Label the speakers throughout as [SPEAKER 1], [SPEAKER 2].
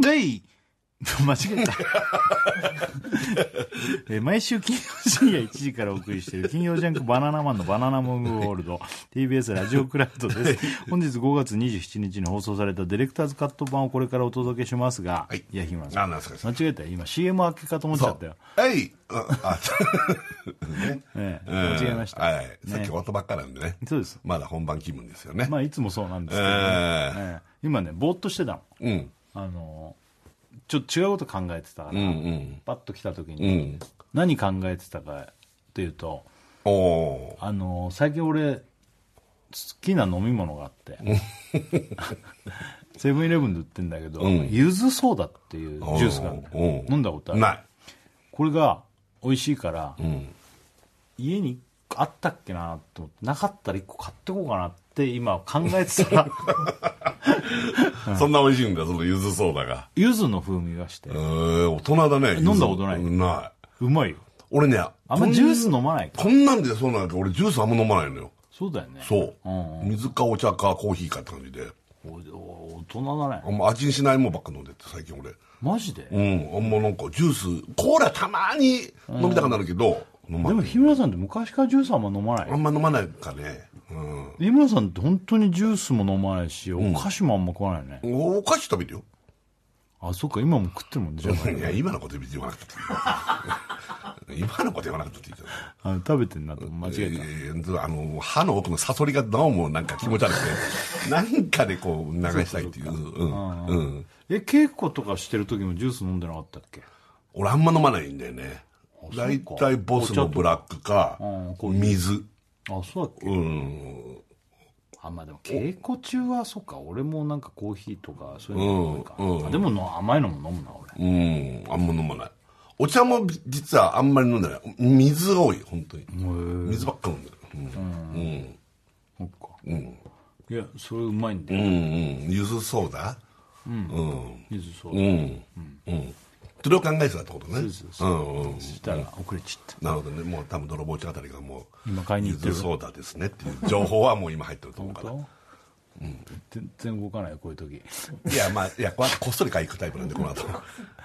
[SPEAKER 1] でい間違えた えー毎週金曜深夜1時からお送りしている金曜ジャンクバナナマンのバナナモングゴールド TBS ラジオクラウドです本日5月27日に放送されたディレクターズカット版をこれからお届けしますが、
[SPEAKER 2] はい
[SPEAKER 1] や日村さ
[SPEAKER 2] 何
[SPEAKER 1] ん
[SPEAKER 2] なんです
[SPEAKER 1] 間
[SPEAKER 2] か
[SPEAKER 1] 違えたよ今 CM 明けかと思っちゃったよ
[SPEAKER 2] はいあ あね
[SPEAKER 1] ええ
[SPEAKER 2] うん
[SPEAKER 1] 間違えました
[SPEAKER 2] はいさっき終わったばっかなんでね
[SPEAKER 1] そうです
[SPEAKER 2] まだ本番気分ですよね
[SPEAKER 1] まあいつもそうなんですけど、ね
[SPEAKER 2] ええ
[SPEAKER 1] ええ今ねぼーっとしてたの
[SPEAKER 2] うん
[SPEAKER 1] あのちょっと違うこと考えてたから、
[SPEAKER 2] うん
[SPEAKER 1] パッと来た時
[SPEAKER 2] うんう
[SPEAKER 1] に、
[SPEAKER 2] ん
[SPEAKER 1] 何考えてたかっていうと
[SPEAKER 2] おお
[SPEAKER 1] あの最近俺好きな飲み物があって セブンイレブンで売ってんだけど、
[SPEAKER 2] うん
[SPEAKER 1] ゆずソーダっていうジュースがあるんだよ
[SPEAKER 2] うん
[SPEAKER 1] 飲んだことある
[SPEAKER 2] ない
[SPEAKER 1] これが美味しいから、
[SPEAKER 2] うん
[SPEAKER 1] 家にあったっけなと思ってなかったら1個買ってこうかなって今考えてた ら
[SPEAKER 2] そんな美味しいんだそのゆずソーダが
[SPEAKER 1] ゆずの風味がして
[SPEAKER 2] ええ大人だね
[SPEAKER 1] 飲んだことない
[SPEAKER 2] ゆずないう
[SPEAKER 1] まいよ
[SPEAKER 2] 俺ね
[SPEAKER 1] あんまジュース飲まないから
[SPEAKER 2] こんなんでそうなんだけど俺ジュースあんま飲まないのよ
[SPEAKER 1] そうだよね
[SPEAKER 2] そう
[SPEAKER 1] うん
[SPEAKER 2] 水かお茶かコーヒーかって感じで
[SPEAKER 1] おお大人だね
[SPEAKER 2] あんま味にしないもんばっか飲んでって最近俺
[SPEAKER 1] マジで、
[SPEAKER 2] うんあんまなんかジュースコーラたまに飲みたくなるけど、飲まな
[SPEAKER 1] でも
[SPEAKER 2] い
[SPEAKER 1] 日村さんって昔からジュースあんま飲まない
[SPEAKER 2] あんま飲まないかねうん
[SPEAKER 1] 日村さんって本当にジュースも飲まないしお菓子もあんま食わないね、
[SPEAKER 2] おお菓子食べてよ
[SPEAKER 1] あそっか今も食ってるもんねじゃ
[SPEAKER 2] いや今のこと言わなくてい い今のこと言わなくていいじゃない
[SPEAKER 1] ああの食べてんなと間違えた、
[SPEAKER 2] えーあの歯の奥のサソリがどうもなんか気持ち悪くてなんかでこう流したいっていううんうん
[SPEAKER 1] え稽古とかしてる時もジュース飲んでなかったっけ
[SPEAKER 2] 俺あんま飲まないんだよね大体ボスのブラックか
[SPEAKER 1] うんコーヒー
[SPEAKER 2] 水
[SPEAKER 1] あそうだっけ、
[SPEAKER 2] うん
[SPEAKER 1] あまあでも稽古中はそっか俺もなんかコーヒーとかそういうの飲むか、
[SPEAKER 2] うんうん
[SPEAKER 1] あでもの甘いのも飲むな俺
[SPEAKER 2] うん、あんま飲まない。お茶も実はあんまり飲んでない。水が多い、本当に。水ばっか飲んでる。
[SPEAKER 1] そっかいやそれうまいんだ
[SPEAKER 2] う
[SPEAKER 1] よ、
[SPEAKER 2] ん、うん、うん。ゆずソーダうん。
[SPEAKER 1] ゆずそう
[SPEAKER 2] うん。うん。それを考えてたってことね。
[SPEAKER 1] そう
[SPEAKER 2] うん、うん。
[SPEAKER 1] そしたら遅れちゃっ
[SPEAKER 2] なるほどね。もう多分泥棒ちゃんあたりがもう、
[SPEAKER 1] 今買いに行ってる
[SPEAKER 2] ゆずソーダですねっていう情報はもう今入ってると
[SPEAKER 1] た
[SPEAKER 2] 思う
[SPEAKER 1] 本
[SPEAKER 2] か
[SPEAKER 1] 当、
[SPEAKER 2] ら。
[SPEAKER 1] 全然動かないよこういう時
[SPEAKER 2] いや、まあ、いや、こうやってこっそり買いに行くタイプなんで、この 後。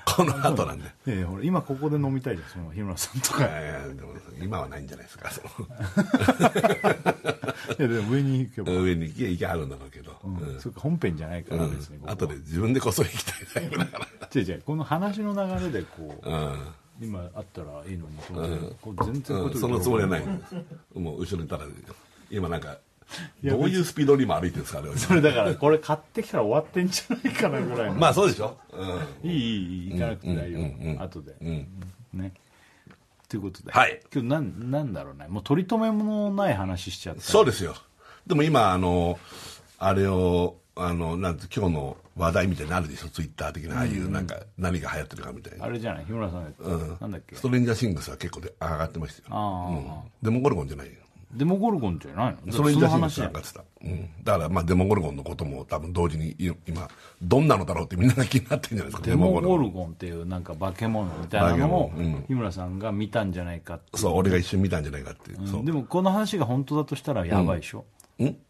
[SPEAKER 2] この後なんで。
[SPEAKER 1] いやいやほら今ここで飲みたいじゃんその日村さんとか
[SPEAKER 2] いやいやでも今はないんじゃないですか。その
[SPEAKER 1] いやでも上に行けば、
[SPEAKER 2] 上に行きゃ行きゃあるんだろうけど。うん
[SPEAKER 1] それか本編じゃないから別にここ
[SPEAKER 2] あとで自分でこっそり行きたいタイプだから。
[SPEAKER 1] 違う違うこの話の流れでこう、
[SPEAKER 2] うん
[SPEAKER 1] 今あったらいいのにと思って、こう全然こういう
[SPEAKER 2] うん
[SPEAKER 1] 時
[SPEAKER 2] そのつもりはないもう後ろにいたら今なんか
[SPEAKER 1] や
[SPEAKER 2] どういうスピードに今歩いてるんですかあれは
[SPEAKER 1] それだからこれ買ってきたら終わってんじゃないかなぐらいの、
[SPEAKER 2] まあそうでしょ、うん、
[SPEAKER 1] いいいいいい行かなくて大丈夫、後で、ねということで、
[SPEAKER 2] はい
[SPEAKER 1] 今日なんなんだろうねもう取り留めもない話しちゃった
[SPEAKER 2] そうですよでも今あのあれをあのなんて今日の話題みたいになるでしょツイッター的なああいうなんか何が流行ってるかみたいな、
[SPEAKER 1] あれじゃない日村さん、
[SPEAKER 2] うん
[SPEAKER 1] なんだっけ
[SPEAKER 2] ストレンジャーシングスは結構で上がってましたよ
[SPEAKER 1] ああ
[SPEAKER 2] うんデモゴルゴンじゃないよ
[SPEAKER 1] デモゴルゴンじゃないの
[SPEAKER 2] ストレンジャーシングス
[SPEAKER 1] そ
[SPEAKER 2] 上
[SPEAKER 1] の話
[SPEAKER 2] がってた、うん、だからまあデモゴルゴンのことも多分同時に今どんなのだろうってみんなが気になってるんじゃないですか
[SPEAKER 1] デモゴルゴンっていうなんか化け物みたいなのを
[SPEAKER 2] 化け物うん
[SPEAKER 1] 日村さんが見たんじゃないかって
[SPEAKER 2] そう俺が一瞬見たんじゃないかっていう、そう
[SPEAKER 1] でもこの話が本当だとしたらやばいでしょ、
[SPEAKER 2] うん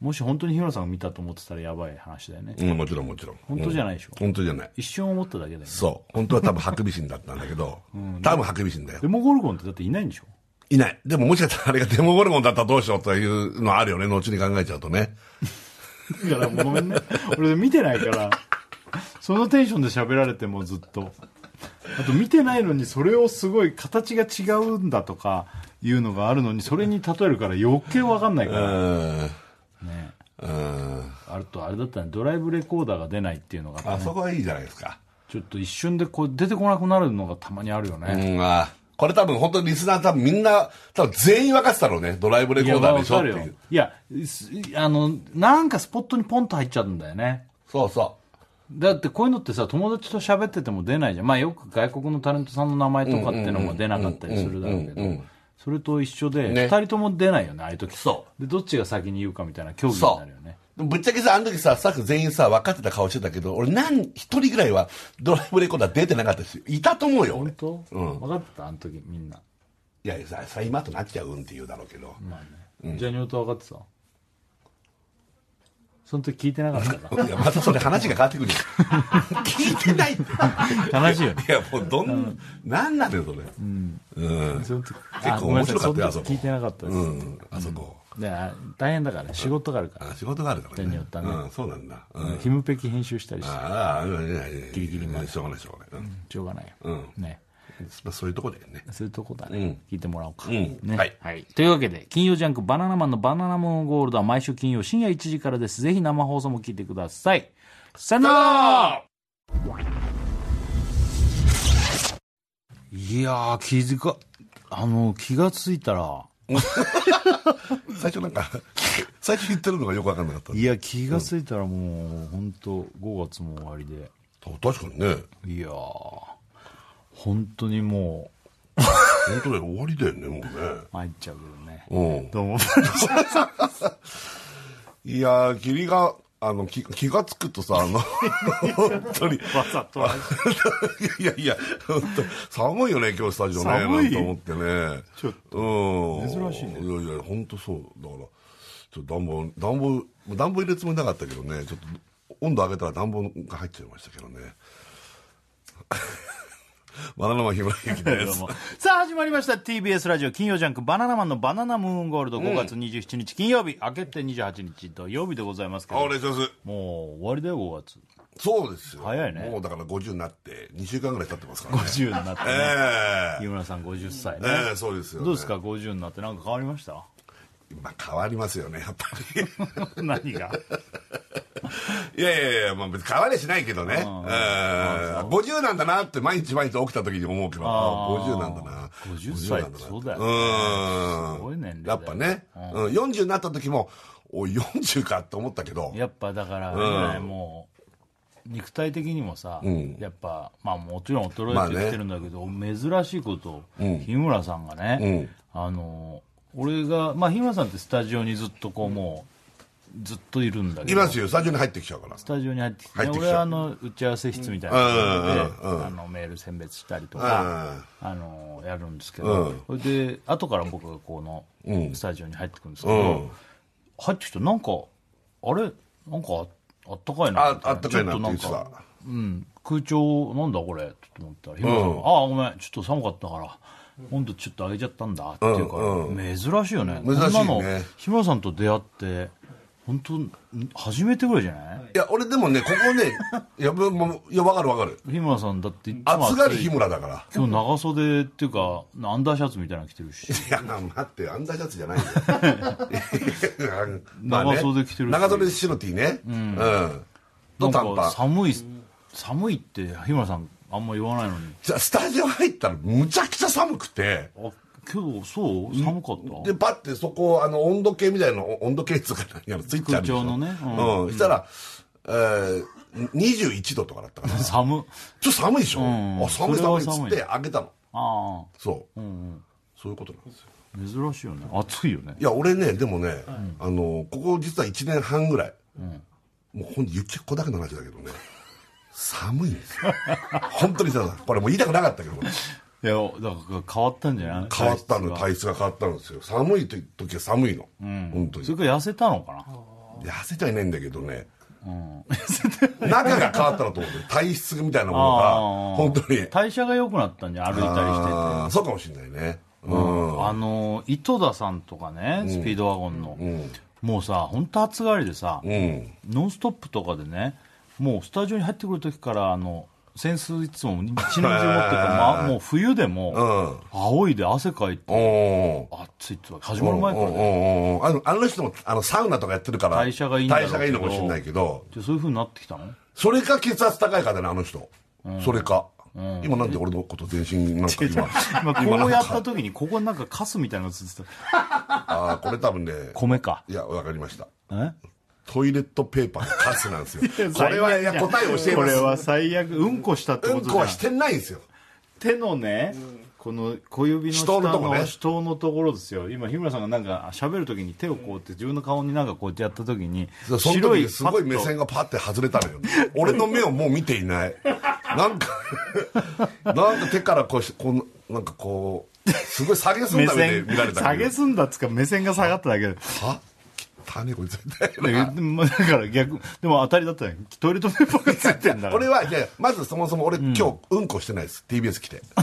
[SPEAKER 1] もし本当に日村さんが見たと思ってたらやばい話だよね、
[SPEAKER 2] うん、もちろんもちろん
[SPEAKER 1] 本当じゃないでしょ
[SPEAKER 2] うん本当じゃない
[SPEAKER 1] 一瞬思っただけだよね
[SPEAKER 2] そう本当は多分ハクビシンだったんだけど、多分ハクビシンだよ
[SPEAKER 1] デモゴルゴンってだっていないんでしょ
[SPEAKER 2] いないでももしかしたらあれがデモゴルゴンだったらどうしようというのあるよね後に考えちゃうとね
[SPEAKER 1] だからご めんね俺見てないからそのテンションで喋られてもずっとあと見てないのにそれをすごい形が違うんだとかいうのがあるのにそれに例えるから余計わかんないか
[SPEAKER 2] う
[SPEAKER 1] ら、
[SPEAKER 2] ん
[SPEAKER 1] ね
[SPEAKER 2] うん
[SPEAKER 1] あるとあれだったねドライブレコーダーが出ないっていうのがあった
[SPEAKER 2] あ
[SPEAKER 1] ね
[SPEAKER 2] そこはいいじゃないですか
[SPEAKER 1] ちょっと一瞬でこう出てこなくなるのがたまにあるよ
[SPEAKER 2] う
[SPEAKER 1] ね、
[SPEAKER 2] んあこれ多分本当にリスナー多分みんな多分全員分かってたろうねドライブレコーダーでしょって
[SPEAKER 1] いやわか
[SPEAKER 2] いう
[SPEAKER 1] るよいやすあのなんかスポットにポンと入っちゃうんだよね
[SPEAKER 2] そうそ
[SPEAKER 1] だってこういうのってさ友達と喋ってても出ないじゃんまあよく外国のタレントさんの名前とかってのも出なかったりするだろうけどそれと一緒で、
[SPEAKER 2] ね
[SPEAKER 1] 二人とも出ないよねああいう時
[SPEAKER 2] そ
[SPEAKER 1] でどっちが先に言うかみたいな競
[SPEAKER 2] う
[SPEAKER 1] 技に
[SPEAKER 2] そ
[SPEAKER 1] なるよ
[SPEAKER 2] う、
[SPEAKER 1] ね
[SPEAKER 2] でもぶっちゃけさあの時さスタッフ全員さ分かってた顔してたけど俺何一人ぐらいはドライブレコーダー出てなかったしいたと思うよ俺
[SPEAKER 1] 本当、
[SPEAKER 2] うん
[SPEAKER 1] 分かってたあの時みんな、
[SPEAKER 2] いやいやささ今となっちゃうんって言うだろうけど、
[SPEAKER 1] まあねジャニオタ分かってたその時聞いてなかったか
[SPEAKER 2] いやまたそれ話が変わってくるよ聞いてないって
[SPEAKER 1] 悲しいよね
[SPEAKER 2] いやもうどん、なんなのよそれうん、
[SPEAKER 1] その時
[SPEAKER 2] 結構面白かったよ
[SPEAKER 1] あごめんなさいその時聞いてなかったです、
[SPEAKER 2] うん、あそこ、
[SPEAKER 1] であ大変だから仕事があるから、
[SPEAKER 2] あ仕事があるから
[SPEAKER 1] 手に
[SPEAKER 2] ね
[SPEAKER 1] よったね
[SPEAKER 2] うん、そうなんだ、うん
[SPEAKER 1] ヒムペキ編集したりして
[SPEAKER 2] ああ、いやいやいや
[SPEAKER 1] ギリギリまで
[SPEAKER 2] しょうがない、しょうがない。
[SPEAKER 1] しょうがないよ、
[SPEAKER 2] うん
[SPEAKER 1] ね
[SPEAKER 2] うんまあ、そういうとこだよね。
[SPEAKER 1] そういうとこだね、聞いてもらおうか、
[SPEAKER 2] ん
[SPEAKER 1] ね
[SPEAKER 2] はい
[SPEAKER 1] というわけで金曜ジャンク「バナナマンのバナナモンゴールド」は毎週金曜深夜1時からですぜひ生放送も聞いてくださいさよならいやー気づかあの気がついたら
[SPEAKER 2] 最初なんか、最初言ってるのがよくわかんなかった。
[SPEAKER 1] いや気がついたらもう本当5月も終わりで
[SPEAKER 2] 確かにね、
[SPEAKER 1] いやー本当にも
[SPEAKER 2] 本当だよ、終わりだよね、も
[SPEAKER 1] う参っちゃうけどね
[SPEAKER 2] うね。
[SPEAKER 1] どうも
[SPEAKER 2] うん。いやー、霧が、あの、気気がつくとさ、あの、本当に。
[SPEAKER 1] わざと
[SPEAKER 2] いやいや、本当寒いよね、今日スタジオね。
[SPEAKER 1] 寒い
[SPEAKER 2] なんと思ってね。
[SPEAKER 1] ちょっ
[SPEAKER 2] と。うん。
[SPEAKER 1] 珍しいね
[SPEAKER 2] いやいや、本当そう。だから、ちょっと暖房、暖房、暖房入れるつもりなかったけどね、ちょっと温度上げたら暖房が入っちゃいましたけ どね。バナナマン日村ゆきで
[SPEAKER 1] どう
[SPEAKER 2] す。
[SPEAKER 1] も さあ始まりました TBS ラジオ金曜ジャンク「バナナマンのバナナムーンゴールド」5月27日金曜日、明けて28日土曜日でございますけ
[SPEAKER 2] あ
[SPEAKER 1] ど
[SPEAKER 2] お
[SPEAKER 1] も
[SPEAKER 2] 願い
[SPEAKER 1] う
[SPEAKER 2] します。
[SPEAKER 1] 終わりだよ5月
[SPEAKER 2] そうですよ。
[SPEAKER 1] 早いね
[SPEAKER 2] もうだから50になって、2週間ぐらい経ってますからね。
[SPEAKER 1] 50になって、ね
[SPEAKER 2] え
[SPEAKER 1] 井
[SPEAKER 2] え
[SPEAKER 1] 村さん50歳ね、
[SPEAKER 2] ええそうですよ、ね。
[SPEAKER 1] どうですか50になって何か変わりました
[SPEAKER 2] まあ変わりますよね、やっぱり。
[SPEAKER 1] 何が
[SPEAKER 2] いやいやいや、まあ、別に変わりはしないけどね。うん50なんだなって毎日毎日起きた時に思うけど、あ
[SPEAKER 1] あー
[SPEAKER 2] 50なんだな。
[SPEAKER 1] 50歳
[SPEAKER 2] なんな
[SPEAKER 1] そうだよね
[SPEAKER 2] うん。
[SPEAKER 1] すごい年齢だ
[SPEAKER 2] や
[SPEAKER 1] よ
[SPEAKER 2] っぱね、うん、40になった時も、おい、40かって思ったけど、
[SPEAKER 1] やっぱだから、ねもう肉体的にもさ、やっぱまあもちろん衰えてきてるんだけど、珍しいこと、日村さんがね、あの俺がまあ日村さんってスタジオにずっとこうもうずっといるんだけ
[SPEAKER 2] い
[SPEAKER 1] ど
[SPEAKER 2] ますよ、スタジオに入ってきちゃうから
[SPEAKER 1] ス。タジオに入ってきて,、
[SPEAKER 2] 入ってきちゃう
[SPEAKER 1] 俺はあの打ち合わせ室みたいなところであのメール選別したりとか、あのやるんですけど、それで後から僕がこのスタジオに入ってくるんですけど、入ってきてなんかあれなんかああったかいな
[SPEAKER 2] あ
[SPEAKER 1] み、た
[SPEAKER 2] あ
[SPEAKER 1] い
[SPEAKER 2] ったかいなって
[SPEAKER 1] ちょ
[SPEAKER 2] 言
[SPEAKER 1] っ
[SPEAKER 2] って
[SPEAKER 1] と
[SPEAKER 2] た
[SPEAKER 1] なん。か、うん、空調なんだこれと思ったら日村さんが「ああごめんちょっと寒かったから」温度ちょっと上げちゃったんだっていうから、珍しいよね
[SPEAKER 2] 珍しいね
[SPEAKER 1] こんなの日村さんと出会って本当ん初めてぐらいじゃない
[SPEAKER 2] いや、俺でもね、ここね、いや、もういや、わかるわかる。
[SPEAKER 1] 日村さんだっていつも
[SPEAKER 2] 暑がり
[SPEAKER 1] い
[SPEAKER 2] 日村だから。
[SPEAKER 1] 今日長袖っていうかアンダーシャツみたいなの着てるし
[SPEAKER 2] いや、待って、アンダーシャツじゃ ないよ。まあね
[SPEAKER 1] 長袖着てるし
[SPEAKER 2] 長袖白 T ね。うん。
[SPEAKER 1] な
[SPEAKER 2] と
[SPEAKER 1] ん
[SPEAKER 2] 短パ
[SPEAKER 1] か
[SPEAKER 2] ン。
[SPEAKER 1] 寒い寒いって日村さんあんま言わないのに
[SPEAKER 2] じゃあスタジオ入ったらむちゃくちゃ寒くて
[SPEAKER 1] あ今日そう寒かった
[SPEAKER 2] でパッてそこあの温度計みたいなお温度計っつうか何やろついちゃうでしょ
[SPEAKER 1] 空調のね
[SPEAKER 2] う、
[SPEAKER 1] うん
[SPEAKER 2] したら、えー、21度とか だったからちょっ
[SPEAKER 1] 寒
[SPEAKER 2] と寒いでしょ、
[SPEAKER 1] ん
[SPEAKER 2] あ寒い
[SPEAKER 1] それ
[SPEAKER 2] 寒
[SPEAKER 1] はい
[SPEAKER 2] っつ
[SPEAKER 1] 寒
[SPEAKER 2] っ
[SPEAKER 1] い
[SPEAKER 2] て開けたの
[SPEAKER 1] あ
[SPEAKER 2] そう、そういうことなんですよ
[SPEAKER 1] あ珍しいよね暑いよね
[SPEAKER 2] いや俺ねでもね、あのここ実は1年半ぐらい、もうほんと言っちゃこだけの話だけどね寒いんですよ 本当にさこれもう言いたくなかったけど
[SPEAKER 1] いやだから変わったんじゃない
[SPEAKER 2] 変わったのよ
[SPEAKER 1] 体質が
[SPEAKER 2] 体質が変わったんですよ寒い時は寒いの、本当に
[SPEAKER 1] それから痩せたのか
[SPEAKER 2] 痩せちゃいないんだけどね
[SPEAKER 1] な、うん、
[SPEAKER 2] 中が変わったなと思って体質みたいなものが
[SPEAKER 1] あー
[SPEAKER 2] 本当に
[SPEAKER 1] 代謝が良くなったんじゃん歩いたりしてて
[SPEAKER 2] あーそうかもしれないねうん、
[SPEAKER 1] あの井戸田さんとかねスピードワゴンの、もうさ本当暑がりでさ「
[SPEAKER 2] うん、
[SPEAKER 1] ノンストップ!」とかでねもうスタジオに入ってくる時からあの扇子いつ も一年中持ってるから、ま、もう冬でも、青いで汗かいて
[SPEAKER 2] おー
[SPEAKER 1] 暑いって言ってた始まる前から
[SPEAKER 2] おーおー
[SPEAKER 1] ね
[SPEAKER 2] おーあのあの人もあのサウナとかやってるから
[SPEAKER 1] 代謝がいいんだ
[SPEAKER 2] 代
[SPEAKER 1] ろ
[SPEAKER 2] 謝
[SPEAKER 1] うけど
[SPEAKER 2] がいいのかもしれないけど
[SPEAKER 1] じゃあそういうふうになってきたの
[SPEAKER 2] それか血圧高いかだねあの人、それか今なんで俺のこと全身なん か今
[SPEAKER 1] 今
[SPEAKER 2] 今
[SPEAKER 1] こ
[SPEAKER 2] なん
[SPEAKER 1] う
[SPEAKER 2] か
[SPEAKER 1] やった時にここなんかカスみたいなのつってた
[SPEAKER 2] ああこれ多分ね
[SPEAKER 1] 米か
[SPEAKER 2] いやわかりました
[SPEAKER 1] え
[SPEAKER 2] トイレットペーパーのカスなん ですよこれはいや答え教えます
[SPEAKER 1] これは最悪うんこしたって
[SPEAKER 2] う
[SPEAKER 1] こ
[SPEAKER 2] ん
[SPEAKER 1] とじ
[SPEAKER 2] こ
[SPEAKER 1] ゃ
[SPEAKER 2] は
[SPEAKER 1] ん
[SPEAKER 2] してないんですよ
[SPEAKER 1] 手のねこの小指の下
[SPEAKER 2] 人のとこね
[SPEAKER 1] の人のところですよ今日村さんがなんか喋るときに手をこうやって自分の顔になんかこうやってやったときに
[SPEAKER 2] その
[SPEAKER 1] 白
[SPEAKER 2] 時
[SPEAKER 1] い
[SPEAKER 2] にすごい目線がパッて外れたのよ俺の目をもう見ていないなんか なんか手からこうしこんなんかこうすごい下げすん
[SPEAKER 1] 目
[SPEAKER 2] だ目で
[SPEAKER 1] 線
[SPEAKER 2] 見られた
[SPEAKER 1] 下げすんだっつうか目線が下がっただけ で
[SPEAKER 2] は汚ねえこいつみたいな
[SPEAKER 1] だけどまあだから逆でも当たりだったねトイレットペーパーがついてんだ か
[SPEAKER 2] これ
[SPEAKER 1] ら
[SPEAKER 2] はいやまずそもそも俺、今日うんこしてないです TBS 来て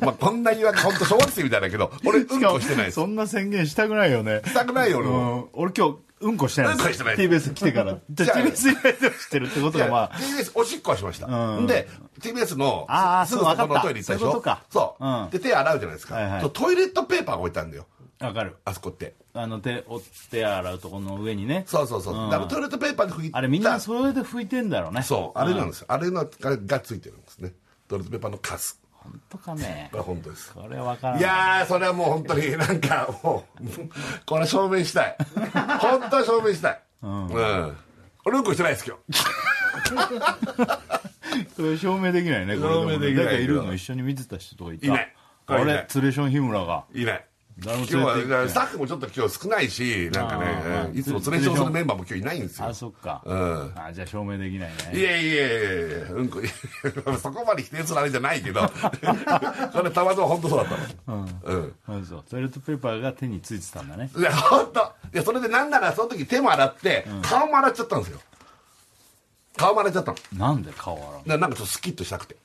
[SPEAKER 2] まあこんな言い訳本当小学生みたいだけど俺うん
[SPEAKER 1] しかも
[SPEAKER 2] こしてないです
[SPEAKER 1] そんな宣言したくないよね
[SPEAKER 2] したくないよ俺
[SPEAKER 1] う
[SPEAKER 2] も、
[SPEAKER 1] ん俺今日うんこしてないです
[SPEAKER 2] うんこしてない
[SPEAKER 1] TBS 来てからじゃあ
[SPEAKER 2] じゃあ
[SPEAKER 1] TBS 以外でもしてるってこと
[SPEAKER 2] いや
[SPEAKER 1] がまあ
[SPEAKER 2] TBS おしっこはしました、
[SPEAKER 1] うん
[SPEAKER 2] ん、で TBS の
[SPEAKER 1] あー
[SPEAKER 2] すぐそこ
[SPEAKER 1] そうわ
[SPEAKER 2] の
[SPEAKER 1] かった
[SPEAKER 2] トイレ行ったでし
[SPEAKER 1] そういうこと
[SPEAKER 2] ょ
[SPEAKER 1] か
[SPEAKER 2] そう、
[SPEAKER 1] うん
[SPEAKER 2] で手洗うじゃないですか、
[SPEAKER 1] はいはい
[SPEAKER 2] そうトイレットペーパーが置いたんだよ
[SPEAKER 1] わかる
[SPEAKER 2] あそこって
[SPEAKER 1] あの手お手洗うとこの上にね
[SPEAKER 2] そうそうそう、
[SPEAKER 1] ん
[SPEAKER 2] であのトイレットペーパーで拭いた
[SPEAKER 1] あれみんなそれで拭いてんだろうね
[SPEAKER 2] そうあれなんですよ、あれのががついてるんですねトイレットペーパーのカス
[SPEAKER 1] 本当かね
[SPEAKER 2] これ本当です
[SPEAKER 1] これわから
[SPEAKER 2] い
[SPEAKER 1] ない
[SPEAKER 2] やーそれはもう本当 になんかもうこれ証明 したい本当は証明したいうん、俺うんこしてないです今日
[SPEAKER 1] それ証明できないねこれもね
[SPEAKER 2] 証明できない
[SPEAKER 1] 誰かいるの一緒に見てた人とかいた
[SPEAKER 2] いない
[SPEAKER 1] あ
[SPEAKER 2] これいな
[SPEAKER 1] れ
[SPEAKER 2] い
[SPEAKER 1] 連れション日村が
[SPEAKER 2] いない
[SPEAKER 1] 誰も
[SPEAKER 2] 今
[SPEAKER 1] 連れて
[SPEAKER 2] 日
[SPEAKER 1] 行っ
[SPEAKER 2] は
[SPEAKER 1] て
[SPEAKER 2] スタッフもちょっと今日少ないしなんか
[SPEAKER 1] あー
[SPEAKER 2] ねうんいつも連れションするメンバーも今日いないんですよ
[SPEAKER 1] あそっか
[SPEAKER 2] うん
[SPEAKER 1] あじゃあ証明できない
[SPEAKER 2] い
[SPEAKER 1] ね
[SPEAKER 2] やいやいやいやうんこ そこまで否定するあれじゃない けどそれたまたま本当そうだったのうん
[SPEAKER 1] うんそうトイレットペーパーが手についてたんだね
[SPEAKER 2] いや本当いやそれでなんならその時手も洗って顔も洗っちゃったんですよ顔も洗っちゃったの
[SPEAKER 1] なんで顔洗うの
[SPEAKER 2] ななんかちょっとスキッとしたくて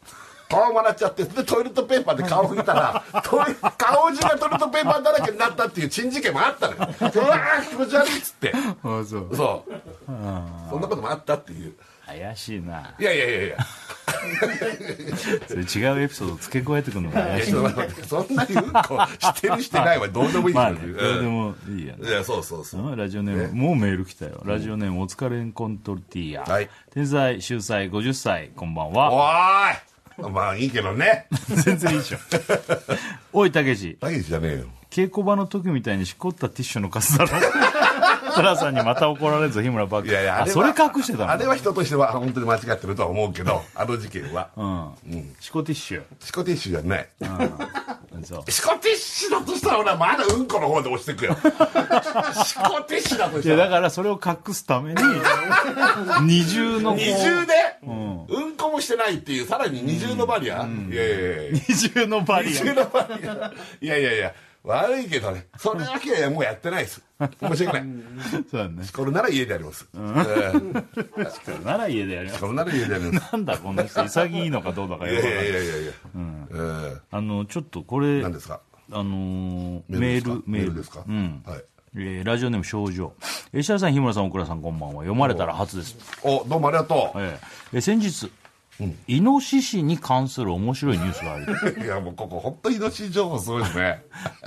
[SPEAKER 2] 顔も洗っちゃってでトイレットペーパーで顔拭いた らトイ顔中がトイレットペーパーだらけになったっていう珍事件もあったのようわー気持ち悪いっつって
[SPEAKER 1] あそう
[SPEAKER 2] そうそんなこともあったっていう
[SPEAKER 1] 怪しいない
[SPEAKER 2] やいやいやいや
[SPEAKER 1] それ違うエピソード付け加えてくるのが
[SPEAKER 2] い
[SPEAKER 1] 怪
[SPEAKER 2] や
[SPEAKER 1] しい
[SPEAKER 2] そんなそんなにうんこしてるしてないは どうでもいい
[SPEAKER 1] ま
[SPEAKER 2] か
[SPEAKER 1] あ
[SPEAKER 2] ら
[SPEAKER 1] ねどうでもいいやね
[SPEAKER 2] いやそうそうそう
[SPEAKER 1] ラジオネーム、もうメール来たよ。ラジオネーム、お疲れんコントルティーヤ。
[SPEAKER 2] はい
[SPEAKER 1] 天才、秀才、50歳、こんばん
[SPEAKER 2] お
[SPEAKER 1] は。
[SPEAKER 2] ーいまあいいけどね
[SPEAKER 1] 全然いいじゃん。 おい、たけし、
[SPEAKER 2] 大事じゃねえよ
[SPEAKER 1] 稽古場の時みたいにしこったティッシュの数 だろ。トラさんにまた怒られず、日村ばっか
[SPEAKER 2] いやいや
[SPEAKER 1] あ、
[SPEAKER 2] れ
[SPEAKER 1] そ
[SPEAKER 2] は
[SPEAKER 1] れ隠してた
[SPEAKER 2] あ
[SPEAKER 1] の
[SPEAKER 2] れは人としては本当に間違ってるとは思うけどあの事件は、
[SPEAKER 1] うん。しこティッシュ。
[SPEAKER 2] シコティッシュじゃない
[SPEAKER 1] そう。
[SPEAKER 2] シコティッシュだとしたら俺はまだうんこの方で押してく よシコティッシュだとし
[SPEAKER 1] いや、
[SPEAKER 2] た
[SPEAKER 1] だ
[SPEAKER 2] ら
[SPEAKER 1] からそれを隠すために、 二重のこう
[SPEAKER 2] 二重で、うん、こもしてないっていうさらに二重のバリア、いやいやいや
[SPEAKER 1] 二重のバリ
[SPEAKER 2] 二
[SPEAKER 1] ア
[SPEAKER 2] 重。のバリアいやいやいや悪いけどねそれだけはもうやってないです申し訳ない
[SPEAKER 1] そうだね。
[SPEAKER 2] これなら家でやります、うん、
[SPEAKER 1] なら家でやります。
[SPEAKER 2] これなら家でやります
[SPEAKER 1] なんだ、この人、潔いのかどうだか
[SPEAKER 2] い
[SPEAKER 1] よ
[SPEAKER 2] や
[SPEAKER 1] く
[SPEAKER 2] い
[SPEAKER 1] わかんな
[SPEAKER 2] やい
[SPEAKER 1] い
[SPEAKER 2] やいやいや、うん、
[SPEAKER 1] あの、ちょっとこれ、
[SPEAKER 2] 何ですか
[SPEAKER 1] あのーメール、
[SPEAKER 2] メ
[SPEAKER 1] メー
[SPEAKER 2] ー
[SPEAKER 1] ル
[SPEAKER 2] ルですかはい
[SPEAKER 1] えーラジオネーム少女。えー石原さん、日村さん、大倉さん、こんばんは。読まれたら初です。
[SPEAKER 2] おどうもありがとう、
[SPEAKER 1] えーえー先日、イノシシに関する面白いニュースがあり、
[SPEAKER 2] い、やもうここ本当に命情報すごいです ね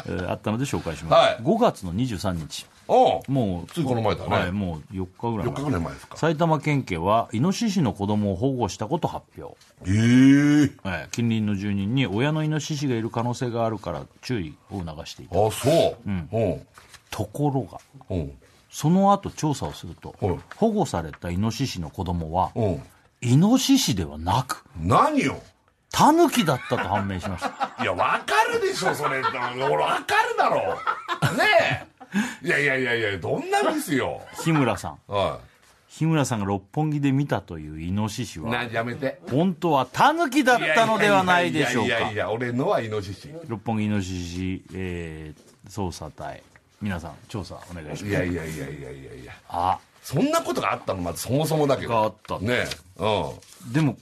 [SPEAKER 1] えーあったので紹介します。
[SPEAKER 2] はい
[SPEAKER 1] 5月の23日、
[SPEAKER 2] おう
[SPEAKER 1] もう、
[SPEAKER 2] ついこの前だね
[SPEAKER 1] はい、もう4日ぐらい
[SPEAKER 2] 4
[SPEAKER 1] 前
[SPEAKER 2] 日ぐらい前ですか
[SPEAKER 1] 埼玉県警は、イノシシの子供を保護したこと発表。
[SPEAKER 2] ええ
[SPEAKER 1] えー近隣の住人に親のイノシシがいる可能性があるから注意を促していた。
[SPEAKER 2] あそううんうん
[SPEAKER 1] ところが、
[SPEAKER 2] うん
[SPEAKER 1] その後調査をすると、
[SPEAKER 2] はい
[SPEAKER 1] 保護されたイノシシの子供は、
[SPEAKER 2] うん
[SPEAKER 1] イノシシではなく、
[SPEAKER 2] 何よ
[SPEAKER 1] タヌキだったと判明しま した。
[SPEAKER 2] いや分かるでしょそれ俺分かるだろうねえいやいやいやいやどんなミスよ
[SPEAKER 1] 日村さん。
[SPEAKER 2] は
[SPEAKER 1] 日村さんが六本木で見たというイノシシ
[SPEAKER 2] いな
[SPEAKER 1] は、
[SPEAKER 2] やめて
[SPEAKER 1] 本当はタヌキだったのではないでしょう
[SPEAKER 2] いやいやいや
[SPEAKER 1] か
[SPEAKER 2] い。や俺のはイノシシ
[SPEAKER 1] 六本木イノシシ、えー、捜査隊。皆さん、調査お願いし
[SPEAKER 2] い
[SPEAKER 1] ます。
[SPEAKER 2] やいやいやいやいやいや
[SPEAKER 1] あ、
[SPEAKER 2] そんなことがあったのまずそもそもだけど
[SPEAKER 1] があった
[SPEAKER 2] ねえうん
[SPEAKER 1] でも、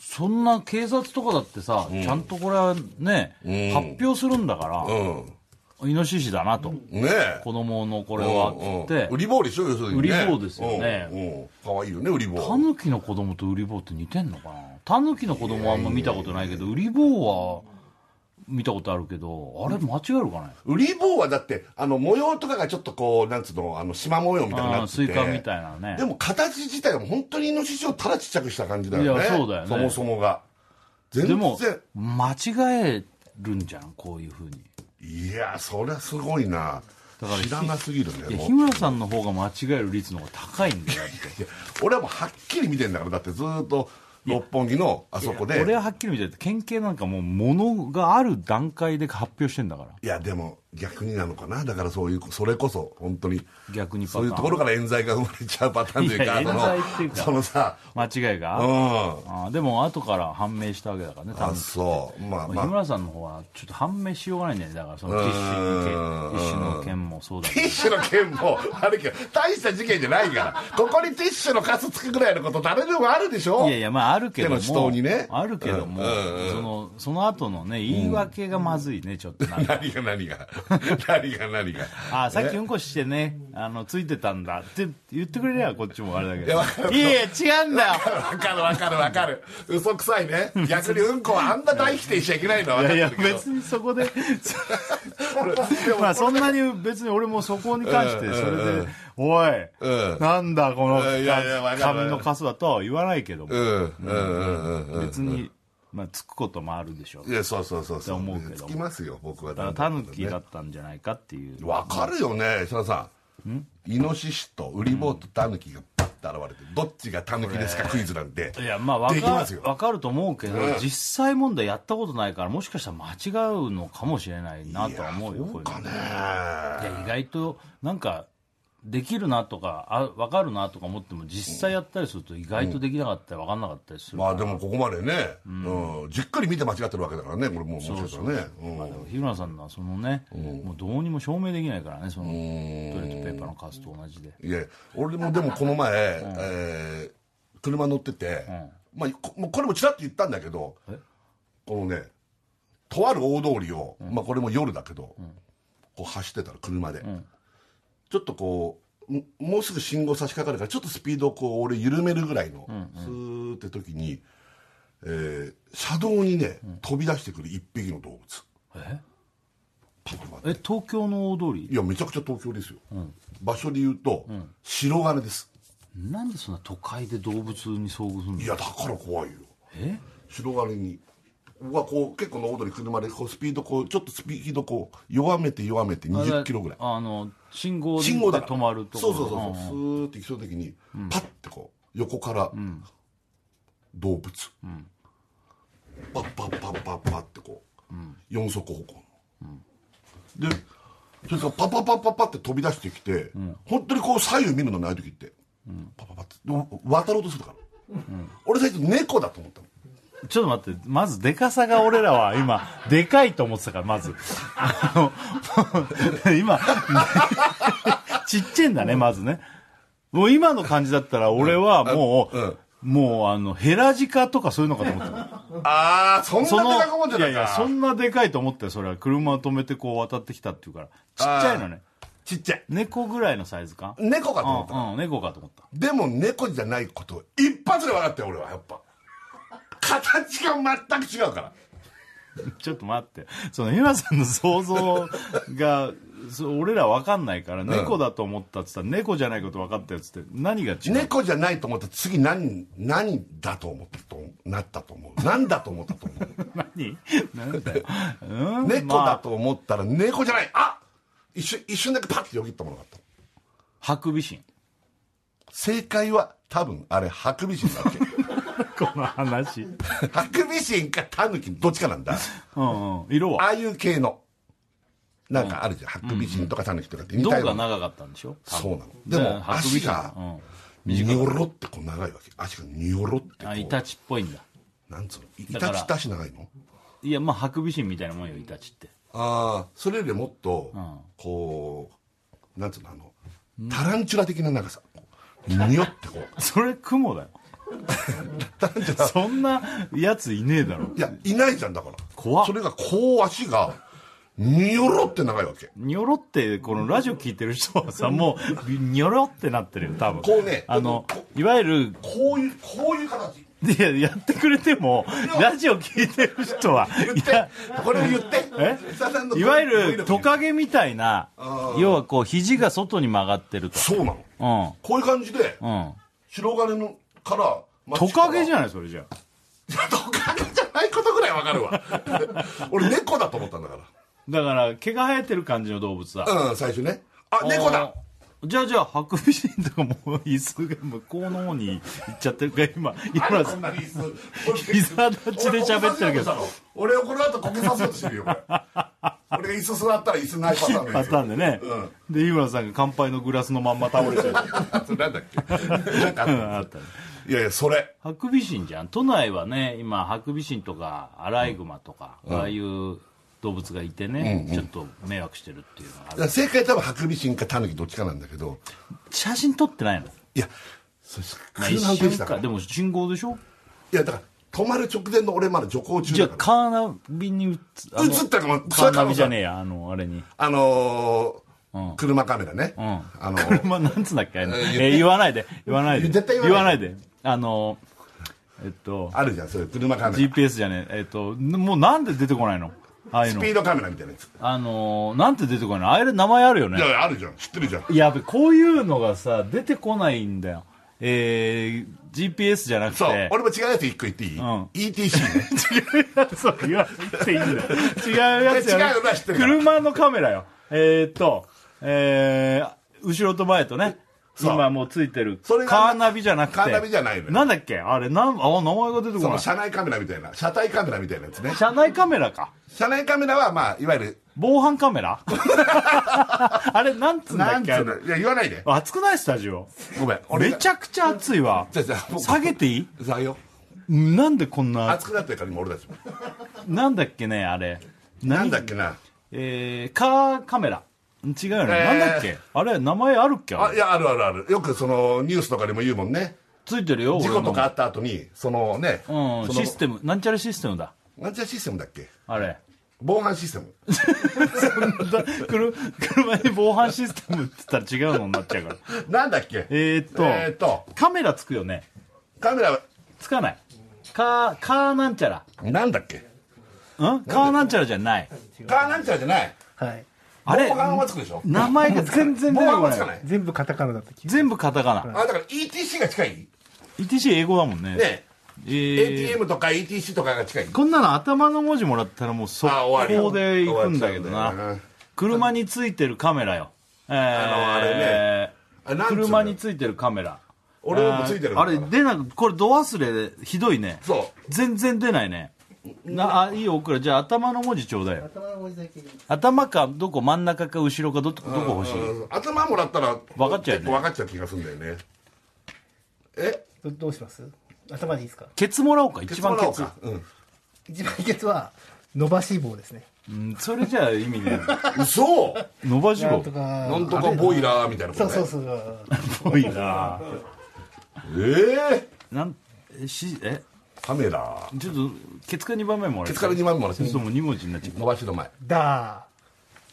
[SPEAKER 1] そんな警察とかだってさ、ちゃんとこれはね、発表するんだか
[SPEAKER 2] う
[SPEAKER 1] ら、
[SPEAKER 2] ん
[SPEAKER 1] イノシシだなと。
[SPEAKER 2] ねえ
[SPEAKER 1] 子供のこれは、
[SPEAKER 2] うん
[SPEAKER 1] っ
[SPEAKER 2] うん
[SPEAKER 1] て
[SPEAKER 2] 売。り棒でしょ要するにね
[SPEAKER 1] 売り棒ですよね
[SPEAKER 2] うんうんかわいいよね売り棒
[SPEAKER 1] タヌキの子供とウリボウって似てんのかなタヌキの子供はあんま見たことないけどウリボウは見たことあるけどあれ間違えるかね
[SPEAKER 2] 売り棒はだってあの模様とかがちょっとこうなんつうのあの縞模様みたいにな
[SPEAKER 1] あー
[SPEAKER 2] って
[SPEAKER 1] ス
[SPEAKER 2] て
[SPEAKER 1] イカみたいなね
[SPEAKER 2] でも形自体は本当にイノシシをただちっちゃくした感じだよね
[SPEAKER 1] いやそうだよね
[SPEAKER 2] そもそもが全
[SPEAKER 1] で
[SPEAKER 2] 然
[SPEAKER 1] も間違えるんじゃんこういうふうに
[SPEAKER 2] いやそりゃすごいな
[SPEAKER 1] だから
[SPEAKER 2] 知らなすぎる
[SPEAKER 1] い
[SPEAKER 2] ね
[SPEAKER 1] や
[SPEAKER 2] もう
[SPEAKER 1] 日村さんの方が間違える率の方が高いんだよだって
[SPEAKER 2] いや俺はもうはっきり見てんだからだってずーっと六本木のあそこで
[SPEAKER 1] 俺ははっきり見てて県警なんかもう物がある段階で発表してんだから
[SPEAKER 2] いやでも逆になのかなだからそういうそれこそ本当に
[SPEAKER 1] 逆にパター
[SPEAKER 2] そ
[SPEAKER 1] ン
[SPEAKER 2] ういうところから冤罪が生まれちゃうパターンというか
[SPEAKER 1] いや
[SPEAKER 2] あの
[SPEAKER 1] 冤罪っていうか
[SPEAKER 2] そのさ
[SPEAKER 1] 間違いうが、
[SPEAKER 2] んあ
[SPEAKER 1] あーでも後から判明したわけだからね多分
[SPEAKER 2] そうまあ
[SPEAKER 1] まあ
[SPEAKER 2] ま
[SPEAKER 1] 日
[SPEAKER 2] あ
[SPEAKER 1] 村さんの方はちょっと判明しようがないんだよねだからそのティッシュの件ティッシュの件もそうだけ
[SPEAKER 2] ティッシュの件もあるけど大した事件じゃないからここにティッシュのカスつくぐらいのこと誰でもあるでしょ
[SPEAKER 1] どいやいやまああるけども
[SPEAKER 2] 手の死闘にね
[SPEAKER 1] あるけども、そのその後のね言い訳がまずいね、ちょっとなんか
[SPEAKER 2] 何が何が何が何が
[SPEAKER 1] あーさっきうんこしてねあのついてたんだって言ってくれりゃこっちもあれだけ
[SPEAKER 2] いや
[SPEAKER 1] ど
[SPEAKER 2] わかる
[SPEAKER 1] いやいや違うんだよ
[SPEAKER 2] わかるわかるわかる嘘くさい ね逆にうんこはあんな大否定しちゃい けないのは分
[SPEAKER 1] い
[SPEAKER 2] か
[SPEAKER 1] やいや
[SPEAKER 2] ってるけど
[SPEAKER 1] 別にそこで
[SPEAKER 2] でも
[SPEAKER 1] まあそんなに別に俺もそこに関してそれで「おい、
[SPEAKER 2] うん
[SPEAKER 1] なんだこ
[SPEAKER 2] う
[SPEAKER 1] の
[SPEAKER 2] んいやいやわかるわかる
[SPEAKER 1] 紙のカスは」とは言わないけども、
[SPEAKER 2] うんうんうんうんうん
[SPEAKER 1] 別に、まあ、つくこともあるでしょう
[SPEAKER 2] いやそうそうそうそう
[SPEAKER 1] って思うけ
[SPEAKER 2] つ
[SPEAKER 1] ど
[SPEAKER 2] きますよ僕は
[SPEAKER 1] だからタヌキだったんじゃないかっていう
[SPEAKER 2] わかるよね設楽さんイノシシとウリボウとタヌキがパッと現れてどっちがタヌキですかクイズなんて
[SPEAKER 1] いやまあわ
[SPEAKER 2] でき
[SPEAKER 1] か
[SPEAKER 2] ますよ
[SPEAKER 1] わかると思うけど、実際問題やったことないからもしかしたら間違うのかもしれないなとは思うよこういうの
[SPEAKER 2] ね
[SPEAKER 1] いや意外となんかできるなとかあ分かるなとか思っても実際やったりすると意外とできなかったり分かんなかったりする、
[SPEAKER 2] まあでもここまでね、うん、じっくり見て間違ってるわけだからねこれもうもしかしたらねうん
[SPEAKER 1] 日村さんのはそのね、もうどうにも証明できないからねそのトイレットペーパーの数と同じで
[SPEAKER 2] いや俺もでもこの前、えー車乗ってて、まあ、こもうこれもちらっと言ったんだけどこのねとある大通りを、まあ、これも夜だけど、こう走ってたら車で、ちょっとこうももうすぐ信号差し掛かるからちょっとスピードをこう俺緩めるぐらいの、スーって時に、えー車道にね、飛び出してくる一匹の動物
[SPEAKER 1] え
[SPEAKER 2] パパパパ
[SPEAKER 1] え東京の大通り
[SPEAKER 2] いやめちゃくちゃ東京ですよ、場所で言うと、白金です
[SPEAKER 1] なんでそんな都会で動物に遭遇するの
[SPEAKER 2] いやだから怖いよ
[SPEAKER 1] え
[SPEAKER 2] 白金に僕はこう結構の大通り車でこうスピードこうちょっとスピードこう弱めて弱めて20キロぐらい
[SPEAKER 1] あの信号で
[SPEAKER 2] 信号だから
[SPEAKER 1] 止まるとこ
[SPEAKER 2] そうそうそうそうスーッて来そう時にパッてこう横から動物パッパッパッパッパッってこう四足歩行のでそれからパパパッパッパッって飛び出してきて本当にこう左右見るのない時ってパパパってでも渡ろうとするから俺最初猫だと思ったの
[SPEAKER 1] ちょっと待ってまずでかさが俺らは今 でかいと思ってたからまず あの今 ちっちゃいんだねまずねもう今の感じだったら俺はもう、
[SPEAKER 2] うん
[SPEAKER 1] もうあのヘラジカとかそういうのかと思っ てた
[SPEAKER 2] ああそんな
[SPEAKER 1] その
[SPEAKER 2] でかくもんじゃない
[SPEAKER 1] い
[SPEAKER 2] か
[SPEAKER 1] やいやそんなでかいと思ったよそれは車を止めてこう渡ってきたっていうからちっちゃいのね
[SPEAKER 2] ちっちゃい
[SPEAKER 1] 猫ぐらいのサイズ感
[SPEAKER 2] 猫かと思った
[SPEAKER 1] うん、うん、猫かと思った
[SPEAKER 2] でも猫じゃないこと一発で分かったよ俺はやっぱ形が全く違うから
[SPEAKER 1] ちょっと待ってその日村さんの想像がそう俺ら分かんないから猫だと思ったっつったら猫じゃないこと分かったよっつって何が違う、
[SPEAKER 2] 猫じゃないと思ったら次何何だと思ったとなったと思う何だと思ったと思う
[SPEAKER 1] 何なんだよ、うん、
[SPEAKER 2] 猫
[SPEAKER 1] ま
[SPEAKER 2] だ
[SPEAKER 1] あ
[SPEAKER 2] と思ったら猫じゃないあ一瞬一瞬だけパッてよぎったものがあった
[SPEAKER 1] ハクビシン
[SPEAKER 2] 正解は多分あれハクビシンだっけ
[SPEAKER 1] この話うん
[SPEAKER 2] ハクビシンかタヌキどっちかなんだ
[SPEAKER 1] うん色
[SPEAKER 2] あ
[SPEAKER 1] は
[SPEAKER 2] あいう系のなんかあるじゃん、ハクビシンとかタヌキとかって似
[SPEAKER 1] 胴
[SPEAKER 2] たような
[SPEAKER 1] が長かったんでしょ
[SPEAKER 2] そうなので
[SPEAKER 1] で
[SPEAKER 2] も
[SPEAKER 1] もハクビ
[SPEAKER 2] 足
[SPEAKER 1] シン
[SPEAKER 2] が
[SPEAKER 1] うん
[SPEAKER 2] ニョロってこう長いわけ足がニョロってこ
[SPEAKER 1] あイ
[SPEAKER 2] う
[SPEAKER 1] タチっぽいんだ
[SPEAKER 2] なんつうのイ
[SPEAKER 1] だか
[SPEAKER 2] タ
[SPEAKER 1] ら
[SPEAKER 2] チって足長いの
[SPEAKER 1] いやまあハクビシンみたいなもんよイタチって
[SPEAKER 2] ああそれよりもっとこうなんつうのあのタランチュラ的な長さニョってこう
[SPEAKER 1] それクモだ よそんなやついねえだろ
[SPEAKER 2] いやいないじゃんだから
[SPEAKER 1] 怖っ
[SPEAKER 2] それがこう足がニョロって長いわけ
[SPEAKER 1] にょろって、このラジオ聞いてる人はさ、もう、にょろってなってるよ、多分。
[SPEAKER 2] こうね
[SPEAKER 1] あの
[SPEAKER 2] こ、
[SPEAKER 1] いわゆる、
[SPEAKER 2] こういうこういう形
[SPEAKER 1] いや、やってくれても、ラジオ聞いてる人は、
[SPEAKER 2] 言っ
[SPEAKER 1] いや
[SPEAKER 2] てこれを言って
[SPEAKER 1] え
[SPEAKER 2] 設楽さんの
[SPEAKER 1] い
[SPEAKER 2] こ
[SPEAKER 1] わ
[SPEAKER 2] う
[SPEAKER 1] ゆ
[SPEAKER 2] うの
[SPEAKER 1] るトカゲみたいな、要はこう、肘が外に曲がってると。
[SPEAKER 2] そうなの
[SPEAKER 1] うん。
[SPEAKER 2] こういう感じで
[SPEAKER 1] うん。
[SPEAKER 2] 白金のから
[SPEAKER 1] トカゲじ
[SPEAKER 2] ゃ
[SPEAKER 1] ゃない、それじゃあ
[SPEAKER 2] トカゲじゃいことぐらいわかるわ俺猫だと思ったんだか
[SPEAKER 1] だから毛が生えてる感じの動物だ
[SPEAKER 2] らうん最初ねあ猫だ
[SPEAKER 1] あーじゃあじゃあハクビシンとかもう椅子が向こうの方に行っちゃってるから今今
[SPEAKER 2] こんなに椅子
[SPEAKER 1] 膝立ちで喋ってるけど
[SPEAKER 2] 俺をこの後こけさそうとしてるよこれ俺が椅子座ったら椅子ないパターンのや
[SPEAKER 1] パ
[SPEAKER 2] つ
[SPEAKER 1] ターンでね、で日村さんが乾杯のグラスのまんま倒れちゃう
[SPEAKER 2] それなんだっけなんか あった
[SPEAKER 1] あったね
[SPEAKER 2] いやいやそれ
[SPEAKER 1] ハクビシンじゃん都内はね今ハクビシンとかアライグマとか、ああいう動物がいてね、ちょっと迷惑してるっていうのがあ
[SPEAKER 2] だ
[SPEAKER 1] る
[SPEAKER 2] から正解多分ハクビシンかタヌキどっちかなんだけど
[SPEAKER 1] 写真撮ってないの
[SPEAKER 2] いやそれ
[SPEAKER 1] まあ
[SPEAKER 2] 車運転
[SPEAKER 1] 一
[SPEAKER 2] し
[SPEAKER 1] 瞬
[SPEAKER 2] たから
[SPEAKER 1] かでも信号でしょ
[SPEAKER 2] いやだから止まる直前の俺まだ徐行
[SPEAKER 1] じゃ
[SPEAKER 2] 中だから
[SPEAKER 1] あカーナビに映つあの
[SPEAKER 2] 映ったかも
[SPEAKER 1] カーナビじゃねえやあのあれに
[SPEAKER 2] あのー
[SPEAKER 1] うん
[SPEAKER 2] 車カメラね、
[SPEAKER 1] うん
[SPEAKER 2] あの ー
[SPEAKER 1] 車なんつうんだっけあれのえ
[SPEAKER 2] えー言って
[SPEAKER 1] ー言わないで言わないで
[SPEAKER 2] 絶対言わない
[SPEAKER 1] であのえっと
[SPEAKER 2] あるじゃんそういう車カメラ、
[SPEAKER 1] GPS じゃねええっともうなんで出てこないのああいう
[SPEAKER 2] ス
[SPEAKER 1] の
[SPEAKER 2] ピードカメラみたいなやつ
[SPEAKER 1] あのなんて出てこないのああいう名前あるよね
[SPEAKER 2] いやいやあるじゃん知ってるじゃん
[SPEAKER 1] やべこういうのがさ出てこないんだよえー、GPS じゃなく
[SPEAKER 2] そう、
[SPEAKER 1] て
[SPEAKER 2] 俺も違うやつ一個言っていい、
[SPEAKER 1] ん
[SPEAKER 2] ?ETC ね。
[SPEAKER 1] そう言わなくていいんだよ違うやつ
[SPEAKER 2] 違うのは知ってるから
[SPEAKER 1] 車のカメラよえー、っとえー、後ろと前とね
[SPEAKER 2] そう
[SPEAKER 1] 今もうついてる
[SPEAKER 2] それが
[SPEAKER 1] カーナビじゃなくて
[SPEAKER 2] カーナビじゃないのよ
[SPEAKER 1] なんだっけあれなんあ名前が
[SPEAKER 2] そ
[SPEAKER 1] 出てこな
[SPEAKER 2] の
[SPEAKER 1] い
[SPEAKER 2] 車内カメラみたいな、車体カメラみたいなやつね。
[SPEAKER 1] 車内カメラか
[SPEAKER 2] 車内カメラは、まあ、いわゆる、
[SPEAKER 1] 防犯カメラ あれなんつうんだ
[SPEAKER 2] な
[SPEAKER 1] っ
[SPEAKER 2] ん
[SPEAKER 1] け
[SPEAKER 2] つうの、いや、言わないで。
[SPEAKER 1] 暑くないスタジオ
[SPEAKER 2] ごめん、俺
[SPEAKER 1] め
[SPEAKER 2] が。
[SPEAKER 1] ちゃくちゃ暑いわ
[SPEAKER 2] じゃあじゃあもう
[SPEAKER 1] 下げていい
[SPEAKER 2] さよ。
[SPEAKER 1] なんでこんな
[SPEAKER 2] 熱くなってるから、今俺たちも。
[SPEAKER 1] なんだっけねあれ
[SPEAKER 2] なんだっけな。
[SPEAKER 1] えー、カーカメラ違うよね、
[SPEAKER 2] えー
[SPEAKER 1] なんだっけあれ名前あるっけあ
[SPEAKER 2] あ、
[SPEAKER 1] れ
[SPEAKER 2] いや、あるあるある。よく、その、ニュースとかでも言うもんね。
[SPEAKER 1] ついてるよ
[SPEAKER 2] 事故とかあ
[SPEAKER 1] 俺
[SPEAKER 2] った後に、そのね、
[SPEAKER 1] のうん
[SPEAKER 2] その
[SPEAKER 1] システムなんちゃらシステムだ
[SPEAKER 2] なんちゃらシステムだっけ
[SPEAKER 1] あれ
[SPEAKER 2] 防犯システム。
[SPEAKER 1] だ車 車に防犯システムって言ったら違うのになっちゃうから
[SPEAKER 2] なんだっけ
[SPEAKER 1] えーっと,、
[SPEAKER 2] えーっと
[SPEAKER 1] カメラつくよね
[SPEAKER 2] カメラ、
[SPEAKER 1] つかないカーカーなんちゃら
[SPEAKER 2] なんだっけ
[SPEAKER 1] んカーなんちゃらじゃない
[SPEAKER 2] カーなんちゃらじゃない。
[SPEAKER 3] はい
[SPEAKER 1] あれ
[SPEAKER 2] 防犯はつくでしょ
[SPEAKER 1] 名前が全然
[SPEAKER 2] 防
[SPEAKER 1] 出て
[SPEAKER 2] 犯
[SPEAKER 1] こ
[SPEAKER 2] は
[SPEAKER 1] な
[SPEAKER 2] つか
[SPEAKER 1] い
[SPEAKER 2] ない。
[SPEAKER 3] 全部カタカナだった気が
[SPEAKER 1] 全部カタカナ、
[SPEAKER 2] あ、だから ETC が近い
[SPEAKER 1] ETC 英語だもんね
[SPEAKER 2] ね
[SPEAKER 1] えー
[SPEAKER 2] ATM とか ETC とかが近い
[SPEAKER 1] こんなの頭の文字もらったらもう速
[SPEAKER 2] あ終わり
[SPEAKER 1] 攻で行くんだけど
[SPEAKER 2] 終わっちゃうんだよ
[SPEAKER 1] な
[SPEAKER 2] な
[SPEAKER 1] 車についてるカメラよえー、
[SPEAKER 2] あれねあなんつうんだろう
[SPEAKER 1] 車についてるカメラ
[SPEAKER 2] 俺もついてる
[SPEAKER 1] あれ出なくこれド忘れでひどいね
[SPEAKER 2] そう
[SPEAKER 1] 全然出ないねなあいいよ奥らじゃあ頭の文字ちょうだいよ
[SPEAKER 3] 頭の文字だけに
[SPEAKER 1] 頭かどこ真ん中か後ろかどどこ欲しい
[SPEAKER 2] うん頭もらったら
[SPEAKER 1] 分かっちゃうよ
[SPEAKER 2] 結
[SPEAKER 1] ね
[SPEAKER 2] 構分かっちゃう気がするんだよねえ
[SPEAKER 3] どどうします頭でいいですか
[SPEAKER 1] ケツもらおうか一番ケツ
[SPEAKER 2] ケツもらおうか
[SPEAKER 3] 一番秘訣は伸ばし棒ですね
[SPEAKER 1] うんそれじゃあ意味ねえ
[SPEAKER 2] うん嘘
[SPEAKER 1] 伸ばし
[SPEAKER 3] な
[SPEAKER 1] 棒
[SPEAKER 3] んとか
[SPEAKER 2] なんとかボイラーみたいなこ
[SPEAKER 3] そ
[SPEAKER 2] と
[SPEAKER 3] う
[SPEAKER 2] ね
[SPEAKER 3] そうそう
[SPEAKER 1] ぽいな
[SPEAKER 2] ええ
[SPEAKER 1] なんえしえ
[SPEAKER 2] カメラ
[SPEAKER 1] ちょっとケツから2番目もらえ
[SPEAKER 2] ケ
[SPEAKER 1] る
[SPEAKER 2] ツから2万もらって
[SPEAKER 1] そうもう2文字になっちゃう
[SPEAKER 2] 伸ばしの前
[SPEAKER 3] だ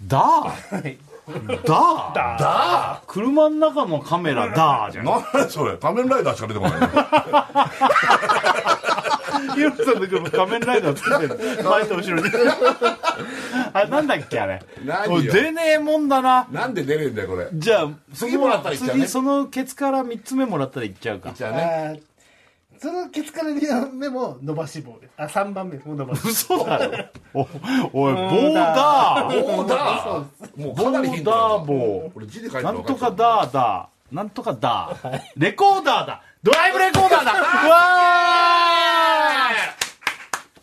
[SPEAKER 1] ダー
[SPEAKER 3] ーはい
[SPEAKER 1] ダー
[SPEAKER 2] だ
[SPEAKER 1] 車の中のカメラダーじゃ
[SPEAKER 2] ー
[SPEAKER 1] ん
[SPEAKER 2] なんだそれ仮面ライダーしか出てこないね
[SPEAKER 1] ヒロさんの車仮面ライダーつけてる前と後ろ にあなんだっけあれ
[SPEAKER 2] 何よ
[SPEAKER 1] おい出ねえもんだ な
[SPEAKER 2] なんで出れんだよこれ
[SPEAKER 1] じゃあその
[SPEAKER 2] 次もらったらいっちゃうね
[SPEAKER 1] 次そのケツから3つ目もらったらいっちゃうか
[SPEAKER 2] じゃあね
[SPEAKER 3] あーそのケツから2番目も伸ばし棒ですあ三番目も伸ばし 棒
[SPEAKER 1] 嘘だろおおい棒
[SPEAKER 3] ダ
[SPEAKER 1] だ
[SPEAKER 2] ボーダーもうかなりヒント
[SPEAKER 1] ボーダー
[SPEAKER 2] だ
[SPEAKER 1] 棒
[SPEAKER 2] 俺字で書いて
[SPEAKER 1] な
[SPEAKER 2] るの
[SPEAKER 1] ん
[SPEAKER 2] 分か
[SPEAKER 1] と
[SPEAKER 2] っちゃう
[SPEAKER 1] かダーダーなんとかダーレコーダーだドライブレコーダーだ うわ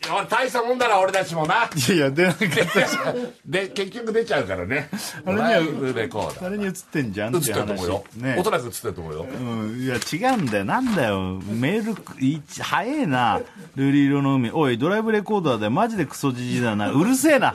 [SPEAKER 2] いや大したもんだな俺たちもな
[SPEAKER 1] ーいやいや出なかったし
[SPEAKER 2] で結局出ちゃうからね
[SPEAKER 1] あれには
[SPEAKER 2] ライブレコーダー
[SPEAKER 1] 誰に映ってんじゃん
[SPEAKER 2] 映
[SPEAKER 1] っ
[SPEAKER 2] っててる
[SPEAKER 1] いう
[SPEAKER 2] と
[SPEAKER 1] 話
[SPEAKER 2] 思うよ、
[SPEAKER 1] ね
[SPEAKER 2] おそらく映ってると思うよ、
[SPEAKER 1] うん、いや違うんだよなんだよメールいち早えな瑠璃色の海おいドライブレコーダーでマジでクソじじいだなうるせえな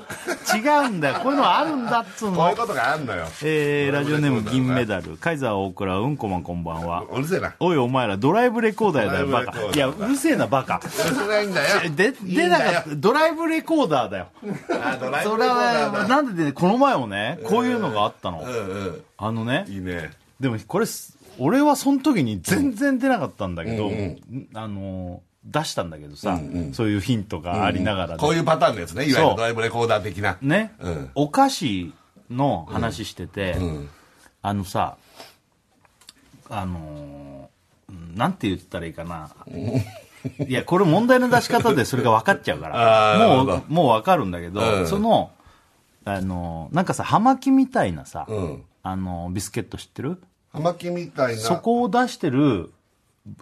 [SPEAKER 1] 違うんだよこういうのあるんだっつう
[SPEAKER 2] こうい
[SPEAKER 1] の
[SPEAKER 2] うことがあんのよ
[SPEAKER 1] えー、ラジオネーム銀メダルカイザー大倉うんこマンこんばんは
[SPEAKER 2] うるせえな
[SPEAKER 1] おいお前らドライブレコーダーだよ
[SPEAKER 2] ドラ
[SPEAKER 1] バ
[SPEAKER 2] イブレ
[SPEAKER 1] カ
[SPEAKER 2] コーダー
[SPEAKER 1] いやうるせえなバカ
[SPEAKER 2] うるせないんだよ
[SPEAKER 1] で
[SPEAKER 2] いい
[SPEAKER 1] 出
[SPEAKER 2] ん
[SPEAKER 1] な
[SPEAKER 2] だ
[SPEAKER 1] か
[SPEAKER 2] よ
[SPEAKER 1] ったドライブレコーダーだよ
[SPEAKER 2] あドライブ
[SPEAKER 1] そ
[SPEAKER 2] レコ
[SPEAKER 1] れ
[SPEAKER 2] ーダー
[SPEAKER 1] は
[SPEAKER 2] だ
[SPEAKER 1] なんでねこの前もねこういうのがあったの
[SPEAKER 2] うんうん
[SPEAKER 1] あのね
[SPEAKER 2] いいね
[SPEAKER 1] でもこれす俺はその時に全然出なかったんだけど、んあのー出したんだけどさ、そういうヒントがありながらで、
[SPEAKER 2] こういうパターンのやつねいわゆ
[SPEAKER 1] そ
[SPEAKER 2] る
[SPEAKER 1] う
[SPEAKER 2] ドライブレコーダー的な
[SPEAKER 1] ね、
[SPEAKER 2] うん
[SPEAKER 1] お菓子の話してて、あのさあのーうんなんて言ったらいいかないや、これ問題の出し方でそれが分かっちゃうか
[SPEAKER 2] あ
[SPEAKER 1] ら。
[SPEAKER 2] ーな
[SPEAKER 1] も
[SPEAKER 2] る
[SPEAKER 1] う、もう分かるんだけど、
[SPEAKER 2] うん
[SPEAKER 1] その、あの、なんかさ、葉巻みたいなさ、
[SPEAKER 2] うん
[SPEAKER 1] あの、ビスケット知ってる
[SPEAKER 2] 葉巻みたいな
[SPEAKER 1] そこを出してる、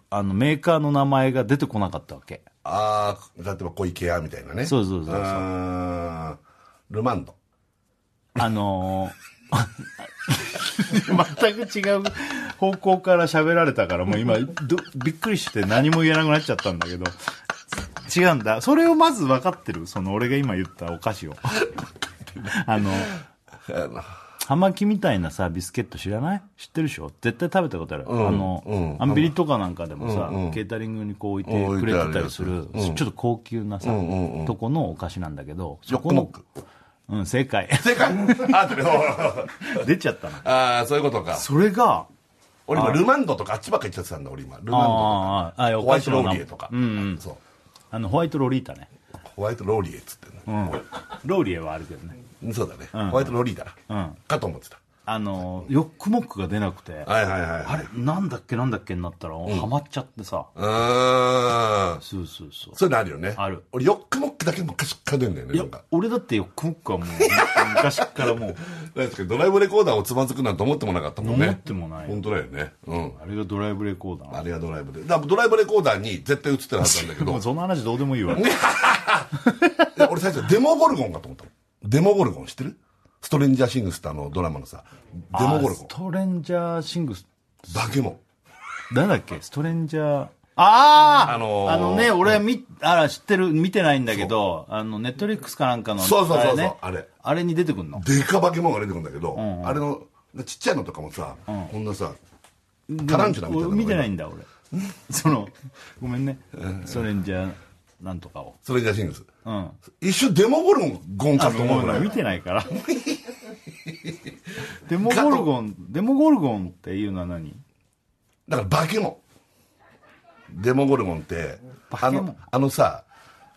[SPEAKER 1] あの、メーカーの名前が出てこなかったわけ。
[SPEAKER 2] ああ例えば小池屋みたいなね
[SPEAKER 1] そうそうそうそう
[SPEAKER 2] ーんルマ ンド
[SPEAKER 1] あのー 全く違う方向から喋られたから、もう今、どびっくりして何も言えなくなっちゃったんだけど、違うんだ。それをまず分かってる。その俺が今言ったお菓子 を。あの、葉巻みたいなさ、ビスケット知らない知ってるでしょ絶対食べたことある。あの、アンビリとかなんかでもさ、ケータリングにこう置いてくれてたりする、ちょっと高級なさ、とこのお菓子なんだけど、そ
[SPEAKER 2] ヨッ
[SPEAKER 1] こ
[SPEAKER 2] クモ
[SPEAKER 1] の
[SPEAKER 2] ッ、ク
[SPEAKER 1] うん、正 解。
[SPEAKER 2] 正解あでも
[SPEAKER 1] 出ちゃったな。
[SPEAKER 2] ああそういうことか
[SPEAKER 1] それが、
[SPEAKER 2] 俺今ルマンドとかあっちばっか言っちゃってたんだ俺今ルマ
[SPEAKER 1] あーあーあ
[SPEAKER 2] ン
[SPEAKER 1] ー
[SPEAKER 2] ドとか
[SPEAKER 1] お
[SPEAKER 2] ホワ
[SPEAKER 1] 菓
[SPEAKER 2] イ
[SPEAKER 1] 子
[SPEAKER 2] ト
[SPEAKER 1] の
[SPEAKER 2] ロ
[SPEAKER 1] 名
[SPEAKER 2] ー
[SPEAKER 1] 前
[SPEAKER 2] リエとかそう
[SPEAKER 1] あの、ホワイトロリータね。
[SPEAKER 2] ホワイトローリエっつってね
[SPEAKER 1] ローリエはあるけどね。
[SPEAKER 2] うんそうだね、ホワイトローリーだな、かと思ってた
[SPEAKER 1] あの、ヨックモックが出なくて、
[SPEAKER 2] はいはいはい
[SPEAKER 1] あれ、なんだっけなんだっけになったら、ハマっちゃってさ。
[SPEAKER 2] うーん
[SPEAKER 1] そうそうそう。
[SPEAKER 2] そういうのあるよね
[SPEAKER 1] ある
[SPEAKER 2] 俺ヨックモックだけ昔から出るんだよね
[SPEAKER 1] いや
[SPEAKER 2] なんか、
[SPEAKER 1] 俺だってヨックモックはもう、昔からもう、
[SPEAKER 2] なんですけどドライブレコーダーをつまずくなんて思ってもなかったもんね
[SPEAKER 1] 思ってもない
[SPEAKER 2] 本当だよねうん
[SPEAKER 1] あれがドライブレコーダーな
[SPEAKER 2] あれがドライブでだからドライブレコーダーに絶対映ってるはずなんだけ
[SPEAKER 1] の。も
[SPEAKER 2] ど
[SPEAKER 1] うその話どうでもいいわ。
[SPEAKER 2] い や俺最初デモゴルゴンかと思ったのデモゴルゴン知ってるストレンジャーシングスってあのドラマのさデモゴル
[SPEAKER 1] あ
[SPEAKER 2] ゴ
[SPEAKER 1] ストレンジャーシングス、
[SPEAKER 2] ンだけも
[SPEAKER 1] なんだっけストレンジャー、ああ
[SPEAKER 2] あのー
[SPEAKER 1] あのね、俺み、あら、知ってる、見てないんだけど、あの、ネットリックスかなんかの、
[SPEAKER 2] そうそうそうそう
[SPEAKER 1] れね
[SPEAKER 2] あれ
[SPEAKER 1] あれに出てくんの
[SPEAKER 2] でか化け物が出てくるんだけど、あれのちっちゃいのとかもさ、こんなさタランチュラみたいなのが
[SPEAKER 1] 俺見てないんだ俺そのごめんねストレンジャーなんとかを
[SPEAKER 2] ストレンジャーシングス
[SPEAKER 1] うんあ
[SPEAKER 2] 一瞬デモゴルゴンかと思う
[SPEAKER 1] ご
[SPEAKER 2] ぐ
[SPEAKER 1] め
[SPEAKER 2] ら
[SPEAKER 1] ん見
[SPEAKER 2] い
[SPEAKER 1] てない からデモゴルゴンデモゴルゴンっていうのは何
[SPEAKER 2] だから化け物デモゴルゴンって
[SPEAKER 1] 化
[SPEAKER 2] あ
[SPEAKER 1] け物
[SPEAKER 2] のあのさ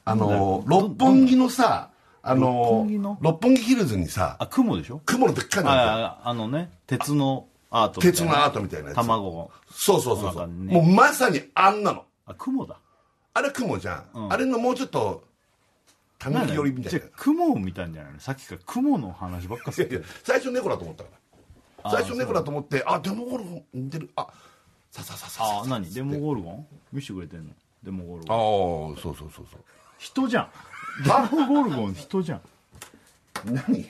[SPEAKER 2] あの六本木のさあ
[SPEAKER 1] 六
[SPEAKER 2] の
[SPEAKER 1] 本木の
[SPEAKER 2] 六本木ヒルズにさ
[SPEAKER 1] あ雲でしょ
[SPEAKER 2] 雲のでっかいのあるじゃん
[SPEAKER 1] ああのね鉄のアートみたいな
[SPEAKER 2] 鉄のアートみたいなやつ
[SPEAKER 1] 卵
[SPEAKER 2] そうそうそうそ
[SPEAKER 1] な
[SPEAKER 2] う、
[SPEAKER 1] んか
[SPEAKER 2] も
[SPEAKER 1] ね
[SPEAKER 2] うまさにあんなの
[SPEAKER 1] あ雲だ
[SPEAKER 2] あれ雲じゃん、あれのもうちょっとたぬき寄りみたい
[SPEAKER 1] じ
[SPEAKER 2] な
[SPEAKER 1] ゃあ雲を見たんじゃないのさっきから雲の話ばっかす
[SPEAKER 2] いやいや
[SPEAKER 1] る
[SPEAKER 2] 最初猫だと思ったから最初猫だと思ってあデモゴルフ似てるあささささ
[SPEAKER 1] ああ何
[SPEAKER 2] あ
[SPEAKER 1] デモゴルゴン見せてくれてんのデモゴル
[SPEAKER 2] あ
[SPEAKER 1] ゴン
[SPEAKER 2] ーそうそうそうそう
[SPEAKER 1] 人じゃんデモゴルゴン人じゃん
[SPEAKER 2] 何
[SPEAKER 1] ち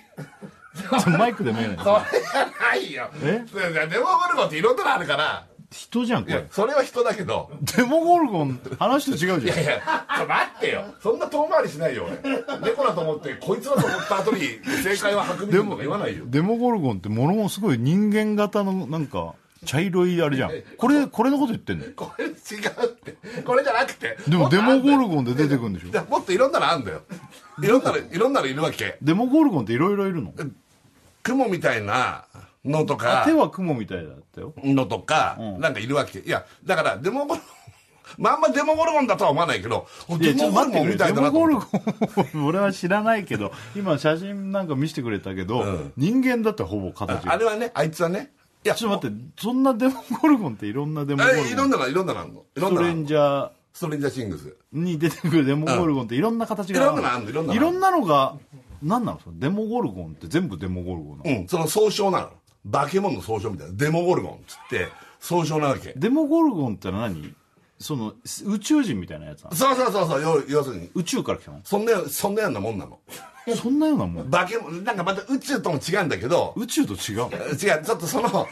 [SPEAKER 1] ょマイクで見えない
[SPEAKER 2] それじゃないよ
[SPEAKER 1] え
[SPEAKER 2] それじゃデモゴルゴンっていろんなのあるから
[SPEAKER 1] 人じゃんこ
[SPEAKER 2] いや
[SPEAKER 1] れ
[SPEAKER 2] それは人だけど
[SPEAKER 1] デモゴルゴン話と違うじゃん
[SPEAKER 2] いやちょ待ってよそんな遠回りしないよ俺猫だと思ってこいつだと思った後に正解は白
[SPEAKER 1] で
[SPEAKER 2] 人と
[SPEAKER 1] も
[SPEAKER 2] か言わないよ
[SPEAKER 1] デモゴルゴンってものもすごい人間型のなんか茶色いあれじゃんこれこれのこと言ってんの
[SPEAKER 2] これ違うってこれじゃなくて
[SPEAKER 1] でも
[SPEAKER 2] っと
[SPEAKER 1] デ
[SPEAKER 2] あ
[SPEAKER 1] モ
[SPEAKER 2] んだ
[SPEAKER 1] ゴ
[SPEAKER 2] よ
[SPEAKER 1] ルゴンで出てくるんでし
[SPEAKER 2] いや
[SPEAKER 1] ょ
[SPEAKER 2] もっといろんなのあるんだよいろんなのいろんなのいるわけ
[SPEAKER 1] デモゴルゴンっていろいろいるの
[SPEAKER 2] 雲みたいなのとか
[SPEAKER 1] 手は雲みたいだったよ
[SPEAKER 2] のとか、なんかいるわけいやだからデモゴルゴン まああんまデモゴルゴンだとは思わないけど
[SPEAKER 1] いや
[SPEAKER 2] デ
[SPEAKER 1] ちょ
[SPEAKER 2] モ
[SPEAKER 1] っと
[SPEAKER 2] ゴ
[SPEAKER 1] 待
[SPEAKER 2] ル
[SPEAKER 1] っ
[SPEAKER 2] ゴ
[SPEAKER 1] て
[SPEAKER 2] ンみた
[SPEAKER 1] くれデ
[SPEAKER 2] いだ
[SPEAKER 1] モ
[SPEAKER 2] なと
[SPEAKER 1] ゴル
[SPEAKER 2] 思
[SPEAKER 1] ゴン俺は知らないけど今写真なんか見せてくれたけど、人間だってほぼ形
[SPEAKER 2] あ
[SPEAKER 1] が
[SPEAKER 2] れはねあいつはねいや
[SPEAKER 1] ちょっと待ってそんなデモゴルゴンっていろんなデモゴ
[SPEAKER 2] あ
[SPEAKER 1] ル
[SPEAKER 2] れい
[SPEAKER 1] ゴ
[SPEAKER 2] ろ
[SPEAKER 1] ン
[SPEAKER 2] んなのいろんなのあるのいろんな
[SPEAKER 1] スト
[SPEAKER 2] のあ
[SPEAKER 1] レ
[SPEAKER 2] ん
[SPEAKER 1] ン
[SPEAKER 2] の
[SPEAKER 1] ジャー
[SPEAKER 2] ストレンジャーシングス
[SPEAKER 1] に出てくるデモゴルゴンっていろんな形が
[SPEAKER 2] いろんなのあんのいろんなの
[SPEAKER 1] いろんなのが何なのそのデモゴルゴンって全部デモゴルゴンなの、
[SPEAKER 2] うんその総称なの化け物の総称みたいなデモゴルゴンっつって総称なわけ
[SPEAKER 1] デモゴルゴンってのは何そのす宇宙人みたいなやつなの
[SPEAKER 2] そうそうそうそう要要するに
[SPEAKER 1] 宇宙から来たの
[SPEAKER 2] そんなよそんなようなもんなの
[SPEAKER 1] そんなようなもん
[SPEAKER 2] 化け物なんかまた宇宙とも違うんだけど
[SPEAKER 1] 宇宙と違うの
[SPEAKER 2] 違うちょっとその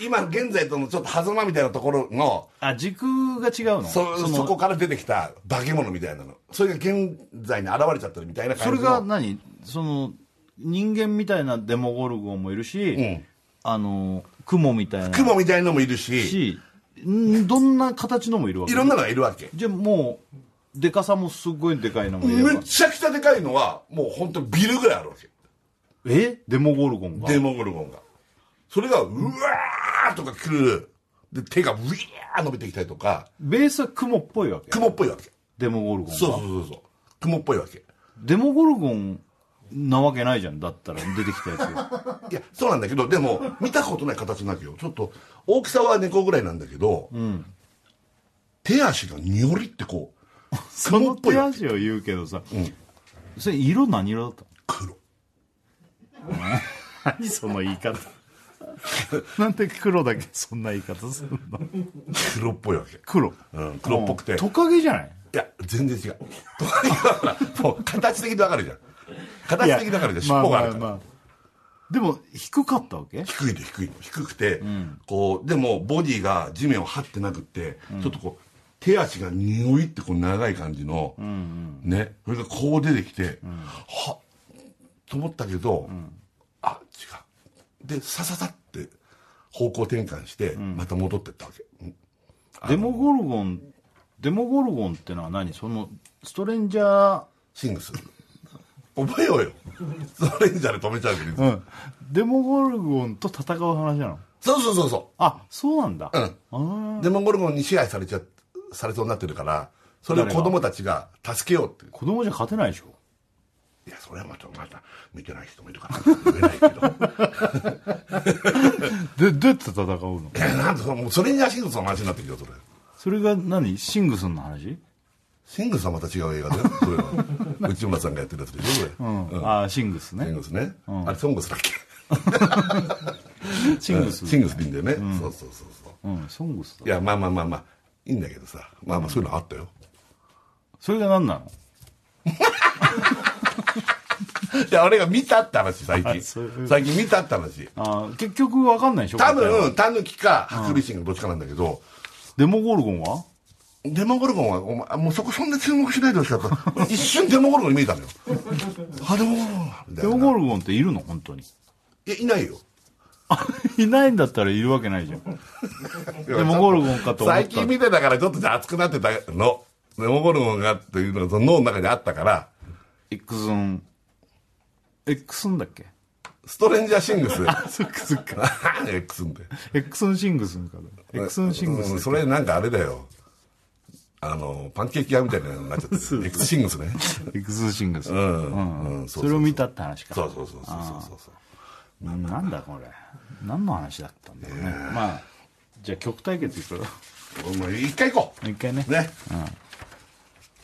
[SPEAKER 2] 今現在とのちょっと狭間みたいなところの
[SPEAKER 1] あ時空が違うの
[SPEAKER 2] そそ
[SPEAKER 1] の
[SPEAKER 2] こから出てきた化け物みたいなのそれが現在に現れちゃってるみたいな
[SPEAKER 1] そ
[SPEAKER 2] 感
[SPEAKER 1] れ
[SPEAKER 2] じ
[SPEAKER 1] が
[SPEAKER 2] の
[SPEAKER 1] 何その人間みたいなデモゴルゴンもいるし、
[SPEAKER 2] ん
[SPEAKER 1] あの雲みたいな
[SPEAKER 2] 雲みたいのもいるし
[SPEAKER 1] しんどんな形のもいるわけ
[SPEAKER 2] いろんなのがいるわけ
[SPEAKER 1] じゃあもうでかさもすごいでかいのもいれば
[SPEAKER 2] めちゃくちゃでかいのはもう本当ビルぐらいあるわけ
[SPEAKER 1] えデモゴルゴンが
[SPEAKER 2] デモゴルゴンがそれがうわーとか来るで手がうわー伸びてきたりとか
[SPEAKER 1] ベースは雲っぽいわけ
[SPEAKER 2] 雲っぽいわけ
[SPEAKER 1] デモゴルゴンが
[SPEAKER 2] そうそうそうそう雲っぽいわけ
[SPEAKER 1] デモゴルゴンなわけないじゃんだったら出てきたやつが
[SPEAKER 2] いやそうなんだけどでも見たことない形なわけよちょっと大きさは猫ぐらいなんだけど、手足がにょりってこう
[SPEAKER 1] その手
[SPEAKER 2] やつ
[SPEAKER 1] 足を言うけどさ、
[SPEAKER 2] ん
[SPEAKER 1] それ色何色だったの
[SPEAKER 2] 黒
[SPEAKER 1] 何その言い方 なんで黒だけそんな言い方するの
[SPEAKER 2] 黒っぽいわけ、
[SPEAKER 1] 黒
[SPEAKER 2] うん、黒っぽくて、
[SPEAKER 1] うんト
[SPEAKER 2] い
[SPEAKER 1] カゲじゃない
[SPEAKER 2] や全然違うとか言うからもう形的にわかるじゃん
[SPEAKER 1] い
[SPEAKER 2] 形
[SPEAKER 1] や
[SPEAKER 2] 的にわかるじゃん尻尾があるから、
[SPEAKER 1] まあまあまあでも低かったわけ
[SPEAKER 2] 低いの低いの低くて、こうでもボディが地面を張ってなくって、ちょっとこう手足がにおいってこう長い感じの、ねそれがこう出てきて、はっと思ったけど、あ違うでさささって方向転換して、また戻ってったわけ、うん
[SPEAKER 1] デモゴルゴンデモゴルゴンってのは何そのストレンジャ
[SPEAKER 2] シングス覚えよう よそれじゃで止めちゃうけど、
[SPEAKER 1] ー、うん、デモゴルゴンと戦う話なの
[SPEAKER 2] そうそうそうそ
[SPEAKER 1] あそうなんだ、
[SPEAKER 2] ううん
[SPEAKER 1] あー
[SPEAKER 2] デモンゴルゴンに支配されちゃされそうになってるからそれを子供たちが助けようって
[SPEAKER 1] 子供じゃ勝てないでしょ
[SPEAKER 2] いやそれはまたまた見てない人もいるから言えないけど
[SPEAKER 1] でどうやって戦うの
[SPEAKER 2] えなんでそれもうそれにシングスの話になってきたそれ
[SPEAKER 1] それが何シングスの話、
[SPEAKER 2] シングスはまた違う映画だよそれ は内村さんがやってるやつでしょこれ、
[SPEAKER 1] うんあーシングス
[SPEAKER 2] シン
[SPEAKER 1] ね
[SPEAKER 2] グスね、あれソングスだっけ
[SPEAKER 1] シングス、
[SPEAKER 2] シングスでいいんだよね、そうそうそうそう
[SPEAKER 1] うん、ソングスだ
[SPEAKER 2] いやまあまあまあまあいいんだけどさまあまあそういうのあったよ、
[SPEAKER 1] それが何なの
[SPEAKER 2] いや俺が見たって話最
[SPEAKER 1] あそういう
[SPEAKER 2] 近最近見たって話
[SPEAKER 1] あー結局わかんないでしょ
[SPEAKER 2] 多
[SPEAKER 1] 答えは
[SPEAKER 2] 分タヌキかハクビシンかどっちかなんだけど、
[SPEAKER 1] デモゴルゴンは
[SPEAKER 2] デモゴルゴンはお前あもうそこそんな注目しないでほしかった 一瞬デモゴルゴンに見えた のよあデモゴルゴンだみたい
[SPEAKER 1] デ
[SPEAKER 2] な
[SPEAKER 1] モゴルゴンっているの本当に
[SPEAKER 2] いやいないよ
[SPEAKER 1] いないんだったらいるわけないじゃん デモゴルゴンかと思った
[SPEAKER 2] 最近見てたからちょっと熱くなってたのデモゴルゴンがっていうのがその脳の中にあったから
[SPEAKER 1] X ン X ンだっけ
[SPEAKER 2] ストレンジャーシングス
[SPEAKER 1] そっかそっか
[SPEAKER 2] X んで
[SPEAKER 1] X ンシングスンかエクスンシングス
[SPEAKER 2] う
[SPEAKER 1] だ
[SPEAKER 2] ん
[SPEAKER 1] っ
[SPEAKER 2] それなんかあれだよあのパンケーキ屋みたいなのになっちゃって X シングスね
[SPEAKER 1] け X シングス
[SPEAKER 2] うん、うん
[SPEAKER 1] それを見たって話か
[SPEAKER 2] そうそうそうそうそうそうそう
[SPEAKER 1] うんなんだこれ何の話だったんだろうねまあじゃあ曲対決 いくよ
[SPEAKER 2] お前一回行こ
[SPEAKER 1] 一回ね
[SPEAKER 2] うね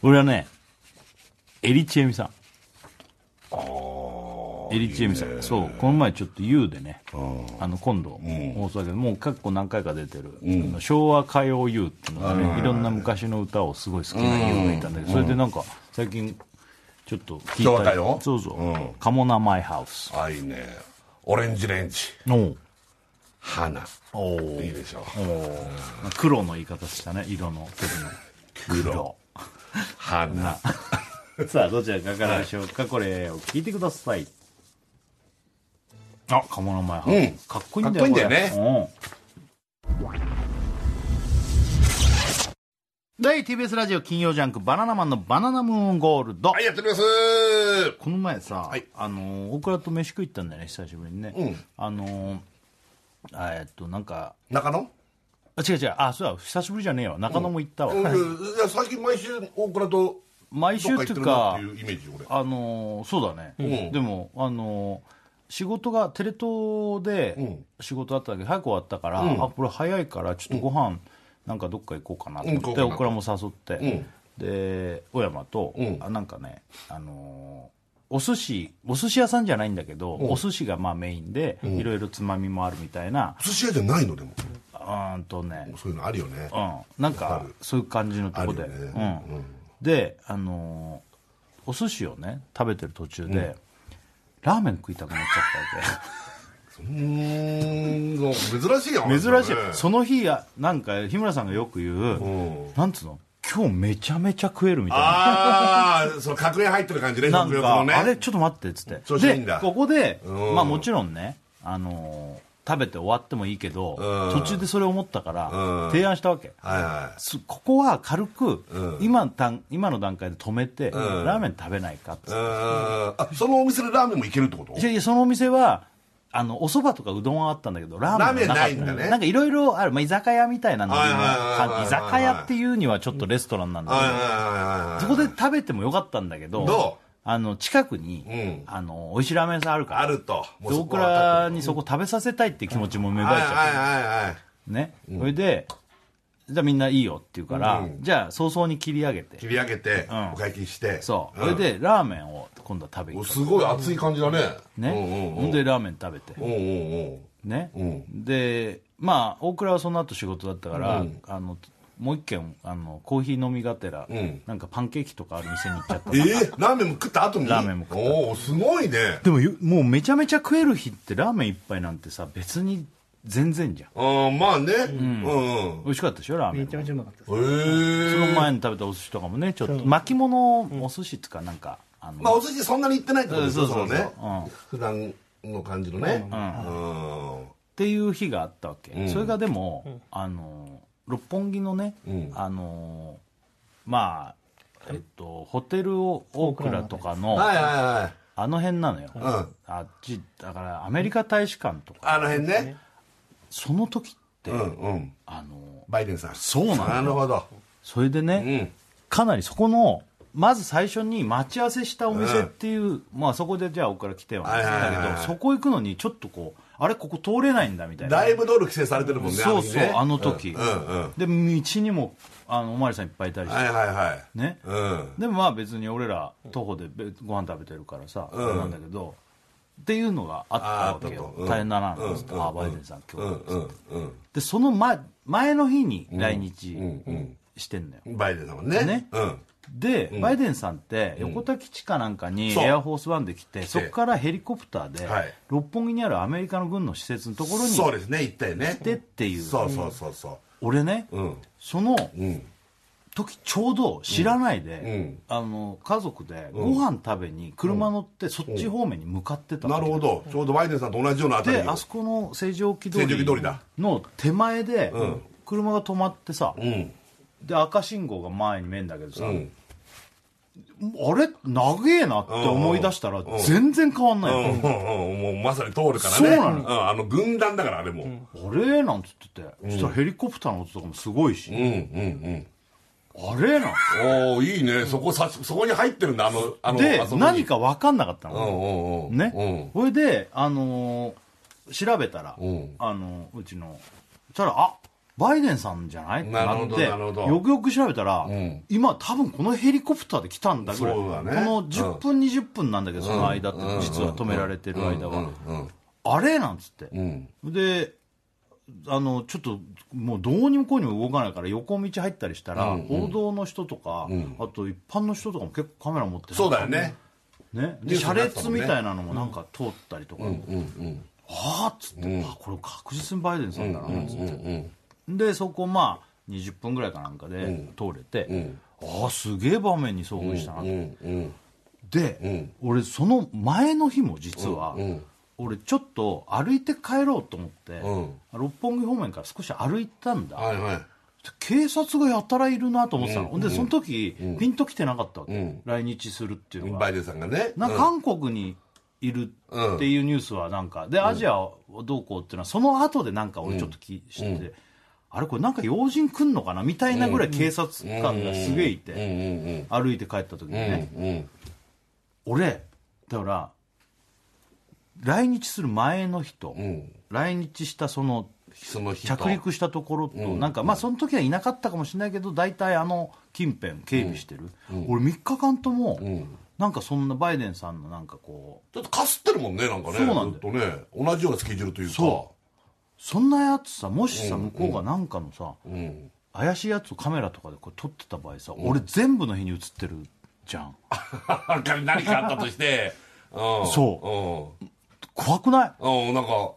[SPEAKER 1] 俺はねエリチエミさん
[SPEAKER 2] ああ
[SPEAKER 1] エリチエミさんそうこの前ちょっと YOU でねあの今度放送だけどもう結構何回か出てるあの昭和歌謡 YOU っていうのがねいろんな昔の歌をすごい好きな YOU がいたんだけどそれでなんか最近ちょっと聞いた
[SPEAKER 2] 昭和歌謡
[SPEAKER 1] そうそう「カモナマイハウス
[SPEAKER 2] あいいねオレンジレンジ」
[SPEAKER 1] の
[SPEAKER 2] 花
[SPEAKER 1] お
[SPEAKER 2] いい
[SPEAKER 1] ー
[SPEAKER 2] でしょ
[SPEAKER 1] 黒の言い方したね色の時の
[SPEAKER 2] 黒花
[SPEAKER 1] さあどちらかからでしょうか、これを聞いてくださいあカモの前ハウ
[SPEAKER 2] うん
[SPEAKER 1] かっこいいんだよ
[SPEAKER 2] かっこいいんだよね
[SPEAKER 1] ね、うん、第 TBS ラジオ金曜ジャンク「バナナマンのバナナムーンゴールド」
[SPEAKER 2] はいやっております
[SPEAKER 1] この前さ、
[SPEAKER 2] はい
[SPEAKER 1] あのー大倉と飯食い行ったんだよね久しぶりにね、
[SPEAKER 2] うん
[SPEAKER 1] あのーあえっとなんか
[SPEAKER 2] 中野
[SPEAKER 1] あ違う違うあそうだ久しぶりじゃねえわ中野も行ったわ、
[SPEAKER 2] うんいや最近毎週大倉と
[SPEAKER 1] 毎週っていう
[SPEAKER 2] どっ
[SPEAKER 1] か
[SPEAKER 2] か行ってるなっていうイメージ俺
[SPEAKER 1] あのーそうだね、
[SPEAKER 2] うん
[SPEAKER 1] でもあのー仕事がテレ東
[SPEAKER 2] う
[SPEAKER 1] で
[SPEAKER 2] ん
[SPEAKER 1] 仕事あったんだけど早く終わったから、あこれ早いからちょっとご飯なんかどっか行こうかなと思って、
[SPEAKER 2] うん行こうかな
[SPEAKER 1] オクラも誘って、で小山と、
[SPEAKER 2] ん
[SPEAKER 1] あなんかねあのーお寿司お寿司屋さんじゃないんだけど、お寿司がまあメインで、いろいろつまみもあるみたいな
[SPEAKER 2] 寿司屋じゃないのでも
[SPEAKER 1] うーんとね
[SPEAKER 2] そういうのあるよね
[SPEAKER 1] うん、なんかそういう感じのとこで、
[SPEAKER 2] あるよね
[SPEAKER 1] うんであのーお寿司をね食べてる途中で、ラーメン食いたくなっちゃっ
[SPEAKER 2] うーんそう 珍しいよ
[SPEAKER 1] たわけ珍しい、
[SPEAKER 2] ね
[SPEAKER 1] その日やなんか日村さんがよく言う、
[SPEAKER 2] うん
[SPEAKER 1] なんつうの今日めちゃめちゃ食えるみたいな
[SPEAKER 2] ああその格言入ってる感じね
[SPEAKER 1] なん
[SPEAKER 2] 食欲
[SPEAKER 1] か、
[SPEAKER 2] のね
[SPEAKER 1] あれちょっと待ってっつって
[SPEAKER 2] 調子いいんだ
[SPEAKER 1] でここで、
[SPEAKER 2] うん
[SPEAKER 1] まあもちろんねあのー食べて終わってもいいけど、
[SPEAKER 2] うん
[SPEAKER 1] 途中でそれ思ったから、
[SPEAKER 2] うん
[SPEAKER 1] 提案したわけ、
[SPEAKER 2] はいは
[SPEAKER 1] すここは軽く、今たん今の段階で止めて、
[SPEAKER 2] ん
[SPEAKER 1] ラーメン食べないかっ
[SPEAKER 2] いう
[SPEAKER 1] て、
[SPEAKER 2] ーんあそのお店でラーメンもいけるってこと
[SPEAKER 1] いやいやそのお店はあのお蕎麦とかうどんはあったんだけどラーメンはかっ
[SPEAKER 2] ラ
[SPEAKER 1] た
[SPEAKER 2] ーメンないんだね
[SPEAKER 1] なんかいろいろある、まあ、居酒屋みたいなの
[SPEAKER 2] はいはいはいはいはい
[SPEAKER 1] 居酒屋っていうにはちょっとレストランなんだけど、
[SPEAKER 2] はいはいはいはい
[SPEAKER 1] そこで食べてもよかったんだけど
[SPEAKER 2] どう
[SPEAKER 1] あの近くに、
[SPEAKER 2] うん
[SPEAKER 1] あの美味しいラーメン屋さんあるから
[SPEAKER 2] あるともう
[SPEAKER 1] で
[SPEAKER 2] そ
[SPEAKER 1] 大
[SPEAKER 2] こは
[SPEAKER 1] 倉にそこ食べさせたいって気持ちも芽生えちゃう、
[SPEAKER 2] はいはいはいはい
[SPEAKER 1] ね、それでじゃあみんないいよって言うから、
[SPEAKER 2] うん
[SPEAKER 1] じゃあ早々に切り上げて
[SPEAKER 2] 切り上げて、
[SPEAKER 1] ん
[SPEAKER 2] お会計して
[SPEAKER 1] そう、
[SPEAKER 2] ん
[SPEAKER 1] それでラーメンを今度は食べに
[SPEAKER 2] お
[SPEAKER 1] 行く
[SPEAKER 2] すごい熱い感じだね
[SPEAKER 1] ね
[SPEAKER 2] うんうん
[SPEAKER 1] ほんでラーメン食べて
[SPEAKER 2] うんうんうん
[SPEAKER 1] ね、
[SPEAKER 2] うん
[SPEAKER 1] でまあ大倉はその後仕事だったから、あのもう一軒あのコーヒー飲みがてら、
[SPEAKER 2] ん
[SPEAKER 1] なんかパンケーキとかある店に行っちゃった
[SPEAKER 2] えー、ラーメンも食った後に
[SPEAKER 1] ラーメンも食った
[SPEAKER 2] おおすごいね
[SPEAKER 1] でもゆもうめちゃめちゃ食える日ってラーメン一杯なんてさ別に全然じゃん
[SPEAKER 2] うんまあねうんうん
[SPEAKER 1] 美味しかったでしょラーメ
[SPEAKER 3] め
[SPEAKER 1] ン
[SPEAKER 3] ちゃめちゃうまかったです
[SPEAKER 2] へえ
[SPEAKER 1] その前に食べたお寿司とかもねちょっと巻物お寿司っつうかなんかあの、
[SPEAKER 2] まあお寿司そんなに行ってないってことですよ
[SPEAKER 1] そうそうそう
[SPEAKER 2] のね、
[SPEAKER 1] うん
[SPEAKER 2] 普段の感じのねうん、
[SPEAKER 1] っていう日があったわけ、それがでも、あの六本木のね、
[SPEAKER 2] うん
[SPEAKER 1] あのまあえっとホテルを大倉とかの
[SPEAKER 2] はいはいはい
[SPEAKER 1] あの辺なのよ、
[SPEAKER 2] ん
[SPEAKER 1] あっちだからアメリカ大使館とか
[SPEAKER 2] あの辺ね
[SPEAKER 1] その時って、
[SPEAKER 2] うんうん
[SPEAKER 1] あの
[SPEAKER 2] バイデンさん
[SPEAKER 1] そうなの
[SPEAKER 2] なるほど
[SPEAKER 1] それで
[SPEAKER 2] う
[SPEAKER 1] ね、
[SPEAKER 2] ん
[SPEAKER 1] かなりそこのまず最初に待ち合わせしたお店っていう、まあそこでじゃあ大倉来ては
[SPEAKER 2] はいはいはい
[SPEAKER 1] だけどそこ行くのにちょっとこうあれここ通れないんだみたいな
[SPEAKER 2] だいぶ道路規制されてるもんね
[SPEAKER 1] そうそうあの
[SPEAKER 2] 日ね
[SPEAKER 1] 時、
[SPEAKER 2] うんうんうん
[SPEAKER 1] で道にもあのおまわりさんいっぱいいたりして、
[SPEAKER 2] はいはいはい
[SPEAKER 1] ね、
[SPEAKER 2] うん
[SPEAKER 1] でもまあ別に俺ら徒歩でべご飯食べてるからさ、
[SPEAKER 2] うん
[SPEAKER 1] なんだけどっていうのがあったわけ
[SPEAKER 2] ああっ
[SPEAKER 1] よ
[SPEAKER 2] た、とうん
[SPEAKER 1] 大変だなと思って、
[SPEAKER 2] うん
[SPEAKER 1] ああバイデンさん今
[SPEAKER 2] う
[SPEAKER 1] 日、
[SPEAKER 2] んうん
[SPEAKER 1] でその前前の日に来日
[SPEAKER 2] うん
[SPEAKER 1] してんのよ、
[SPEAKER 2] うんバイデンさんもね
[SPEAKER 1] ね
[SPEAKER 2] うん
[SPEAKER 1] で、バイデンさんって横田基地かなんかに
[SPEAKER 2] そう
[SPEAKER 1] エアフォースワンで来てそこからヘリコプターで、
[SPEAKER 2] はい
[SPEAKER 1] 六本木にあるアメリカの軍の施設のところに
[SPEAKER 2] そう
[SPEAKER 1] 行
[SPEAKER 2] ですね行ったよね
[SPEAKER 1] ってっていう
[SPEAKER 2] そうそうそうそ
[SPEAKER 1] 俺ね、
[SPEAKER 2] ううん
[SPEAKER 1] その
[SPEAKER 2] うん
[SPEAKER 1] 時ちょうど知らないで、
[SPEAKER 2] ん
[SPEAKER 1] あの家族でご飯食べに車乗ってそっち方面に向かってたの
[SPEAKER 2] なるほどちょうどバイデンさんと同じようなあたり
[SPEAKER 1] で
[SPEAKER 2] を
[SPEAKER 1] あそこの成城木通
[SPEAKER 2] 成城
[SPEAKER 1] り
[SPEAKER 2] 通りだ
[SPEAKER 1] の手前で
[SPEAKER 2] ん
[SPEAKER 1] 車が止まってさ、
[SPEAKER 2] うん
[SPEAKER 1] で赤信号が前に見えんだけどさ、
[SPEAKER 2] うん
[SPEAKER 1] あれ長えなって思い出したら全然変わんない
[SPEAKER 2] うんうん
[SPEAKER 1] の、
[SPEAKER 2] うんもうまさに通るからね
[SPEAKER 1] そうなの
[SPEAKER 2] んあの軍団だからあれも
[SPEAKER 1] あれなんつってて、そしたらヘリコプターの音とかもすごいし、
[SPEAKER 2] うんうん
[SPEAKER 1] あれ
[SPEAKER 2] う
[SPEAKER 1] なん
[SPEAKER 2] んおーいいねそこさそこに入ってるんだあのあの
[SPEAKER 1] で
[SPEAKER 2] あそこに
[SPEAKER 1] 何か分かんなかったの、
[SPEAKER 2] うんうんうん
[SPEAKER 1] ね、それで、あのー調べたら、
[SPEAKER 2] うん
[SPEAKER 1] あのーうちのそしたらあバイデンさんじゃないって
[SPEAKER 2] なる
[SPEAKER 1] な
[SPEAKER 2] ほ
[SPEAKER 1] っ
[SPEAKER 2] ど
[SPEAKER 1] て
[SPEAKER 2] なるほど
[SPEAKER 1] よくよく調べたら、
[SPEAKER 2] ん
[SPEAKER 1] 今多分このヘリコプターで来たんだぐらい
[SPEAKER 2] そうだね
[SPEAKER 1] この10分、20分なんだけどその間って、実は止められてる間は、あれなんつって、
[SPEAKER 2] うん
[SPEAKER 1] であのちょっともうどうにもこうにも動かないから横道入ったりしたら、報道の人とか、あと一般の人とかも結構カメラ持って
[SPEAKER 2] そうだよね
[SPEAKER 1] ね、
[SPEAKER 2] ニュース
[SPEAKER 1] 車
[SPEAKER 2] になってた
[SPEAKER 1] 列
[SPEAKER 2] もんね
[SPEAKER 1] みたいなのもなんか通ったりとか、ああっつって、あこれ確実にバイデンさんだなっつって、でそこまあ20分ぐらいかなんかで通れて、ああすげえ場面に遭遇したなと、
[SPEAKER 2] うんうん
[SPEAKER 1] で、俺その前の日も実は、俺ちょっと歩いて帰ろうと思って、
[SPEAKER 2] うん
[SPEAKER 1] 六本木方面から少し歩いたんだ、
[SPEAKER 2] はいはい
[SPEAKER 1] 警察がやたらいるなと思ってたの、でその時、ピンときてなかったわけ、来日するっていうのが
[SPEAKER 2] バイデンさんがね
[SPEAKER 1] な
[SPEAKER 2] うん
[SPEAKER 1] 韓国にいるっていうニュースはなんか、でアジアをどうこうっていうのはその後でなんか俺ちょっと聞い知ってて、あれこれなんか要人来んのかなみたいなぐらい警察官がすげえいて、歩いて帰った時にね、俺だから来日する前の日と、来日したその
[SPEAKER 2] その人
[SPEAKER 1] 着陸したところと、なんかまあその時はいなかったかもしれないけど大体あの近辺警備してる、俺3日間とも、なんかそんなバイデンさんのなんかこう
[SPEAKER 2] だってかすってるもんねなんかね
[SPEAKER 1] そうな
[SPEAKER 2] ず
[SPEAKER 1] んだよ
[SPEAKER 2] っとね同じようなスケジュールというか
[SPEAKER 1] そそんなやつさもしさ向こうがなんかのさ、怪しいやつをカメラとかでこう撮ってた場合さ、俺全部の日に映ってるじゃん
[SPEAKER 2] 何かあったとしてうん
[SPEAKER 1] そ怖くない
[SPEAKER 2] うんうんなんか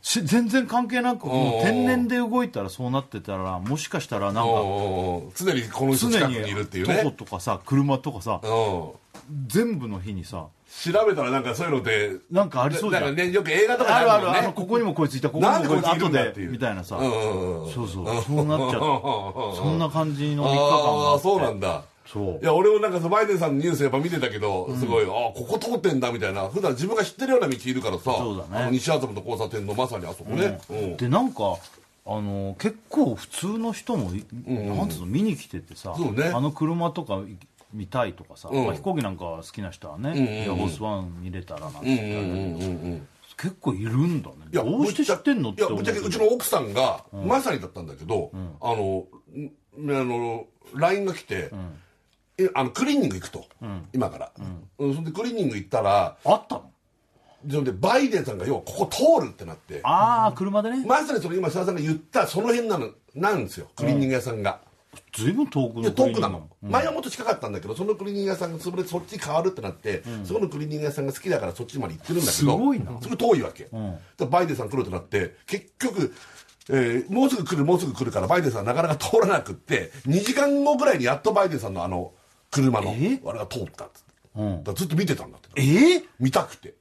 [SPEAKER 1] し全然関係なくもう
[SPEAKER 2] おー
[SPEAKER 1] 天然で動いたらそうなってたらもしかしたらなん
[SPEAKER 2] う
[SPEAKER 1] か
[SPEAKER 2] んうんうん常にこの人
[SPEAKER 1] 常
[SPEAKER 2] 近くにいるってい
[SPEAKER 1] に
[SPEAKER 2] う
[SPEAKER 1] 徒
[SPEAKER 2] ね
[SPEAKER 1] 歩とかさ車とかさ
[SPEAKER 2] うん調
[SPEAKER 1] 全部の日にさ
[SPEAKER 2] べたらなんかそういうので
[SPEAKER 1] なんかありそうじゃん
[SPEAKER 2] なんかねよく映画とか
[SPEAKER 1] あ
[SPEAKER 2] に
[SPEAKER 1] るあ
[SPEAKER 2] も
[SPEAKER 1] る
[SPEAKER 2] んね
[SPEAKER 1] あのここにもこいついたここにもこいつ
[SPEAKER 2] なんでこいついる
[SPEAKER 1] 後
[SPEAKER 2] んだ
[SPEAKER 1] で
[SPEAKER 2] っていう
[SPEAKER 1] みたいなさ
[SPEAKER 2] うんうんうん
[SPEAKER 1] そうそうそうなっちゃう
[SPEAKER 2] あ
[SPEAKER 1] そんな感じの3日間があ
[SPEAKER 2] あー
[SPEAKER 1] って
[SPEAKER 2] そうなんだ
[SPEAKER 1] そう
[SPEAKER 2] いや俺もなんかさバイデンさんのニュースやっぱ見てたけどすごい、ああここ通ってんだみたいな普段自分が知ってるような道いるからさ
[SPEAKER 1] そうだね
[SPEAKER 2] あの西麻布の交差点のまさにあそこね、うん
[SPEAKER 1] でなんかあの結構普通の人もいなんつうの見に来ててさ
[SPEAKER 2] そうね
[SPEAKER 1] あの車とか見たいとかさ、
[SPEAKER 2] ん
[SPEAKER 1] まあ、飛行機なんか好きな人はねエアホースワン見れたらなんて言ったらあれだけど結構いるんだね
[SPEAKER 2] いや
[SPEAKER 1] どうして知ってんのって
[SPEAKER 2] ぶっちゃけいやぶっちゃけうちの奥さんがまさにだったんだけど、あのんあの LINE が来て、えあのクリーニング行くと、今から、うんそれでクリーニング行ったら
[SPEAKER 1] あったの
[SPEAKER 2] それでバイデンさんが要はここ通るってなって
[SPEAKER 1] ああ、車でね。
[SPEAKER 2] まさにそれ今設田さんが言ったその辺なのなんですよクリーニング屋さんが、
[SPEAKER 1] ずいぶん遠くの
[SPEAKER 2] で遠くな
[SPEAKER 1] クリーニン
[SPEAKER 2] の
[SPEAKER 1] グ、
[SPEAKER 2] 前はもっと近かったんだけどそのクリーニング屋さんが潰れてそっちに変わるってなって、そこのクリーニング屋さんが好きだからそっちまで行ってるんだけど
[SPEAKER 1] すごいな
[SPEAKER 2] それ遠いわけ、
[SPEAKER 1] ん
[SPEAKER 2] でバイデンさん来るってなって結局えーもうすぐ来るもうすぐ来るからバイデンさんなかなか通らなくって2時間後ぐらいにやっとバイデンさんのあの車のあれ
[SPEAKER 1] え
[SPEAKER 2] が通ったっつって、
[SPEAKER 1] うん
[SPEAKER 2] だからずっと見てたんだって
[SPEAKER 1] え
[SPEAKER 2] 見たくて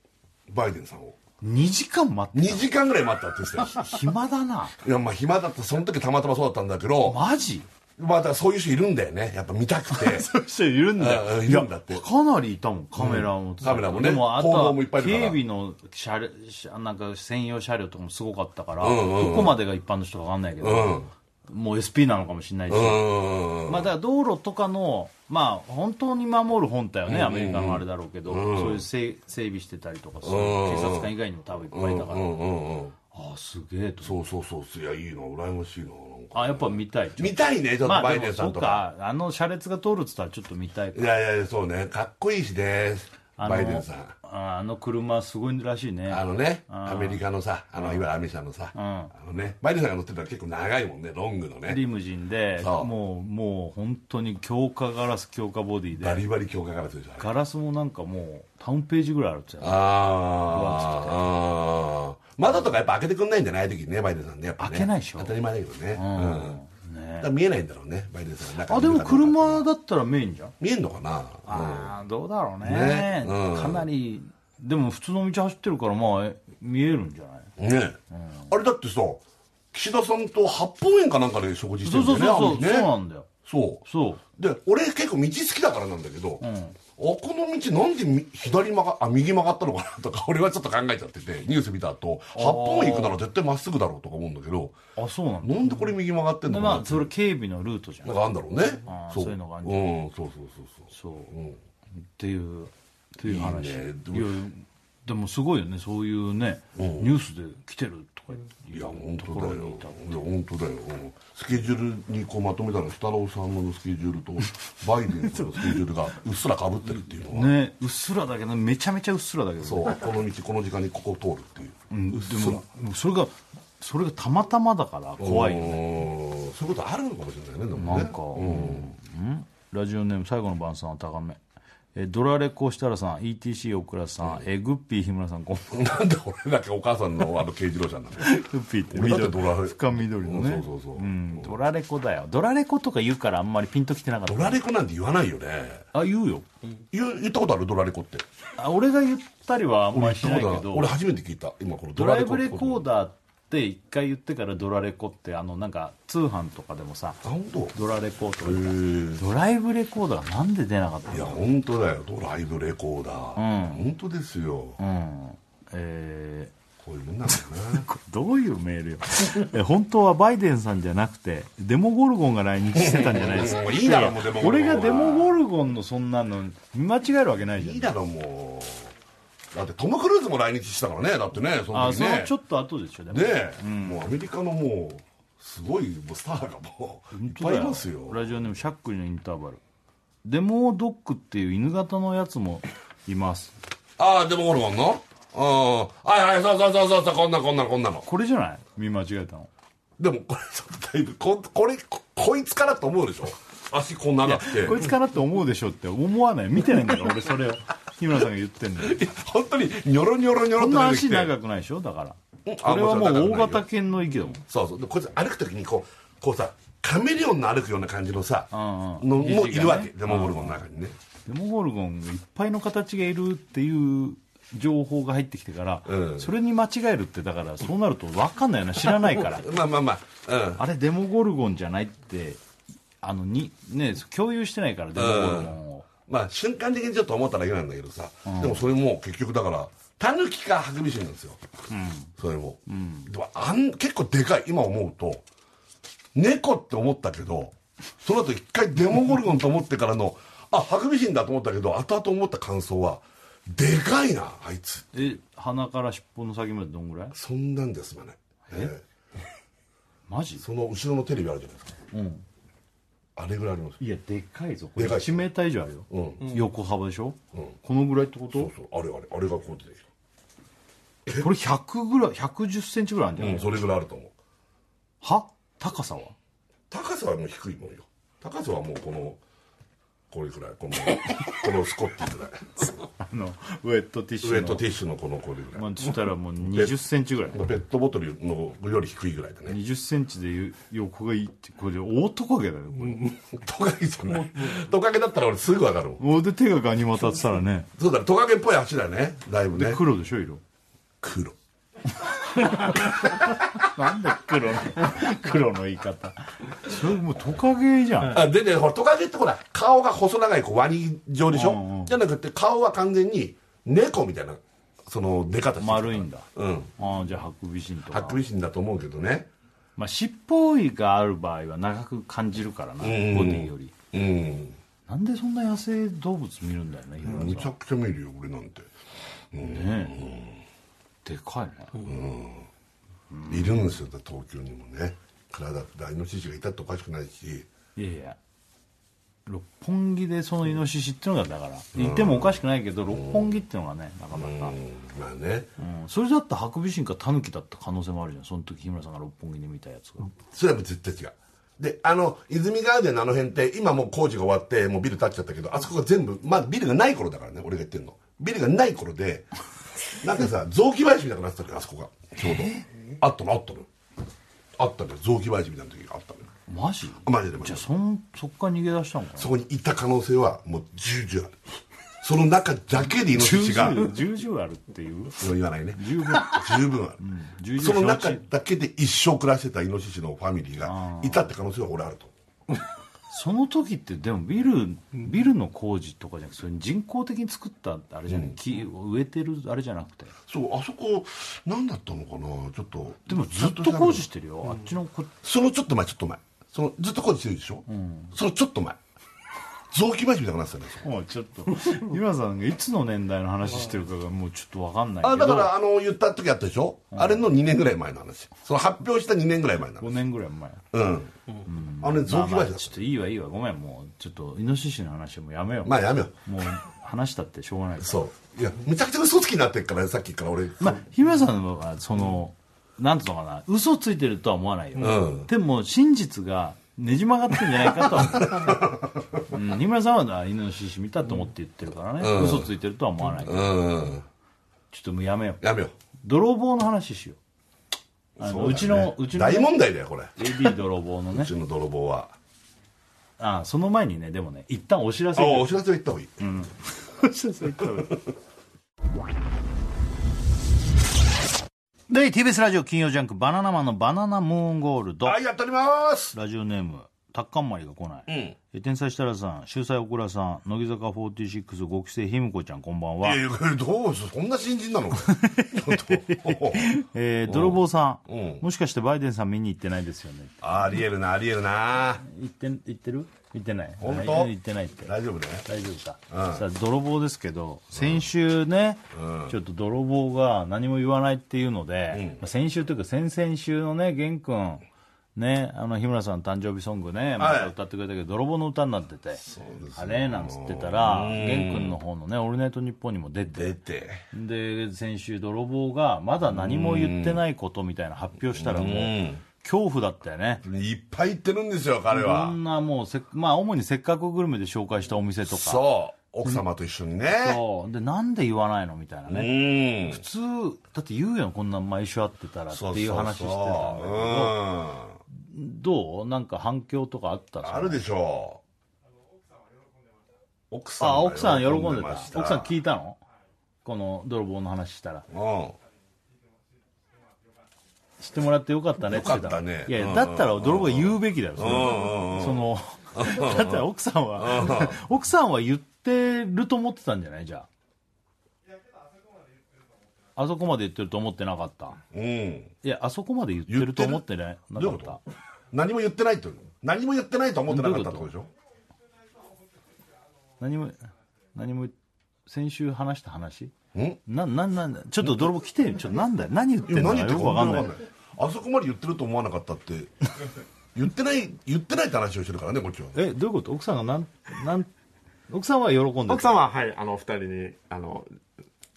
[SPEAKER 2] バイデンさんを
[SPEAKER 1] 2時間待っ
[SPEAKER 2] 2
[SPEAKER 1] て
[SPEAKER 2] 時間ぐらい待ったって言って たよ
[SPEAKER 1] 暇だな。
[SPEAKER 2] いやまあ暇だったその時たまたまそうだったんだけど、
[SPEAKER 1] マジ
[SPEAKER 2] まあ、だからそういう人いるんだよねやっぱ見たく て
[SPEAKER 1] そういう人いるんだ
[SPEAKER 2] うんう
[SPEAKER 1] よ。
[SPEAKER 2] んいるんだって
[SPEAKER 1] やかなりいたもん、カメラを持ってた
[SPEAKER 2] カメラもね
[SPEAKER 1] でも、あと
[SPEAKER 2] 報
[SPEAKER 1] は
[SPEAKER 2] 道もいっぱいいるから
[SPEAKER 1] 警備の車両車なんか専用車両とかもすごかったから、
[SPEAKER 2] んうんうん
[SPEAKER 1] どこまでが一般の人かわかんないけど、もう SP なのかもしれないし、
[SPEAKER 2] うん
[SPEAKER 1] まあ、だから道路とかの、まあ、本当に守る本体はね、アメリカのあれだろうけど、そういう整整備してたりとかする、警察官以外にも多分いっぱいいたか
[SPEAKER 2] う
[SPEAKER 1] ら、
[SPEAKER 2] んうんうん
[SPEAKER 1] ああ、すげえと思って
[SPEAKER 2] そうそうそういやいいな羨ましいななんか
[SPEAKER 1] あやっぱ見たい。
[SPEAKER 2] 見たいねちょっ
[SPEAKER 1] ま
[SPEAKER 2] と
[SPEAKER 1] あ
[SPEAKER 2] バイ
[SPEAKER 1] で
[SPEAKER 2] デ
[SPEAKER 1] も
[SPEAKER 2] ンさ
[SPEAKER 1] そうん
[SPEAKER 2] とか,、
[SPEAKER 1] か、あの車列が通るっつったらちょっと見たいか
[SPEAKER 2] いやいやそうねかっこいいしね
[SPEAKER 1] あの
[SPEAKER 2] バイデンさん
[SPEAKER 1] ああの車すごいらしいね。
[SPEAKER 2] あのねアメリカのさあのいわゆるアメ車のさ、あのねバイデンさんが乗ってたら結構長いもんねロングのね
[SPEAKER 1] リムジンで、
[SPEAKER 2] そう
[SPEAKER 1] もう、もう本当に強化ガラス、強化ボディ
[SPEAKER 2] バ
[SPEAKER 1] で、
[SPEAKER 2] リバリ強化ガラスでしょあれ
[SPEAKER 1] ガラスもなんかもう、タウンページぐらいあるっつってたよ
[SPEAKER 2] あーあー窓とかやっぱ開けてくんないんじゃない時にねバイデンさんねやっぱね
[SPEAKER 1] 開けないでしょ
[SPEAKER 2] 当たり前だけどね,、うんだから見えないんだろうねバイデンさん中
[SPEAKER 1] あ、でも車だったらメインじゃん。
[SPEAKER 2] 見えんのかな
[SPEAKER 1] ああ、どうだろうね。
[SPEAKER 2] ねうん
[SPEAKER 1] かなり、でも普通の道走ってるから、まあ、え見えるんじゃない
[SPEAKER 2] ねえ、あれだってさ岸田さんと八方園かなんかで食事してる
[SPEAKER 1] そうん
[SPEAKER 2] だ
[SPEAKER 1] そ
[SPEAKER 2] よ
[SPEAKER 1] う
[SPEAKER 2] ね
[SPEAKER 1] そ
[SPEAKER 2] あ
[SPEAKER 1] うそう、そうな
[SPEAKER 2] の日ね
[SPEAKER 1] んだよ。
[SPEAKER 2] そう
[SPEAKER 1] そう。
[SPEAKER 2] で俺結構道好きだからなんだけど、あこの道なんでみ左曲があ右曲がったのかなとか 俺はちょっと考えちゃっててニュース見た後八方園行くなら絶対まっすぐだろうとか思うんだけど
[SPEAKER 1] あ、そうなんだ。
[SPEAKER 2] なんでこれ右曲がってん
[SPEAKER 1] で
[SPEAKER 2] のかな
[SPEAKER 1] ま
[SPEAKER 2] っ
[SPEAKER 1] あ、
[SPEAKER 2] て
[SPEAKER 1] それ警備のルートじゃん
[SPEAKER 2] なん。かあんだろうね
[SPEAKER 1] あーそういうのがあん
[SPEAKER 2] う
[SPEAKER 1] じゃ
[SPEAKER 2] んそうそうそうそう
[SPEAKER 1] そう、
[SPEAKER 2] ん
[SPEAKER 1] っていうっていう話
[SPEAKER 2] いいねでも
[SPEAKER 1] いやでもすごいよねそういうね、ニュースで来てるとか
[SPEAKER 2] いや本当
[SPEAKER 1] とこ
[SPEAKER 2] だ
[SPEAKER 1] ろ
[SPEAKER 2] よ
[SPEAKER 1] にいた
[SPEAKER 2] いや本当だようんスケジュールにこうまとめたら設楽さんのスケジュー ルとバイデンのスケジュールがうっすらかぶってるっていうのは、
[SPEAKER 1] ねうっすらだけどめちゃめちゃうっすらだけどね
[SPEAKER 2] そうこの道この時間にここ通るっていう、うっすら
[SPEAKER 1] でももうそれがそれがたまたまだから怖いよね
[SPEAKER 2] ねそういうことあるのかもしれないねでも
[SPEAKER 1] な
[SPEAKER 2] ね
[SPEAKER 1] んか、うんラジオネーム最後の晩さんは高めえドラレコ設楽さん ETC 奥倉さん、えグッピー日村さんこんばんは
[SPEAKER 2] なんで俺だけお母さんのあの軽自動車な の
[SPEAKER 1] グッピーって
[SPEAKER 2] 俺だってドラレ
[SPEAKER 1] 深緑のね、
[SPEAKER 2] うんそうそうそう
[SPEAKER 1] うんドラレコだよドラレコとか言うからあんまりピンときてなかった
[SPEAKER 2] ドラレコなんて言わないよね
[SPEAKER 1] あ言うよ
[SPEAKER 2] 言う言ったことあるドラレコって
[SPEAKER 1] あ俺が言ったりはあんまりし
[SPEAKER 2] 言っ
[SPEAKER 1] ない
[SPEAKER 2] たこと
[SPEAKER 1] け
[SPEAKER 2] ある
[SPEAKER 1] ど
[SPEAKER 2] 俺初めて聞いた今この
[SPEAKER 1] ド
[SPEAKER 2] ドラ
[SPEAKER 1] ライ
[SPEAKER 2] レコ
[SPEAKER 1] ブレコ
[SPEAKER 2] ー
[SPEAKER 1] ーダーって一回言ってからドラレコってあのなんか通販とかでもさ
[SPEAKER 2] 本当
[SPEAKER 1] ドラレコとか
[SPEAKER 2] へー
[SPEAKER 1] ドライブレコーダーなんで出なかった
[SPEAKER 2] いや
[SPEAKER 1] の
[SPEAKER 2] 本当だよドライブレコーダー、本当ですよ、
[SPEAKER 1] うんえー
[SPEAKER 2] こういうもんなんだよね
[SPEAKER 1] これどういうメールよ え本当はバイデンさんじゃなくてデモゴルゴンが来日してたんじゃないですか
[SPEAKER 2] もういいだろもうデモゴルゴン
[SPEAKER 1] 俺がデモゴルゴンのそんなの見間違えるわけないじゃん
[SPEAKER 2] いいだろもうだってトム・クルーズも来日したからねだってねその
[SPEAKER 1] あ
[SPEAKER 2] 時
[SPEAKER 1] そ
[SPEAKER 2] ね
[SPEAKER 1] のちょっと後でしょでも
[SPEAKER 2] ねえもうアメリカのもうすごいもうスターがもういっぱいいますよ
[SPEAKER 1] ラジオネームしゃっくりのインターバルデモドッグっていう犬型のやつもいます
[SPEAKER 2] ああでもゴルゴンのうんはいはいそうそうそうそうそうこんなこんなこんなの
[SPEAKER 1] これじゃない見間違えたの
[SPEAKER 2] でもこれちょっとだいぶここれここいつからと思うでしょ足こんな長くて
[SPEAKER 1] こいつかなって思うでしょって思わない見てないんだ から俺それを日村さんが言ってんだよ
[SPEAKER 2] いや本当にニョロニョロニョ
[SPEAKER 1] こん
[SPEAKER 2] ロ
[SPEAKER 1] な
[SPEAKER 2] って出てき
[SPEAKER 1] 足
[SPEAKER 2] て
[SPEAKER 1] 長くないでしょだから
[SPEAKER 2] うんあ
[SPEAKER 1] これはもう
[SPEAKER 2] もちろん長くな
[SPEAKER 1] 大
[SPEAKER 2] い
[SPEAKER 1] 型
[SPEAKER 2] よ
[SPEAKER 1] 犬の域だもん
[SPEAKER 2] そうそうでこいつ歩く時にこうこうさカメレオンの歩くような感じのさ、
[SPEAKER 1] んうん
[SPEAKER 2] の
[SPEAKER 1] 肘が
[SPEAKER 2] も
[SPEAKER 1] ね
[SPEAKER 2] いるわけデモゴルゴンの中にね、
[SPEAKER 1] デモゴルゴンがいっぱいの形がいるっていう情報が入ってきてから、
[SPEAKER 2] うん
[SPEAKER 1] それに間違えるってだからそうなると分かんないよな知らないから
[SPEAKER 2] まあまあまあうん
[SPEAKER 1] あれデモゴルゴンじゃないってあのにね共有してないからデモゴルゴンを、
[SPEAKER 2] まあ瞬間的にちょっと思っただけなんだけどさ、でもそれも結局だからタヌキかハクビシンなんですよ、それも、でもあん結構でかい今思うと猫って思ったけどその後一回デモゴルゴンと思ってからのあハクビシンだと思ったけど後々思った感想はでかいなあいつ
[SPEAKER 1] え鼻から尻尾の先までどんぐらい
[SPEAKER 2] そんなんですまねええ
[SPEAKER 1] マジ
[SPEAKER 2] その後ろのテレビあるじゃないですか、あれぐらいあります
[SPEAKER 1] いやでかいぞこれ
[SPEAKER 2] でかい
[SPEAKER 1] 1メーター以上あるよ、
[SPEAKER 2] う
[SPEAKER 1] 横幅でしょ、このぐらいってこ
[SPEAKER 2] そう
[SPEAKER 1] と
[SPEAKER 2] そうあれあれあれがこう出てき
[SPEAKER 1] これ100ぐらい110センチぐらいあるんじ
[SPEAKER 2] た、
[SPEAKER 1] ゃない、
[SPEAKER 2] うん、それぐらいあると思う
[SPEAKER 1] は高さは
[SPEAKER 2] 高さはもう低いもんよ高さはもうこのこれぐらい このこのスコッティぐらい
[SPEAKER 1] あのウェットティッシュ
[SPEAKER 2] ウ
[SPEAKER 1] の
[SPEAKER 2] エットティッシュのこのこれぐらい、
[SPEAKER 1] まあ、そしたらもう20センチぐらい
[SPEAKER 2] ペットボトルのより低いぐらいだね
[SPEAKER 1] 20センチでいう横がいいってこれで大トカゲだよこれ、
[SPEAKER 2] トカゲそんなトカゲだったら俺すぐ分かるもん
[SPEAKER 1] もうで手がガニ股ってたらね
[SPEAKER 2] そうだねトカゲっぽい足だよねだいぶね
[SPEAKER 1] で黒でしょ色
[SPEAKER 2] 黒
[SPEAKER 1] なんで黒の 黒の言い方それもうトカゲじゃ ん、
[SPEAKER 2] あでねほらトカゲってほら顔が細長いこうワニ状でしょ、
[SPEAKER 1] うんうん
[SPEAKER 2] じゃなくて顔は完全に猫みたいなその出方してる
[SPEAKER 1] 丸いんだ
[SPEAKER 2] うん
[SPEAKER 1] ああじゃあハクビシンと
[SPEAKER 2] ハ
[SPEAKER 1] か
[SPEAKER 2] クビシンだと思うけどね
[SPEAKER 1] まあ尻尾がある場合は長く感じるからなボディより
[SPEAKER 2] うん
[SPEAKER 1] なんでそんな野生動物見るんだよね日村
[SPEAKER 2] む
[SPEAKER 1] さ
[SPEAKER 2] ちゃくちゃ見るよ俺なんて
[SPEAKER 1] んねえでかいね、
[SPEAKER 2] いるんですよ東京にもね体だってイノシシがいたっておかしくないし
[SPEAKER 1] いやいや六本木でそのイノシシっていうのがだからいてもおかしくないけど六本木っていうのがねなかな
[SPEAKER 2] うん
[SPEAKER 1] か、
[SPEAKER 2] まあね
[SPEAKER 1] うんそれだったらハクビシンかタヌキだった可能性もあるじゃんその時日村さんが六本木で見たやつが、
[SPEAKER 2] それはもう絶対違うであの泉ガーデンのあの辺って今もう工事が終わってもうビル建っちゃったけどあそこが全部まあビルがない頃だからね俺が言ってるのビルがない頃 でなんかさ雑木林みたいになってたのよあそこがちょうどあったのあったのあったのよ雑木林みたいな時があったのよ
[SPEAKER 1] マジ
[SPEAKER 2] マジでマジで
[SPEAKER 1] じゃあそんそっから逃げ出したのかな
[SPEAKER 2] そこにいた可能性はもう重々あるその中だけでイノシシが
[SPEAKER 1] 重々重々あるっていう
[SPEAKER 2] 言わないね
[SPEAKER 1] 十分
[SPEAKER 2] 十分ある、
[SPEAKER 1] 重々
[SPEAKER 2] その
[SPEAKER 1] 承
[SPEAKER 2] 中
[SPEAKER 1] 知
[SPEAKER 2] だけで一生暮らしてたイノシシのファミリーがいたって可能性は俺あると思う
[SPEAKER 1] その時ってでもビルビルの工事とかじゃなくてそれに人工的に作ったあれじゃない、木を植えてるあれじゃなくて
[SPEAKER 2] そうあそこ何だったのかなちょっと
[SPEAKER 1] でもずっと工事してるよ、あっちのこ
[SPEAKER 2] そのちょっと前ちょっと前そのずっと工事してるでしょ、そのちょっと前雑木林みたいになってたんですよ
[SPEAKER 1] もうちょっと日村さんがいつの年代の話してるかがもうちょっと分かんない
[SPEAKER 2] あ
[SPEAKER 1] け
[SPEAKER 2] だか
[SPEAKER 1] ど
[SPEAKER 2] らあの言った時あったでしょ、あれの2年ぐらい前の話その発表した2年ぐらい前の
[SPEAKER 1] 5
[SPEAKER 2] 話
[SPEAKER 1] 年ぐらい前
[SPEAKER 2] うん、あのね雑木
[SPEAKER 1] まあ
[SPEAKER 2] 林
[SPEAKER 1] ま
[SPEAKER 2] だ
[SPEAKER 1] あ
[SPEAKER 2] っ
[SPEAKER 1] ちょったといいわいいわごめんもうちょっとイノシシの話はもうやめよう、
[SPEAKER 2] まあやめよう
[SPEAKER 1] もう話したってしょうがないから
[SPEAKER 2] そういやむちゃくちゃ嘘つきになってるからさっきから俺、
[SPEAKER 1] まあ、日村さんはその、なんつうのかな嘘ついてるとは思わないよ、
[SPEAKER 2] うん
[SPEAKER 1] でも真実がねじ曲がってんじゃないかとは思 う、うん、日村さんはあイノシシ見たと思って言ってるからね、嘘ついてるとは思わない、ちょ
[SPEAKER 2] うん
[SPEAKER 1] っともうやめよう
[SPEAKER 2] やめよう
[SPEAKER 1] 泥棒の話しようあのう,、ちのうちの
[SPEAKER 2] 大
[SPEAKER 1] ね、
[SPEAKER 2] 問題だよこれ
[SPEAKER 1] AD 泥棒の
[SPEAKER 2] う
[SPEAKER 1] ね
[SPEAKER 2] ちの泥棒は
[SPEAKER 1] あその前にねでもね一旦お知らせ
[SPEAKER 2] あお知らせを言った方がいい、
[SPEAKER 1] お知らせ行った方がいいで TBS ラジオ金曜ジャンク「バナナマンのバナナムーンゴールド」
[SPEAKER 2] はいやっております
[SPEAKER 1] ラジオネームタッカンマリが来ない、
[SPEAKER 2] ん
[SPEAKER 1] え天才設楽さん秀才小倉さん乃木坂46ご期生ひむこちゃんこんばん
[SPEAKER 2] い
[SPEAKER 1] は
[SPEAKER 2] やいやこれどうそんな新人 なのこれちょっと
[SPEAKER 1] えー泥棒さん、
[SPEAKER 2] うん
[SPEAKER 1] もしかしてバイデンさん見に行ってないですよね
[SPEAKER 2] ありえるなありえるな
[SPEAKER 1] 行って行ってる行ってない
[SPEAKER 2] 本当
[SPEAKER 1] はい行ってないって
[SPEAKER 2] 大丈夫ね
[SPEAKER 1] 大丈夫か、さあ泥棒ですけど先週ね、ちょっと泥棒が何も言わないっていうので、まあ先週というか先々週のね玄君ね、あの日村さん誕生日ソングね、また歌ってくれたけど、泥棒の歌になってて、あれなんつってたら、玄君の方のね、オールナイトニッポンにも出て
[SPEAKER 2] 出、て
[SPEAKER 1] で、先週、泥棒がまだ何も言ってないことみたいな発表したら、もう、恐怖だったよね。
[SPEAKER 2] いっぱい行ってるんですよ彼
[SPEAKER 1] こ
[SPEAKER 2] は
[SPEAKER 1] んなもうせっ、まあ、主にせっかくグルメで紹介したお店とか、
[SPEAKER 2] そう奥様と一緒にね
[SPEAKER 1] そうでなんで言わないのみたいな
[SPEAKER 2] う
[SPEAKER 1] ね、
[SPEAKER 2] ん
[SPEAKER 1] 普通だって言うやんこんな毎週会ってたらっていう話し
[SPEAKER 2] そ
[SPEAKER 1] てたんだけ
[SPEAKER 2] うそうそう
[SPEAKER 1] ど
[SPEAKER 2] うん
[SPEAKER 1] どうなんか反響とかあった
[SPEAKER 2] あるでしょう奥さん
[SPEAKER 1] あ
[SPEAKER 2] が
[SPEAKER 1] 奥さん喜んでた
[SPEAKER 2] ました
[SPEAKER 1] 奥さん聞いたのこの泥棒の話したら
[SPEAKER 2] うん
[SPEAKER 1] 知ってもらってよかったねって言って
[SPEAKER 2] よかったね
[SPEAKER 1] いやいや、
[SPEAKER 2] うん
[SPEAKER 1] だったら泥棒が言うべきだよそれ
[SPEAKER 2] うんうんうん
[SPEAKER 1] その だったら奥さんは奥さんは言ってると思ってたんじゃないじゃああそこまで言ってると思ってなかった
[SPEAKER 2] うん
[SPEAKER 1] いやあそこまで言ってると思ってねな
[SPEAKER 2] ど
[SPEAKER 1] か
[SPEAKER 2] うい
[SPEAKER 1] っ
[SPEAKER 2] うこ
[SPEAKER 1] た
[SPEAKER 2] と何も言ってないと何も言ってないと思ってなかったってことでしょ
[SPEAKER 1] 何も何も先週話した話
[SPEAKER 2] ん
[SPEAKER 1] なななんちょっと泥棒来てよちょっとなんだよ何言って
[SPEAKER 2] いや
[SPEAKER 1] んの
[SPEAKER 2] 何
[SPEAKER 1] か
[SPEAKER 2] 言
[SPEAKER 1] よ
[SPEAKER 2] ってる
[SPEAKER 1] く
[SPEAKER 2] か
[SPEAKER 1] わ
[SPEAKER 2] 分
[SPEAKER 1] かん
[SPEAKER 2] か
[SPEAKER 1] ない
[SPEAKER 2] んないあそこまで言ってると思わなかったって 言ってない言ってないって話をしてるからねこっちは
[SPEAKER 1] えどういうこと奥さんがなんなん奥さんは喜んでる
[SPEAKER 4] 奥さんは、はい、あの、お二人に、あの、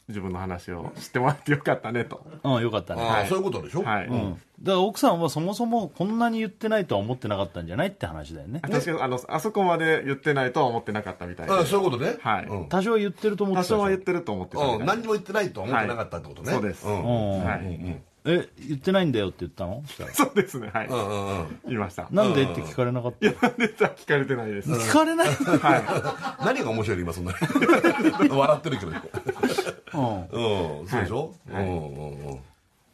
[SPEAKER 4] 自分の話を知ってもらってよかったねと。
[SPEAKER 1] うんよかったね
[SPEAKER 2] ああそういうことでしょ
[SPEAKER 4] はい。
[SPEAKER 1] うん、だから奥さんはそもそもこんなに言ってないとは思ってなかったんじゃないって話だよね
[SPEAKER 4] 確かに、あの、あそこまで言ってないとは思ってなかったみたいで
[SPEAKER 2] ああそういうことね
[SPEAKER 4] はい
[SPEAKER 2] うん
[SPEAKER 1] 多少は言ってると思ってた
[SPEAKER 4] 多
[SPEAKER 1] でしょ
[SPEAKER 4] 少は言ってると思ってたみたい
[SPEAKER 2] うん
[SPEAKER 4] で
[SPEAKER 2] 何にも言ってないとは思ってなかったってことね
[SPEAKER 4] はいそうです
[SPEAKER 2] ん
[SPEAKER 1] うん
[SPEAKER 4] はい。
[SPEAKER 1] え言ってないんだよって言ったの
[SPEAKER 4] そうですね、はい。
[SPEAKER 2] うんうんうん
[SPEAKER 4] 言いま した。
[SPEAKER 1] なんでって聞かれなかった
[SPEAKER 4] なんでじゃ聞かれてないです。
[SPEAKER 1] 聞かれない、
[SPEAKER 2] 何が面白いの今そんな 笑ってるけど
[SPEAKER 1] うん、
[SPEAKER 2] うんそうでしょうん
[SPEAKER 4] はい
[SPEAKER 2] うんうん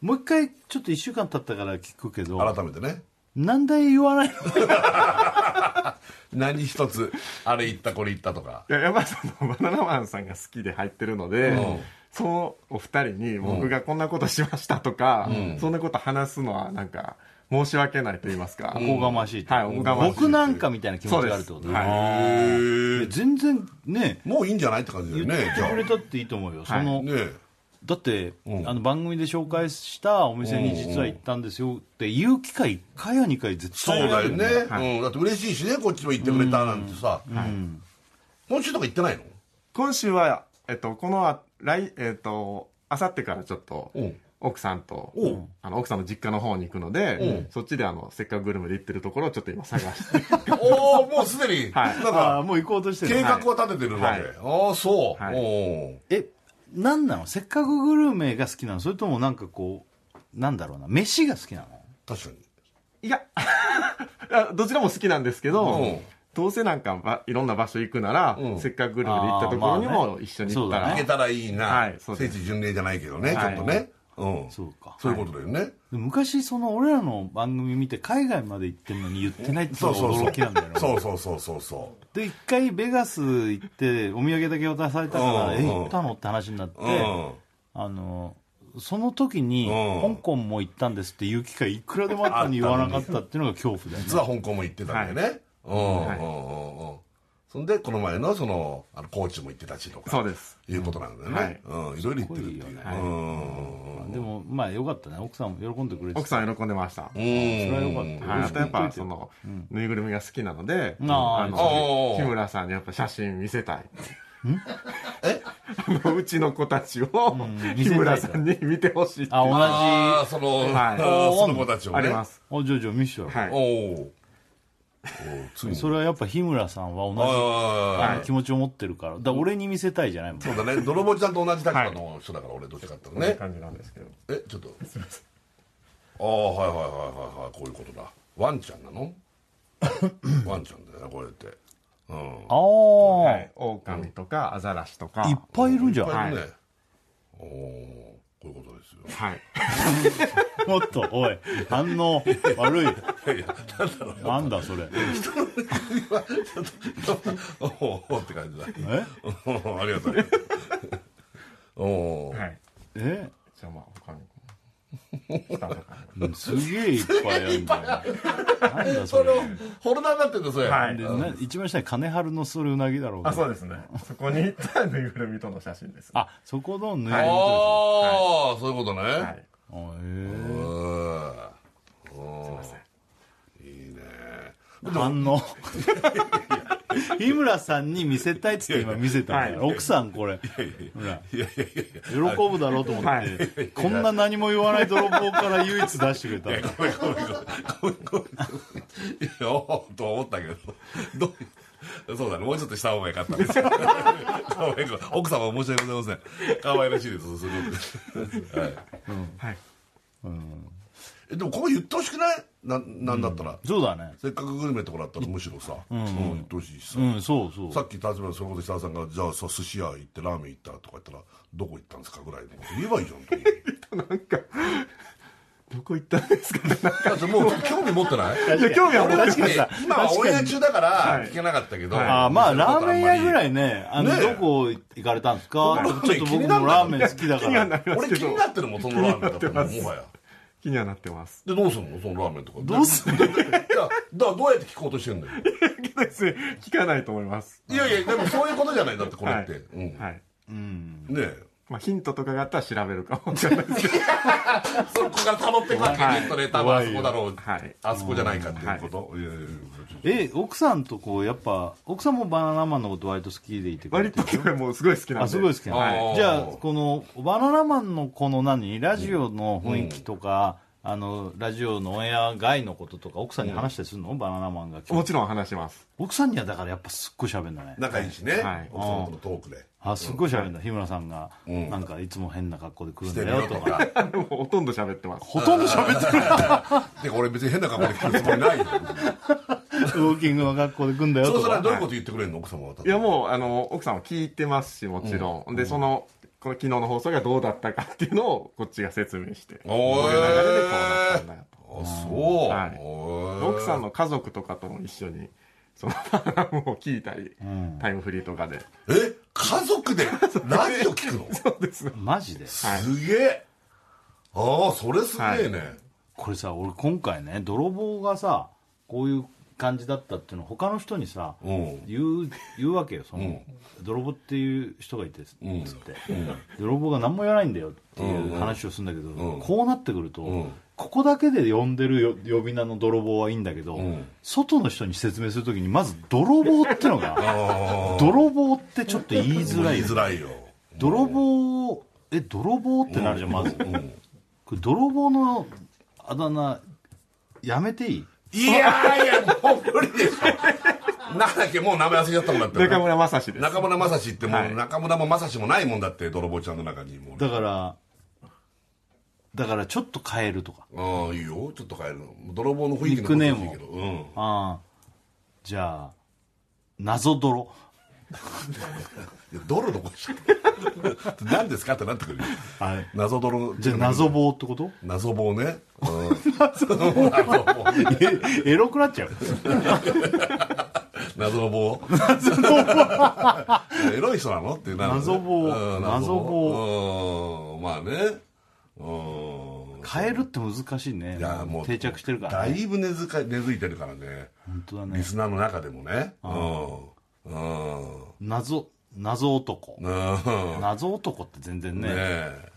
[SPEAKER 1] もう一回ちょっと1週間経ったから聞くけど
[SPEAKER 2] 改めてね
[SPEAKER 1] なんで言わない
[SPEAKER 2] 何一つあれ言ったこれ言ったとか
[SPEAKER 4] いや山さんのバナナマンさんが好きで入ってるので、
[SPEAKER 2] うん
[SPEAKER 4] そのお二人に僕がこんなことしましたとか、そんなこと話すのはなんか申し訳ないと言いますか、
[SPEAKER 1] のおこがましいって、
[SPEAKER 4] はいおこがましい
[SPEAKER 1] 僕なんかみたいな気持ちがあるってこと
[SPEAKER 4] そうですはい
[SPEAKER 1] いや全然ね
[SPEAKER 2] もういいんじゃないって感じだよ
[SPEAKER 1] 言っ
[SPEAKER 2] ね
[SPEAKER 1] て
[SPEAKER 2] じゃあ
[SPEAKER 1] くれたっていいと思うよ、その
[SPEAKER 2] ねえ
[SPEAKER 1] だって、
[SPEAKER 2] うん
[SPEAKER 1] あの番組で紹介したお店に実は行ったんですよって言う機会1回や2回絶
[SPEAKER 2] そう
[SPEAKER 1] 対あ
[SPEAKER 2] だ
[SPEAKER 1] る
[SPEAKER 2] よね、
[SPEAKER 4] はい
[SPEAKER 2] うん、だって嬉しいしねこっちも言ってくれたなんてさ、今週とか言ってないの
[SPEAKER 4] 今週は、えっと、このあ来えっとあさってからちょっと
[SPEAKER 2] うん
[SPEAKER 4] 奥さんと
[SPEAKER 2] おう
[SPEAKER 4] あの奥さんの実家の方に行くの
[SPEAKER 2] う
[SPEAKER 4] でそっちであのせっかくグルメで行ってるところをちょっと今探し て、
[SPEAKER 2] おおもうすでに、
[SPEAKER 4] はい
[SPEAKER 2] なんか
[SPEAKER 1] ああもう行こうとして
[SPEAKER 2] 計
[SPEAKER 1] る
[SPEAKER 2] 画は立ててるわけ、ああそう、
[SPEAKER 4] はい
[SPEAKER 2] おう
[SPEAKER 1] えなんなのせっかくグルメが好きなのそれともなんかこうなんだろうな飯が好きなの
[SPEAKER 2] 確かに
[SPEAKER 4] いや あどちらも好きなんですけど、
[SPEAKER 2] うん
[SPEAKER 4] どうせなんかばいろんな場所行くなら、
[SPEAKER 2] うん
[SPEAKER 4] せっかくグルメで行ったところに
[SPEAKER 1] あーまあ
[SPEAKER 4] も一緒に行ったら、
[SPEAKER 1] そうだ
[SPEAKER 2] 行
[SPEAKER 1] ね
[SPEAKER 2] けたらいいな、
[SPEAKER 4] はいそう
[SPEAKER 2] 聖
[SPEAKER 4] です
[SPEAKER 2] 地巡礼じゃないけどね、
[SPEAKER 4] はい
[SPEAKER 2] ちょっとね、うん、
[SPEAKER 1] そうか
[SPEAKER 2] そういうことだよね、
[SPEAKER 1] で昔その俺らの番組見て海外まで行ってるのに言ってないっていう
[SPEAKER 2] そうそう
[SPEAKER 1] の
[SPEAKER 2] そ
[SPEAKER 1] が
[SPEAKER 2] う
[SPEAKER 1] 驚きなんだよね
[SPEAKER 2] そうそうそうそうそ
[SPEAKER 1] で一回ベガス行ってお土産だけ渡されたから、
[SPEAKER 2] うん
[SPEAKER 1] え行ったのって話になって、
[SPEAKER 2] ううん
[SPEAKER 1] あのその時に
[SPEAKER 2] うん
[SPEAKER 1] 香港も行ったんですっていう機会いくらでもあったのに言わなかったっていうのが恐怖だよね
[SPEAKER 2] 実は香港も行ってたんだよね、うん
[SPEAKER 4] はい
[SPEAKER 2] うんうんうんそんでこの前のそのあの高知も行ってたしとか
[SPEAKER 4] そうです
[SPEAKER 2] いうことなんだよね、うん、いろいろ行ってるっていう、
[SPEAKER 1] すごいよね
[SPEAKER 2] うんうんうん
[SPEAKER 1] でもまあよかったね奥さんも喜んでくれて
[SPEAKER 4] 奥さん喜んでました、
[SPEAKER 2] うん
[SPEAKER 1] それはよかった
[SPEAKER 4] はい、あとやっぱその、ぬいぐるみが好きなので、あの
[SPEAKER 2] あー
[SPEAKER 4] 日村さんにやっぱ写真見せたい
[SPEAKER 2] え
[SPEAKER 4] あのうちの子たちを
[SPEAKER 1] ん
[SPEAKER 4] 日村さんに見てほしいっていうあ
[SPEAKER 1] あ
[SPEAKER 2] ああその、
[SPEAKER 4] はい
[SPEAKER 2] あーその子たちをね
[SPEAKER 4] ります、
[SPEAKER 1] 同じあじゃあじゃあ見せてよ
[SPEAKER 4] はい
[SPEAKER 2] おーおーついに
[SPEAKER 1] それはやっぱ日村さんは
[SPEAKER 2] はい
[SPEAKER 1] 同
[SPEAKER 2] はいはい
[SPEAKER 1] じ気持ちを持ってるからだから俺に見せたいじゃないもん
[SPEAKER 2] そうだね泥棒ちゃんと同じ立場の人だから、俺どっちかっていうと
[SPEAKER 4] ね
[SPEAKER 2] ね
[SPEAKER 4] 感じなんですけど
[SPEAKER 2] えちょっとすみませんああはいはいはいはいはいこういうことだワンちゃんなのワンちゃんだよねこれってうん
[SPEAKER 1] ああ、
[SPEAKER 4] はい狼とかアザラシとか
[SPEAKER 1] い、っぱいいるじゃん、
[SPEAKER 2] ぱいいる
[SPEAKER 4] は
[SPEAKER 2] ね、おおこういうことですよ
[SPEAKER 4] はい
[SPEAKER 1] もっとおい反応悪い
[SPEAKER 2] いやなんだろう
[SPEAKER 1] なんだそれ
[SPEAKER 2] おーって感じだ
[SPEAKER 1] え
[SPEAKER 2] おーありがとうおおー、
[SPEAKER 4] はい
[SPEAKER 1] え
[SPEAKER 4] じゃあまあ他に下とかに
[SPEAKER 1] すげえいっぱいあるんだよなんだそ
[SPEAKER 2] それ
[SPEAKER 1] れ
[SPEAKER 2] をホルダーになってんだそれ、
[SPEAKER 4] はい
[SPEAKER 1] でな一番下に金春のそれうなぎだろう
[SPEAKER 4] あ
[SPEAKER 1] あ
[SPEAKER 4] そうですねそこに行ったぬいぐるみとの写真です
[SPEAKER 1] あそこのぬいぐるみ
[SPEAKER 2] あ
[SPEAKER 1] と
[SPEAKER 2] あ、そういうことね、
[SPEAKER 4] はい
[SPEAKER 1] あへ
[SPEAKER 2] うーん
[SPEAKER 4] すいません
[SPEAKER 2] いいね
[SPEAKER 1] え反応日村さんに見せたいっつって今見せたんだよ
[SPEAKER 4] は
[SPEAKER 1] 奥さんこれほら
[SPEAKER 2] いやいやいやいや
[SPEAKER 1] 喜ぶだろうと思って、
[SPEAKER 4] はい
[SPEAKER 1] こんな何も言わない泥棒から唯一出してくれた
[SPEAKER 2] ごめんごめんごめんごめんごめんいやおーとは思ったけどどうそうだねもうちょっとした方が良かったですごめんごめん奥様申し訳ございません可愛らしいですすごく、はい、
[SPEAKER 4] はい
[SPEAKER 2] えでもここ言ってほしくないななんだったら、
[SPEAKER 1] そうだね
[SPEAKER 2] せっかくグルメとかだったらむしろさ、うん言ってほしいしさ、
[SPEAKER 1] うんそうそう
[SPEAKER 2] さっき立花それこそ設楽さんが「じゃあさ寿司屋行ってラーメン行った」とか言ったら「どこ行ったんですか?」ぐらいのこと言えばいいじゃんと
[SPEAKER 4] どこ行ったんですかね
[SPEAKER 2] だってもう興味持ってない
[SPEAKER 4] いや興味は
[SPEAKER 2] 俺
[SPEAKER 4] 俺
[SPEAKER 2] だ
[SPEAKER 4] だ
[SPEAKER 2] って
[SPEAKER 1] 確
[SPEAKER 4] け
[SPEAKER 1] かにさ
[SPEAKER 2] 今はオンエア中だから
[SPEAKER 4] はい
[SPEAKER 2] 聞けなかったけど、
[SPEAKER 1] あーまあラーメン屋ぐら
[SPEAKER 2] い
[SPEAKER 1] いねあの
[SPEAKER 2] ねえ
[SPEAKER 1] どこ行かれたんですか
[SPEAKER 2] 僕
[SPEAKER 1] ちょっと
[SPEAKER 2] 気に
[SPEAKER 1] 僕
[SPEAKER 2] なる
[SPEAKER 1] もラーメン好きだか
[SPEAKER 4] 気にはな
[SPEAKER 1] ら
[SPEAKER 4] ります
[SPEAKER 2] 俺
[SPEAKER 4] け
[SPEAKER 2] 気
[SPEAKER 4] ど
[SPEAKER 2] になってるもんそのラーメンだったらもうもはや
[SPEAKER 4] 気にはなってます
[SPEAKER 2] でどうすんのそのラーメンとか
[SPEAKER 1] どうす
[SPEAKER 2] るだだからどうやって聞こうとしてんだよ
[SPEAKER 4] けどですね聞かないと思います
[SPEAKER 2] いやいやでもそういうことじゃないだってこれって、
[SPEAKER 4] はい
[SPEAKER 2] うん
[SPEAKER 4] はい
[SPEAKER 1] うん
[SPEAKER 2] ねえ
[SPEAKER 4] まあ、ヒントとかがあったら調べるかもしれないです けど
[SPEAKER 2] そこから辿っていくわけ
[SPEAKER 4] はい
[SPEAKER 2] ネットで多分あそこだろう、
[SPEAKER 4] はい
[SPEAKER 2] あそこじゃないかっていうこと、いやいやいや
[SPEAKER 1] え奥さんとこうやっぱ奥さんもバナナマンのこと割と好きでいてくれ
[SPEAKER 4] 割
[SPEAKER 1] て
[SPEAKER 4] と
[SPEAKER 1] る
[SPEAKER 4] もうすごい好きなんで
[SPEAKER 1] あすごい好きな
[SPEAKER 2] あ
[SPEAKER 1] の、
[SPEAKER 2] ー
[SPEAKER 1] じゃあこのバナナマンのこの何ラジオの雰囲気とか、あのラジオのオンエア外のこととか奥さんに話したりするの、バナナマンが
[SPEAKER 4] もちろん話します
[SPEAKER 1] 奥さんにはだからやっぱすっごい喋るんだね
[SPEAKER 2] 仲いいしね、
[SPEAKER 4] はい
[SPEAKER 2] 奥様とのトークで
[SPEAKER 1] あすっごい喋るんだ日村さんが、
[SPEAKER 2] ん
[SPEAKER 1] なんかいつも変な格好で来る
[SPEAKER 2] し
[SPEAKER 1] ん
[SPEAKER 2] て
[SPEAKER 1] だ
[SPEAKER 2] る
[SPEAKER 1] よ
[SPEAKER 2] よ
[SPEAKER 1] と
[SPEAKER 2] と
[SPEAKER 1] か
[SPEAKER 2] か
[SPEAKER 4] あのほとんど喋ってます
[SPEAKER 1] ほとんど喋ってない
[SPEAKER 2] で俺別に変な格好で来るつもりないよ
[SPEAKER 1] ウォーキングの格好で来るんだよ
[SPEAKER 2] そう
[SPEAKER 1] と
[SPEAKER 2] それは
[SPEAKER 1] か
[SPEAKER 2] どういうこと言ってくれるの奥様は例
[SPEAKER 4] い
[SPEAKER 2] えば
[SPEAKER 4] やもうあの奥さんは聞いてますしもちろん、でそのこの昨日の放送がどうだったかっていうのをこっちが説明して
[SPEAKER 2] おー
[SPEAKER 4] こういう流れでこうなったんだよ
[SPEAKER 2] あそう、
[SPEAKER 4] はい
[SPEAKER 2] おー
[SPEAKER 4] 奥さんの家族とかとも一緒にそのパラダムを聞いたり、タイムフリーとかで
[SPEAKER 2] え家族でラジオ聞くの
[SPEAKER 4] そうですね
[SPEAKER 1] マジで
[SPEAKER 2] すげえああそれすげえね、
[SPEAKER 1] これさ俺今回ね泥棒がさこういう感じだったっていうのを他の人にさ、
[SPEAKER 2] うん
[SPEAKER 1] 言う言うわけよその、泥棒っていう人がいてつって、泥棒が何も言わないんだよっていう話をするんだけど、こうなってくると、ここだけで呼んでるよ呼び名の泥棒はいいんだけど、外の人に説明するときにまず泥棒って のが泥棒ってちょっと言いづらい
[SPEAKER 2] 言いづらいよ
[SPEAKER 1] 泥棒え泥棒ってなるじゃんまず、これ泥棒のあだ名やめていい
[SPEAKER 2] いやいやもう無理でしょなんだっけもう名前忘れちゃったもんだって
[SPEAKER 4] 中村雅史です
[SPEAKER 2] 中村正史ってもう、
[SPEAKER 4] はい
[SPEAKER 2] 中村も正史もないもんだって泥棒ちゃんの中にもう
[SPEAKER 1] だからだからちょっと変えるとか
[SPEAKER 2] ああいいよちょっと変えるの泥棒の雰囲気のこと
[SPEAKER 1] ニックネームを
[SPEAKER 2] いいけどうん
[SPEAKER 1] ああじゃあ謎泥
[SPEAKER 2] いや泥のことしか何ですかってなってくるよ
[SPEAKER 1] あれ
[SPEAKER 2] 謎泥
[SPEAKER 1] じゃあ謎棒ってこと
[SPEAKER 2] 謎棒ね、うん、謎棒
[SPEAKER 1] えエロくなっちゃう
[SPEAKER 2] 謎棒エロい人なのってなる
[SPEAKER 1] 謎棒
[SPEAKER 2] うん
[SPEAKER 1] 謎
[SPEAKER 2] 棒うんまあねうん
[SPEAKER 1] 変えるって難しいね
[SPEAKER 2] いやもう
[SPEAKER 1] 定着してるから、
[SPEAKER 2] だ
[SPEAKER 1] ね、
[SPEAKER 2] いぶ根付か根付いてるからね
[SPEAKER 1] 本当だ
[SPEAKER 2] リ
[SPEAKER 1] ね
[SPEAKER 2] スナーの中でもねうんうん
[SPEAKER 1] 謎謎男
[SPEAKER 2] うん
[SPEAKER 1] 謎男って全然
[SPEAKER 2] ね
[SPEAKER 1] ね
[SPEAKER 2] え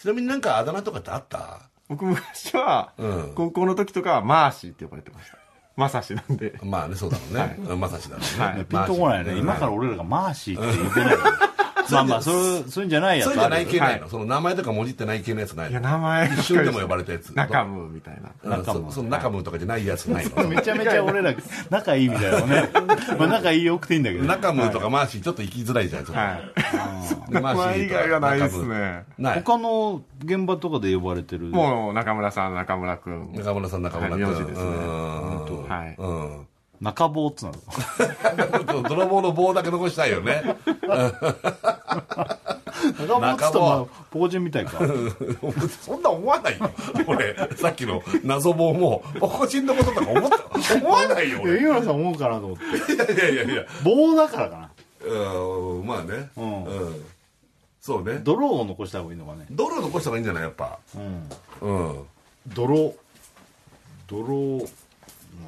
[SPEAKER 2] ちなみになんかあだ名とかってあった
[SPEAKER 4] 僕昔は、
[SPEAKER 2] うん
[SPEAKER 4] 高校の時とかはマーシーって呼ばれてましたまさしなんで
[SPEAKER 2] まあねそうだろうねうんまさしだろうね、
[SPEAKER 4] はい
[SPEAKER 1] ピンとこないね、
[SPEAKER 2] うん
[SPEAKER 1] 今から俺らがマーシーって言ってないからまあまあそれそういうんじゃないや
[SPEAKER 2] そういうん
[SPEAKER 1] つ
[SPEAKER 2] じ
[SPEAKER 1] あ
[SPEAKER 2] ゃない
[SPEAKER 1] る
[SPEAKER 2] 系ないの、
[SPEAKER 4] は
[SPEAKER 2] その名前とかもじってない系のやつない
[SPEAKER 4] いや
[SPEAKER 2] の
[SPEAKER 4] 名前
[SPEAKER 2] 一瞬でも呼ばれたやつ
[SPEAKER 4] 中ムみたいな
[SPEAKER 2] うん
[SPEAKER 1] 中
[SPEAKER 2] そ
[SPEAKER 1] も
[SPEAKER 2] その中ムとかじゃないやつないの
[SPEAKER 1] めちゃめちゃ俺ら仲いいみたいな ねまあ仲いいよくていいんだけど
[SPEAKER 2] 中ムとかマーシーちょっと行きづらいじゃん、
[SPEAKER 4] はい
[SPEAKER 2] い、
[SPEAKER 4] 名前以外はないですね
[SPEAKER 2] ない
[SPEAKER 1] 他の現場とかで呼ばれてる
[SPEAKER 4] もう中村さん中村くん
[SPEAKER 2] 中村さん中村君、
[SPEAKER 4] はい名字ですね
[SPEAKER 2] うんうん
[SPEAKER 4] はい
[SPEAKER 2] うん
[SPEAKER 1] 中棒 っつうの
[SPEAKER 2] 泥棒の棒だけ残したいよね
[SPEAKER 1] 中棒っつうとまあポコチンみたいか
[SPEAKER 2] そんな思わないよ俺さっきの謎棒もポコチンのこととか思った思わないよ
[SPEAKER 1] いや
[SPEAKER 2] 俺
[SPEAKER 1] 井
[SPEAKER 2] い
[SPEAKER 1] 村さん思うかなと思って
[SPEAKER 2] やいやいやいや
[SPEAKER 1] 棒だからかな
[SPEAKER 2] うんまあね
[SPEAKER 1] ん
[SPEAKER 2] うんそうね
[SPEAKER 1] 泥を残した方がいいのかね
[SPEAKER 2] 泥残した方がいいんじゃないやっぱ
[SPEAKER 1] うん
[SPEAKER 2] うん
[SPEAKER 1] 泥泥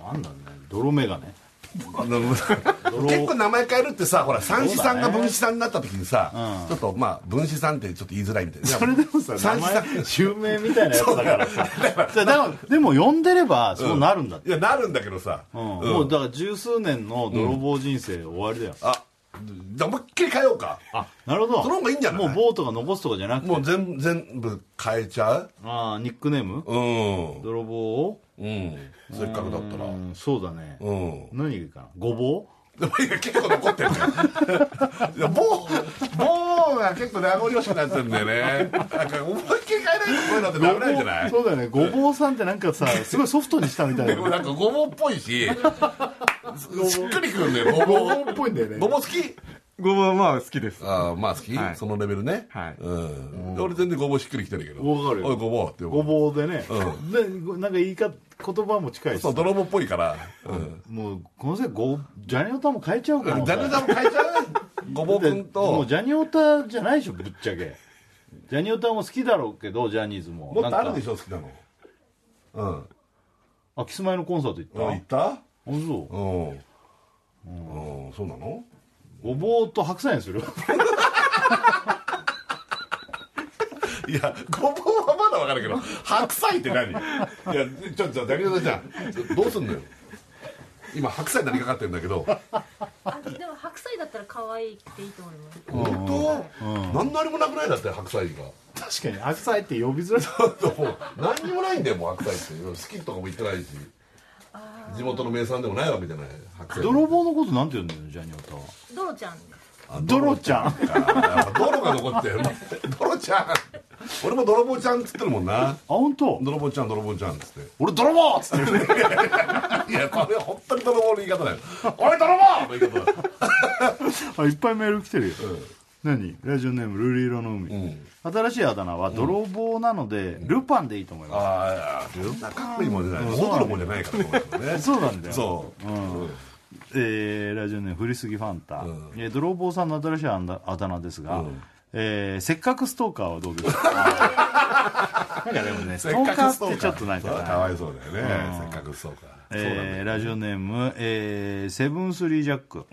[SPEAKER 1] なんだろうね泥眼鏡
[SPEAKER 2] あの 結構名前変えるってさほら三子さんが分子さんになった時にさ、ちょっとまあ分子さんってちょっと言いづらいみたいな
[SPEAKER 1] それでもさ
[SPEAKER 2] 三
[SPEAKER 1] 名
[SPEAKER 2] 子さん
[SPEAKER 1] 前襲名みたいなやつだからさだからでも呼んでればそうなるんだって
[SPEAKER 2] いやなるんだけどさ、
[SPEAKER 1] うん
[SPEAKER 2] うん
[SPEAKER 1] もうだから十数年の泥棒人生終わりだよ
[SPEAKER 2] あじゃあ思いっきり変えようか
[SPEAKER 1] あなるほど
[SPEAKER 2] その方がいいんじゃない
[SPEAKER 1] もう棒とか残すとかじゃなくて
[SPEAKER 2] もう全全部変えちゃう
[SPEAKER 1] ああニックネーム
[SPEAKER 2] うん
[SPEAKER 1] 泥棒を
[SPEAKER 2] うんせっかくだったらう
[SPEAKER 1] うんんそうだね何がいいかなごぼう
[SPEAKER 2] でもいや結構残ってるねいや棒棒が結構名残惜しくなってるんだよねなんか思いっきり変えないとこういうのってダメなんじゃない
[SPEAKER 1] そうだよねごぼうさんってなんかさすごいソフトにしたみたい
[SPEAKER 2] でも
[SPEAKER 1] な
[SPEAKER 2] なんかごぼうっぽいししっくりくるんだよごぼう
[SPEAKER 1] っぽいんだよね
[SPEAKER 2] ごぼう好き
[SPEAKER 4] ごぼうはまあ好きです
[SPEAKER 2] ああまあ好き、
[SPEAKER 4] はい
[SPEAKER 2] そのレベルね、
[SPEAKER 4] はい
[SPEAKER 2] うん、俺全然ごぼうしっくりきてるけど
[SPEAKER 1] わかるよ
[SPEAKER 2] おいごぼうって
[SPEAKER 1] ご
[SPEAKER 2] う
[SPEAKER 1] ぼうでね、でなんか言い方言葉も近いし
[SPEAKER 2] そう泥棒っぽいから、うん、
[SPEAKER 1] もうこの際ごジャニオタも変えちゃうか
[SPEAKER 2] ジ
[SPEAKER 1] ら
[SPEAKER 2] ャニーさんも変えちゃうごぼうくん
[SPEAKER 1] も
[SPEAKER 2] と
[SPEAKER 1] うジャニオタじゃないでしょぶっちゃけジャニオタも好きだろうけどジャニーズも
[SPEAKER 2] もっとあるで
[SPEAKER 1] ょ
[SPEAKER 2] しょ好きなのうん
[SPEAKER 1] あキスマイのコンサート行った
[SPEAKER 2] 行った
[SPEAKER 1] あそう
[SPEAKER 2] うん、うんそうなの
[SPEAKER 1] ごぼうと白菜にする
[SPEAKER 2] いやごぼうはまだわかるけど白菜って何いやちょっとだけどじゃあどうすんのよ今白菜になりかかってるんだけど
[SPEAKER 5] あでも白菜だったら可愛いっていいと思います
[SPEAKER 2] 本当、何のあれもなくないだって白菜が
[SPEAKER 1] 確かに白菜って呼びづらい
[SPEAKER 2] もう何にもないんだよもう白菜って好きとかも言ってないし地元の名産でもないわけじゃない白菜
[SPEAKER 1] 泥棒のことなんて言うんだよジャニオタは
[SPEAKER 5] ドロちゃんです
[SPEAKER 2] あ
[SPEAKER 1] 泥ちゃん
[SPEAKER 2] 泥か泥が残ってる泥ちゃん俺も泥棒ちゃんっつってるもんな
[SPEAKER 1] あ本当。
[SPEAKER 2] 泥棒ちゃん泥棒ちゃんっつって
[SPEAKER 1] 俺泥棒っつってる
[SPEAKER 2] いやこれ本当に泥棒の言い方だよ俺泥棒の言い方だよ
[SPEAKER 1] あいっぱいメール来てるよ、何ラジオネームルリ色の海、新しいあだ名は泥棒なので、ルパンでいいと思いま
[SPEAKER 2] ああいや中身もじゃない大泥棒じゃないからね俺もね
[SPEAKER 1] す、そうなんだよ
[SPEAKER 2] そう、うん
[SPEAKER 1] えーラジオネーム振りすぎファンタ、えー泥棒さんの新しいあんだあだ名ですが、えーせっかくストーカーはどうですかなんかでもねスト
[SPEAKER 2] せっ
[SPEAKER 1] ーカ
[SPEAKER 2] かくス
[SPEAKER 1] ー
[SPEAKER 2] ト
[SPEAKER 1] って
[SPEAKER 2] ー
[SPEAKER 1] ち
[SPEAKER 2] カ
[SPEAKER 1] ょ
[SPEAKER 2] ー
[SPEAKER 1] っとなんか
[SPEAKER 2] そうかわいそうだよねせっかくそうかそうなんだ
[SPEAKER 1] えーラジオネーム、えーセブンスリージャック、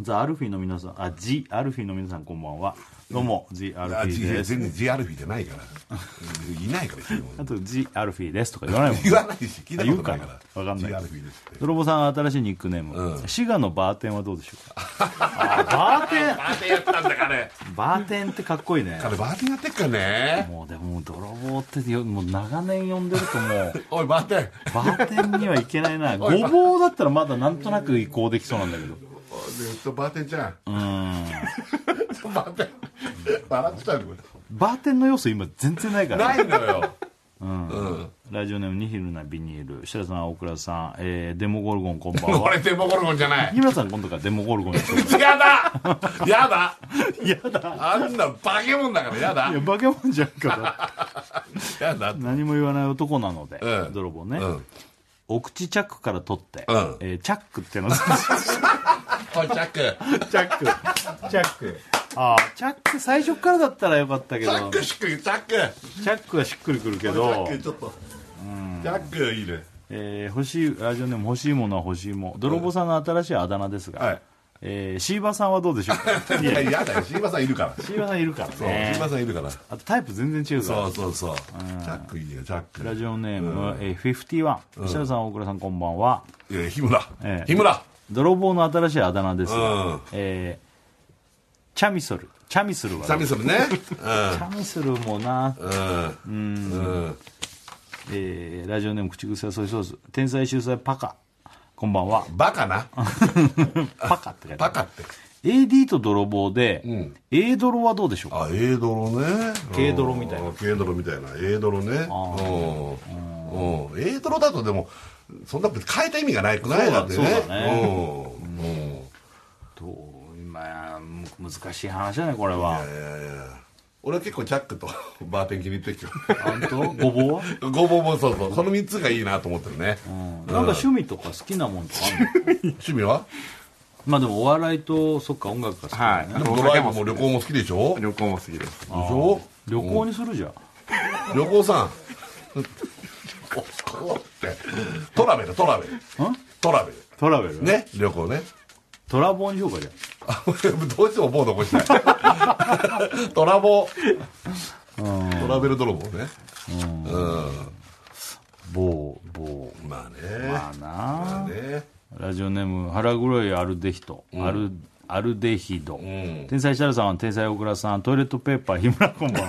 [SPEAKER 1] ザ・アルフィーの皆さんあジ・アルフィーの皆さんこんばんはどうも、ジ・アルフ
[SPEAKER 2] あ
[SPEAKER 1] ィー
[SPEAKER 2] 違う
[SPEAKER 1] です
[SPEAKER 2] 全然 GRP じゃない からいないから君も
[SPEAKER 1] あと、ジ・アルフィーですとか 言わないもん
[SPEAKER 2] 言わないし聞いたことないから
[SPEAKER 1] あ言うかなわかんない
[SPEAKER 2] GRP ですって
[SPEAKER 1] 泥棒さんは新しいニックネーム、滋賀のバーテンはどうでしょうかあバーテン
[SPEAKER 2] バーテンやったんだ彼
[SPEAKER 1] バーテンってかっこいいね
[SPEAKER 2] 彼バーテンやってっからね
[SPEAKER 1] もうでももう泥棒ってよもう長年呼んでるともう
[SPEAKER 2] おいバーテン
[SPEAKER 1] バーテンにはいけない なごぼうだったらまだなんとなく移行できそうなんだけど
[SPEAKER 2] ずっとバーテンじゃん うんバーテン笑ってたよ
[SPEAKER 1] バーテンの要素今全然ないからね
[SPEAKER 2] ないのよ
[SPEAKER 1] ラジオネームニヒルなビニール設楽さん大倉さん、えーデモゴルゴンこんば んは
[SPEAKER 2] 俺デモゴルゴンじゃない
[SPEAKER 1] 日村さん今度からデモゴルゴンにしよ
[SPEAKER 2] やだやだ
[SPEAKER 1] うやだ
[SPEAKER 2] あんな化け物だからやだ
[SPEAKER 1] いやバケモンじゃんから
[SPEAKER 2] やだ
[SPEAKER 1] 何も言わない男なので、
[SPEAKER 2] うん
[SPEAKER 1] 泥棒ね、
[SPEAKER 2] うん
[SPEAKER 1] お口チャックから取って、
[SPEAKER 2] うん
[SPEAKER 1] えーチャックってのチャ
[SPEAKER 2] おいチャック
[SPEAKER 1] ックチャックああチャック最初からだったらよかったけ
[SPEAKER 2] チ
[SPEAKER 1] ど
[SPEAKER 2] ャックしっくりチャック
[SPEAKER 1] チャックはしっくりくる
[SPEAKER 2] チ
[SPEAKER 1] け
[SPEAKER 2] ャ
[SPEAKER 1] ど
[SPEAKER 2] ッ、クちょっとチャックいいね
[SPEAKER 1] えー欲しいラジオネーム欲しいものは欲しいもん泥棒さんの新しいあだ名ですが、
[SPEAKER 2] はい
[SPEAKER 1] えーシーバさんはどうでし ょうか
[SPEAKER 2] い
[SPEAKER 1] いや
[SPEAKER 2] ややだよシーバさんいるから
[SPEAKER 1] シーバさんいるから
[SPEAKER 2] そうシ
[SPEAKER 1] ね
[SPEAKER 2] ーバさんいるから
[SPEAKER 1] あとタイプ全然違うから
[SPEAKER 2] そうそうそうチャックいいよチャック
[SPEAKER 1] ラジオネーム、えー、51設楽さん大倉さんこんばんはい
[SPEAKER 2] や日村
[SPEAKER 1] ええ
[SPEAKER 2] 日村
[SPEAKER 1] 泥棒の新しいあだ名ですが、
[SPEAKER 2] うん
[SPEAKER 1] えーチャミソルチャミスルは
[SPEAKER 2] サミソルね
[SPEAKER 1] チャミスルもな、
[SPEAKER 2] うんうん
[SPEAKER 1] えーラジオネーム口癖はソイソース天才秀才パカこんばんは
[SPEAKER 2] バカな
[SPEAKER 1] パカって書いてあ
[SPEAKER 2] バ
[SPEAKER 1] る
[SPEAKER 2] カって
[SPEAKER 1] AD と泥棒で、A 泥はどうでしょうか
[SPEAKER 2] あ A 泥ね
[SPEAKER 1] 軽泥みたいな
[SPEAKER 2] うん軽泥みたいな A 泥ねうんうん A 泥だとでもそんな変えた意味がないくないだってね
[SPEAKER 1] そうだね
[SPEAKER 2] うんうん
[SPEAKER 1] どう今難しい話だねこれは
[SPEAKER 2] 俺は結構チャックと バーテン気に入ってるけ
[SPEAKER 1] 本当ごぼうは、
[SPEAKER 2] どごぼうもそうそうこの3つがいいなと思ってるね
[SPEAKER 1] なんか趣味とか好きなもんとかあるの
[SPEAKER 2] 趣味は
[SPEAKER 1] まあでもお笑いとそっか音楽が好きだね、
[SPEAKER 4] はい
[SPEAKER 2] ドライブも旅行も好きでしょでし
[SPEAKER 4] 旅行も好きです
[SPEAKER 2] ょ
[SPEAKER 1] 旅行にするじゃん
[SPEAKER 2] 旅行さん旅行ってトラベルトラベルトラベル
[SPEAKER 1] トラベル、ね、
[SPEAKER 2] ね旅行ね
[SPEAKER 1] トラボーにしようかじゃ
[SPEAKER 2] あ俺どうしても棒残したいトラボトラベル泥棒ね
[SPEAKER 1] 棒棒
[SPEAKER 2] まあね
[SPEAKER 1] まあなあ
[SPEAKER 2] ね
[SPEAKER 1] ラジオネーム腹黒いアルデヒト、アルアルデヒド、天才設楽さん天才小倉さんトイレットペーパー 日村こんばんは、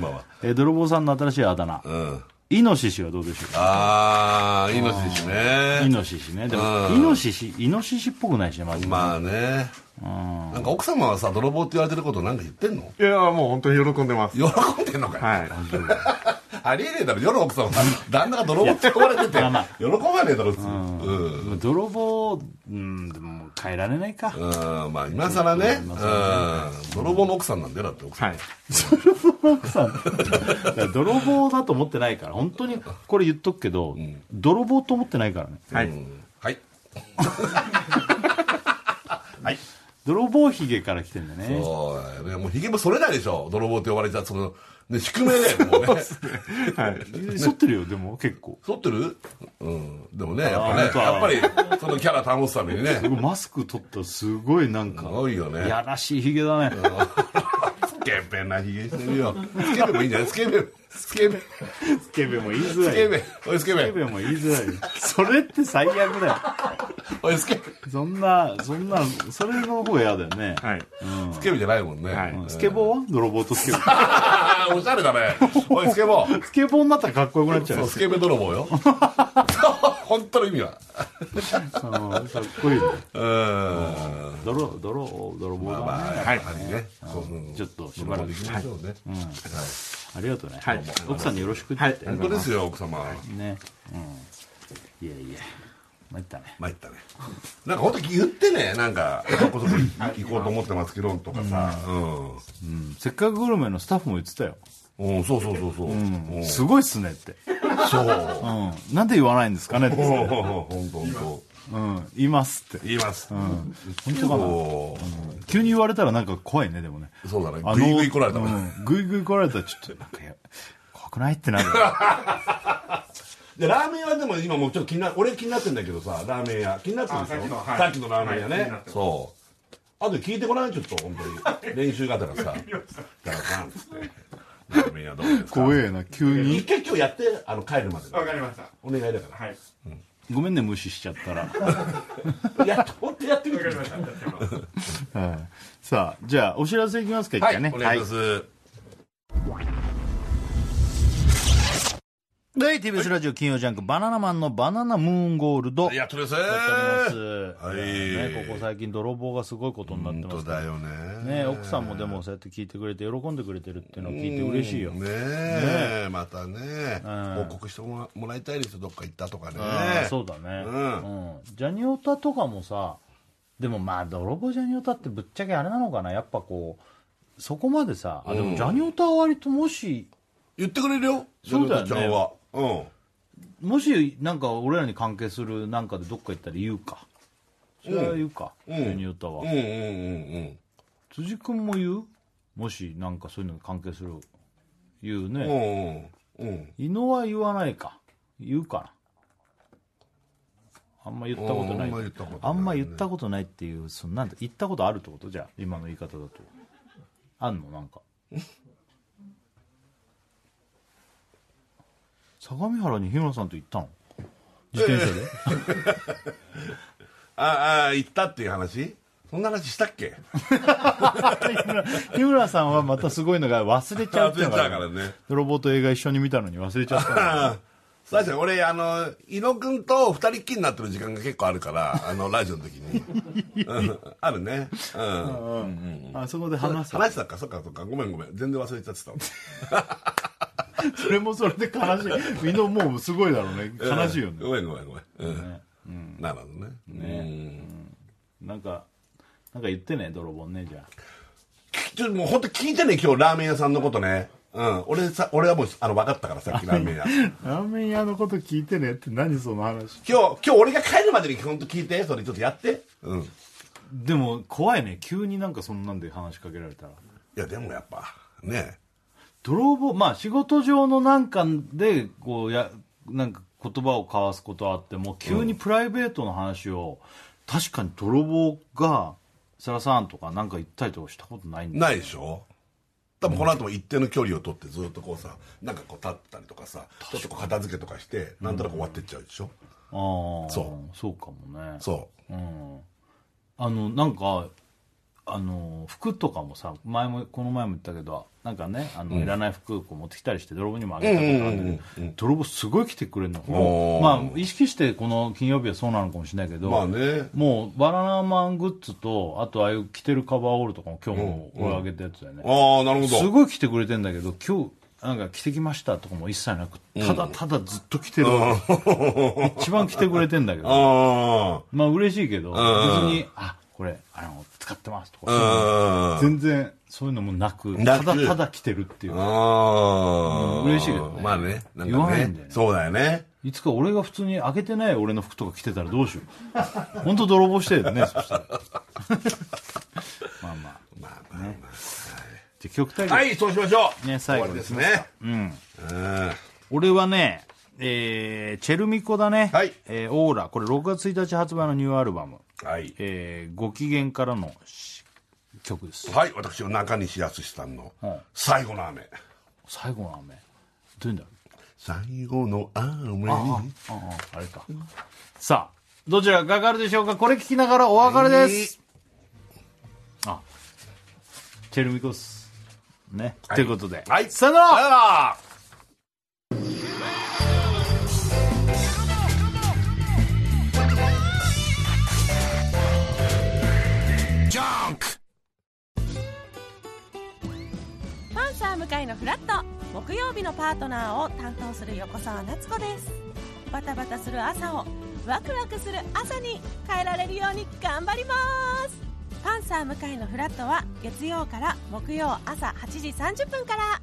[SPEAKER 2] まあま
[SPEAKER 1] えー泥棒さんの新しいあだ名、イノシシはどうでしょうか
[SPEAKER 2] ああイノシシ
[SPEAKER 1] イ
[SPEAKER 2] ね
[SPEAKER 1] ノシシねでもイノシシイノシシっぽくないしねまず、
[SPEAKER 2] まあねなんか奥様はさ泥棒って言われてることなんか言ってんの
[SPEAKER 4] いやもう本当に喜んでます
[SPEAKER 2] 喜んでんのかよ、
[SPEAKER 4] はい
[SPEAKER 2] ありえねえだろ世の奥様旦那が泥棒って呼ばれてて
[SPEAKER 1] いやまあ
[SPEAKER 2] 喜ばねえだろ普通うん
[SPEAKER 1] まあ泥棒うんでももう変えられないか、
[SPEAKER 2] うんまあ今更ねうん泥棒の奥さんなんだよだって奥さん
[SPEAKER 4] はい
[SPEAKER 1] 奥さん だから泥棒だと思ってないから本当にこれ言っとくけど、泥棒と思ってないからね
[SPEAKER 4] はい
[SPEAKER 2] はい
[SPEAKER 1] 泥棒ひげから来てんだね
[SPEAKER 2] そうだよねもうひげもそれないでしょ泥棒って呼ばれちゃうその、ね、宿命だよもうね
[SPEAKER 1] 剃ってるよでも結構
[SPEAKER 2] 剃ってるうんでもねや
[SPEAKER 1] あー
[SPEAKER 2] っぱ
[SPEAKER 1] 本
[SPEAKER 2] ねやっぱりそのキャラ保つためにね
[SPEAKER 1] 僕マスク取ったらすごいなん
[SPEAKER 2] す
[SPEAKER 1] か
[SPEAKER 2] ごいよ
[SPEAKER 1] い
[SPEAKER 2] ね
[SPEAKER 1] やらしいひげだね
[SPEAKER 2] ケベンなひげしてるよスケベもいいんじゃないスケベスケベ
[SPEAKER 1] スケベも言いづ
[SPEAKER 2] ス
[SPEAKER 1] らい
[SPEAKER 2] ケ
[SPEAKER 1] よ
[SPEAKER 2] ベおいスケ
[SPEAKER 1] スケベ
[SPEAKER 2] ベ
[SPEAKER 1] も言いづらいよそれって最悪だよ
[SPEAKER 2] おいスケベ
[SPEAKER 1] そんなそんなそれの方が嫌だよね、
[SPEAKER 4] はい。
[SPEAKER 2] スケベじゃないもんね、
[SPEAKER 4] はい
[SPEAKER 1] スケボーは泥棒とスケボー
[SPEAKER 2] ああ おしゃれだねおいスケボー
[SPEAKER 1] スケボーになったらかっこよくなっちゃ
[SPEAKER 2] そ
[SPEAKER 1] う
[SPEAKER 2] う
[SPEAKER 1] よ
[SPEAKER 2] スケベ泥棒よ 本当の意味は
[SPEAKER 1] うんかっこいいね
[SPEAKER 2] うーん
[SPEAKER 1] 泥泥泥棒だね、
[SPEAKER 2] まあやっぱりね、そううん
[SPEAKER 1] ちょっとしばらく
[SPEAKER 2] できましょうね、はい
[SPEAKER 1] ありがとうね、
[SPEAKER 4] はい
[SPEAKER 1] 奥さんによろしくって言って、
[SPEAKER 4] はい
[SPEAKER 2] 本当ですよ奥様、
[SPEAKER 1] ねうんいやいや参ったね
[SPEAKER 2] 参ったねなんか本当言ってねなんかそこそこ行こうと思ってますけどとかさう
[SPEAKER 1] うんせっかくグルメのスタッフも言ってたよ
[SPEAKER 2] ん、うん、そうそうそうそう、うん、
[SPEAKER 1] すごいっすねって、
[SPEAKER 2] そう
[SPEAKER 1] うん、なんで言わないんですかねって言って
[SPEAKER 2] 本当本当
[SPEAKER 1] たよ、うん、言いますって
[SPEAKER 2] 言います、うん、
[SPEAKER 1] 本当かな急に言われたらなんか怖いねでもね
[SPEAKER 2] そうだね
[SPEAKER 1] あの
[SPEAKER 2] グイグイ来られたもん、
[SPEAKER 1] うんグイグイ来られたらちょっとなんかや怖くないって なる
[SPEAKER 2] でラーメン屋でも今もうちょっと気にな俺気になってんだけどさラーメン屋気になってるでしょ
[SPEAKER 4] あさっきのはい
[SPEAKER 2] さっきのラーメン屋ね、
[SPEAKER 4] はい気になってます
[SPEAKER 2] そうあと聞いてこないちょっと本当に練習がてら さ「だからさん」つって「ラーメン屋どうですか?
[SPEAKER 1] 怖えな急」
[SPEAKER 2] 一
[SPEAKER 1] に
[SPEAKER 2] 回今日やってあの帰るまで
[SPEAKER 4] わかりました。
[SPEAKER 2] お願いだか
[SPEAKER 4] はい。
[SPEAKER 1] ごめんね無視しちゃったら、
[SPEAKER 2] らやっと本当やってみ
[SPEAKER 4] わか
[SPEAKER 2] て
[SPEAKER 4] りました。
[SPEAKER 1] うんさあじゃあお知らせいきますか一
[SPEAKER 2] はい
[SPEAKER 1] 回ね、
[SPEAKER 2] お願いします、
[SPEAKER 1] はい、TBS ラジオ金曜ジャンク、バナナマンのバナナムーンゴールド。
[SPEAKER 2] ありがとうござい
[SPEAKER 1] や
[SPEAKER 2] ま
[SPEAKER 1] ってお
[SPEAKER 2] す
[SPEAKER 1] ります。
[SPEAKER 2] はい
[SPEAKER 1] ね、ここ最近泥棒がすごいことになって
[SPEAKER 2] 本
[SPEAKER 1] ま
[SPEAKER 2] 当
[SPEAKER 1] すから
[SPEAKER 2] だよね
[SPEAKER 1] ね、奥さんもでもそうやって聞いてくれて、喜んでくれてるっていうのを聞いて嬉しいよ。
[SPEAKER 2] ねえまたね
[SPEAKER 1] うん
[SPEAKER 2] 報告してもらいたいですよどっか行ったとかね
[SPEAKER 1] ああそうだね、
[SPEAKER 2] う
[SPEAKER 1] うんジャニオタとかもさ、でもまあ、泥棒ジャニオタってぶっちゃけあれなのかな、やっぱこう、そこまでさ、あでもジャニオタは割ともし、
[SPEAKER 2] 言ってくれるよ
[SPEAKER 1] そうだよね
[SPEAKER 2] ジャニオタちゃんはうん
[SPEAKER 1] もしなんか俺らに関係するなんかでどっか行ったら言うか。それは言うか、ジャニオタは。
[SPEAKER 2] うんうんうんうん
[SPEAKER 1] 辻君も言うもしなんかそういうのに関係する言う
[SPEAKER 2] う
[SPEAKER 1] ね、
[SPEAKER 2] んうんうん
[SPEAKER 1] 伊野は言わないか言うかなあんま言ったことない
[SPEAKER 2] うんあんま言ったことない
[SPEAKER 1] あんま言ったことないっていうそのなんて言ったことあるってことじゃあ今の言い方だとあんのなん か相模原に日村さんと行ったの自転車で、
[SPEAKER 2] ああ行ったっていう話そんな話したっけ
[SPEAKER 1] 日村さんはまたすごいのが忘れちゃうっていう
[SPEAKER 2] 忘れ
[SPEAKER 1] の
[SPEAKER 2] ちゃう
[SPEAKER 1] が、
[SPEAKER 2] からね
[SPEAKER 1] ロボット映画一緒に見たのに忘れちゃったの
[SPEAKER 2] さあちゃん俺あの伊野くんと二人っきりになってる時間が結構あるからあ のラジオの時に、うん、あるねうん
[SPEAKER 1] あそこで 話す
[SPEAKER 2] 話したかそっかそっかごめんごめん全然忘れちゃってたわ
[SPEAKER 1] それもそれで悲し いみんなもうすごいだろうね悲しいよ
[SPEAKER 2] うん
[SPEAKER 1] ね
[SPEAKER 2] ごめんごめんごめんうんなるほどねうん
[SPEAKER 1] なんかなんか言ってね泥棒ねじゃ
[SPEAKER 2] ちょっともう本当聞いてね今日ラーメン屋さんのことねうん俺さ俺はもうあの分かった からさっきラーメン屋
[SPEAKER 1] あラーメン屋のこと聞いてねって何その話
[SPEAKER 2] 今日今日俺が帰るまでに本当聞いてそれちょっとやってうんい
[SPEAKER 1] でも怖いね急になんかそんなんで話しかけられたら
[SPEAKER 2] やでもやっぱね
[SPEAKER 1] 泥棒まあ仕事上のなんかでこうやなんか言葉を交わすことはあっても急にプライベートの話を、確かに泥棒が「世良さん」とかなんか言ったりとかしたことないんだ
[SPEAKER 2] ないでしょ多分この後も一定の距離を取ってずっとこうさなんかこう立ったりとかさちょっとこう片付けとかしてなんとなく終わってっちゃうでしょ、
[SPEAKER 1] あー
[SPEAKER 2] そう
[SPEAKER 1] そうかもね
[SPEAKER 2] そう
[SPEAKER 1] うんあのなんかあの服とかもさ前もこの前も言ったけどなんかねあの、いらない服こう持ってきたりして泥棒にもあげたことあるんだけど、泥棒すごい来てくれるの
[SPEAKER 2] おー
[SPEAKER 1] まあ意識してこの金曜日はそうなのかもしれないけど、
[SPEAKER 2] まあね
[SPEAKER 1] もうバナナマングッズとあとああいう着てるカバーオールとかも今日も俺あげたやつだよね、
[SPEAKER 2] ああなるほ
[SPEAKER 1] す
[SPEAKER 2] ど
[SPEAKER 1] ごい来てくれてんだけど今日なんか着てきましたとかも一切なくただただずっと着てる、一番着てくれてんだ けど
[SPEAKER 2] あ
[SPEAKER 1] まあ嬉しいけど、別に、あ、これ、あの、使ってますとか、
[SPEAKER 2] あ
[SPEAKER 1] 全然そういうのもなく、
[SPEAKER 2] な
[SPEAKER 1] た
[SPEAKER 2] く
[SPEAKER 1] だただ来てるっていう。
[SPEAKER 2] ああ
[SPEAKER 1] 嬉しいけどね
[SPEAKER 2] まあねなん
[SPEAKER 1] 言わ
[SPEAKER 2] か
[SPEAKER 1] ない
[SPEAKER 2] ね
[SPEAKER 1] んだよね
[SPEAKER 2] そうだよね
[SPEAKER 1] いつか俺が普通に開けてない俺の服とか着てたらどうしよ う。本当泥棒してるね、そしたら。 まあま
[SPEAKER 2] ま
[SPEAKER 1] あ。
[SPEAKER 2] あまあま
[SPEAKER 1] じゃあ曲対
[SPEAKER 2] あ
[SPEAKER 1] 決、
[SPEAKER 2] はいそうしましょう
[SPEAKER 1] ね
[SPEAKER 2] 終
[SPEAKER 1] 最
[SPEAKER 2] わ
[SPEAKER 1] 後
[SPEAKER 2] り
[SPEAKER 1] に
[SPEAKER 2] で
[SPEAKER 1] し
[SPEAKER 2] す
[SPEAKER 1] ま
[SPEAKER 2] ね
[SPEAKER 1] すか
[SPEAKER 2] うん
[SPEAKER 1] 俺はね、えーチェルミコだね。
[SPEAKER 2] はい
[SPEAKER 1] えーオーラ。これ6月1日発売のニューアルバム。
[SPEAKER 2] はい
[SPEAKER 1] えーご機嫌からのし曲です
[SPEAKER 2] はい私の中西康さんの
[SPEAKER 1] はい
[SPEAKER 2] 「最後の雨」
[SPEAKER 1] 最後の雨どういうんだろう
[SPEAKER 2] 最後の雨
[SPEAKER 1] あああああれかさあどちらがかかるでしょうかこれ聞きながらお別れです、あチェルミコスね、ということで、
[SPEAKER 2] はい
[SPEAKER 1] さよなら
[SPEAKER 6] パンサー向かいのフラット木曜日のパートナーを担当する横澤夏子ですバタバタする朝をワクワクする朝に変えられるように頑張りますパンサー向かいのフラットは月曜から木曜朝8時30分から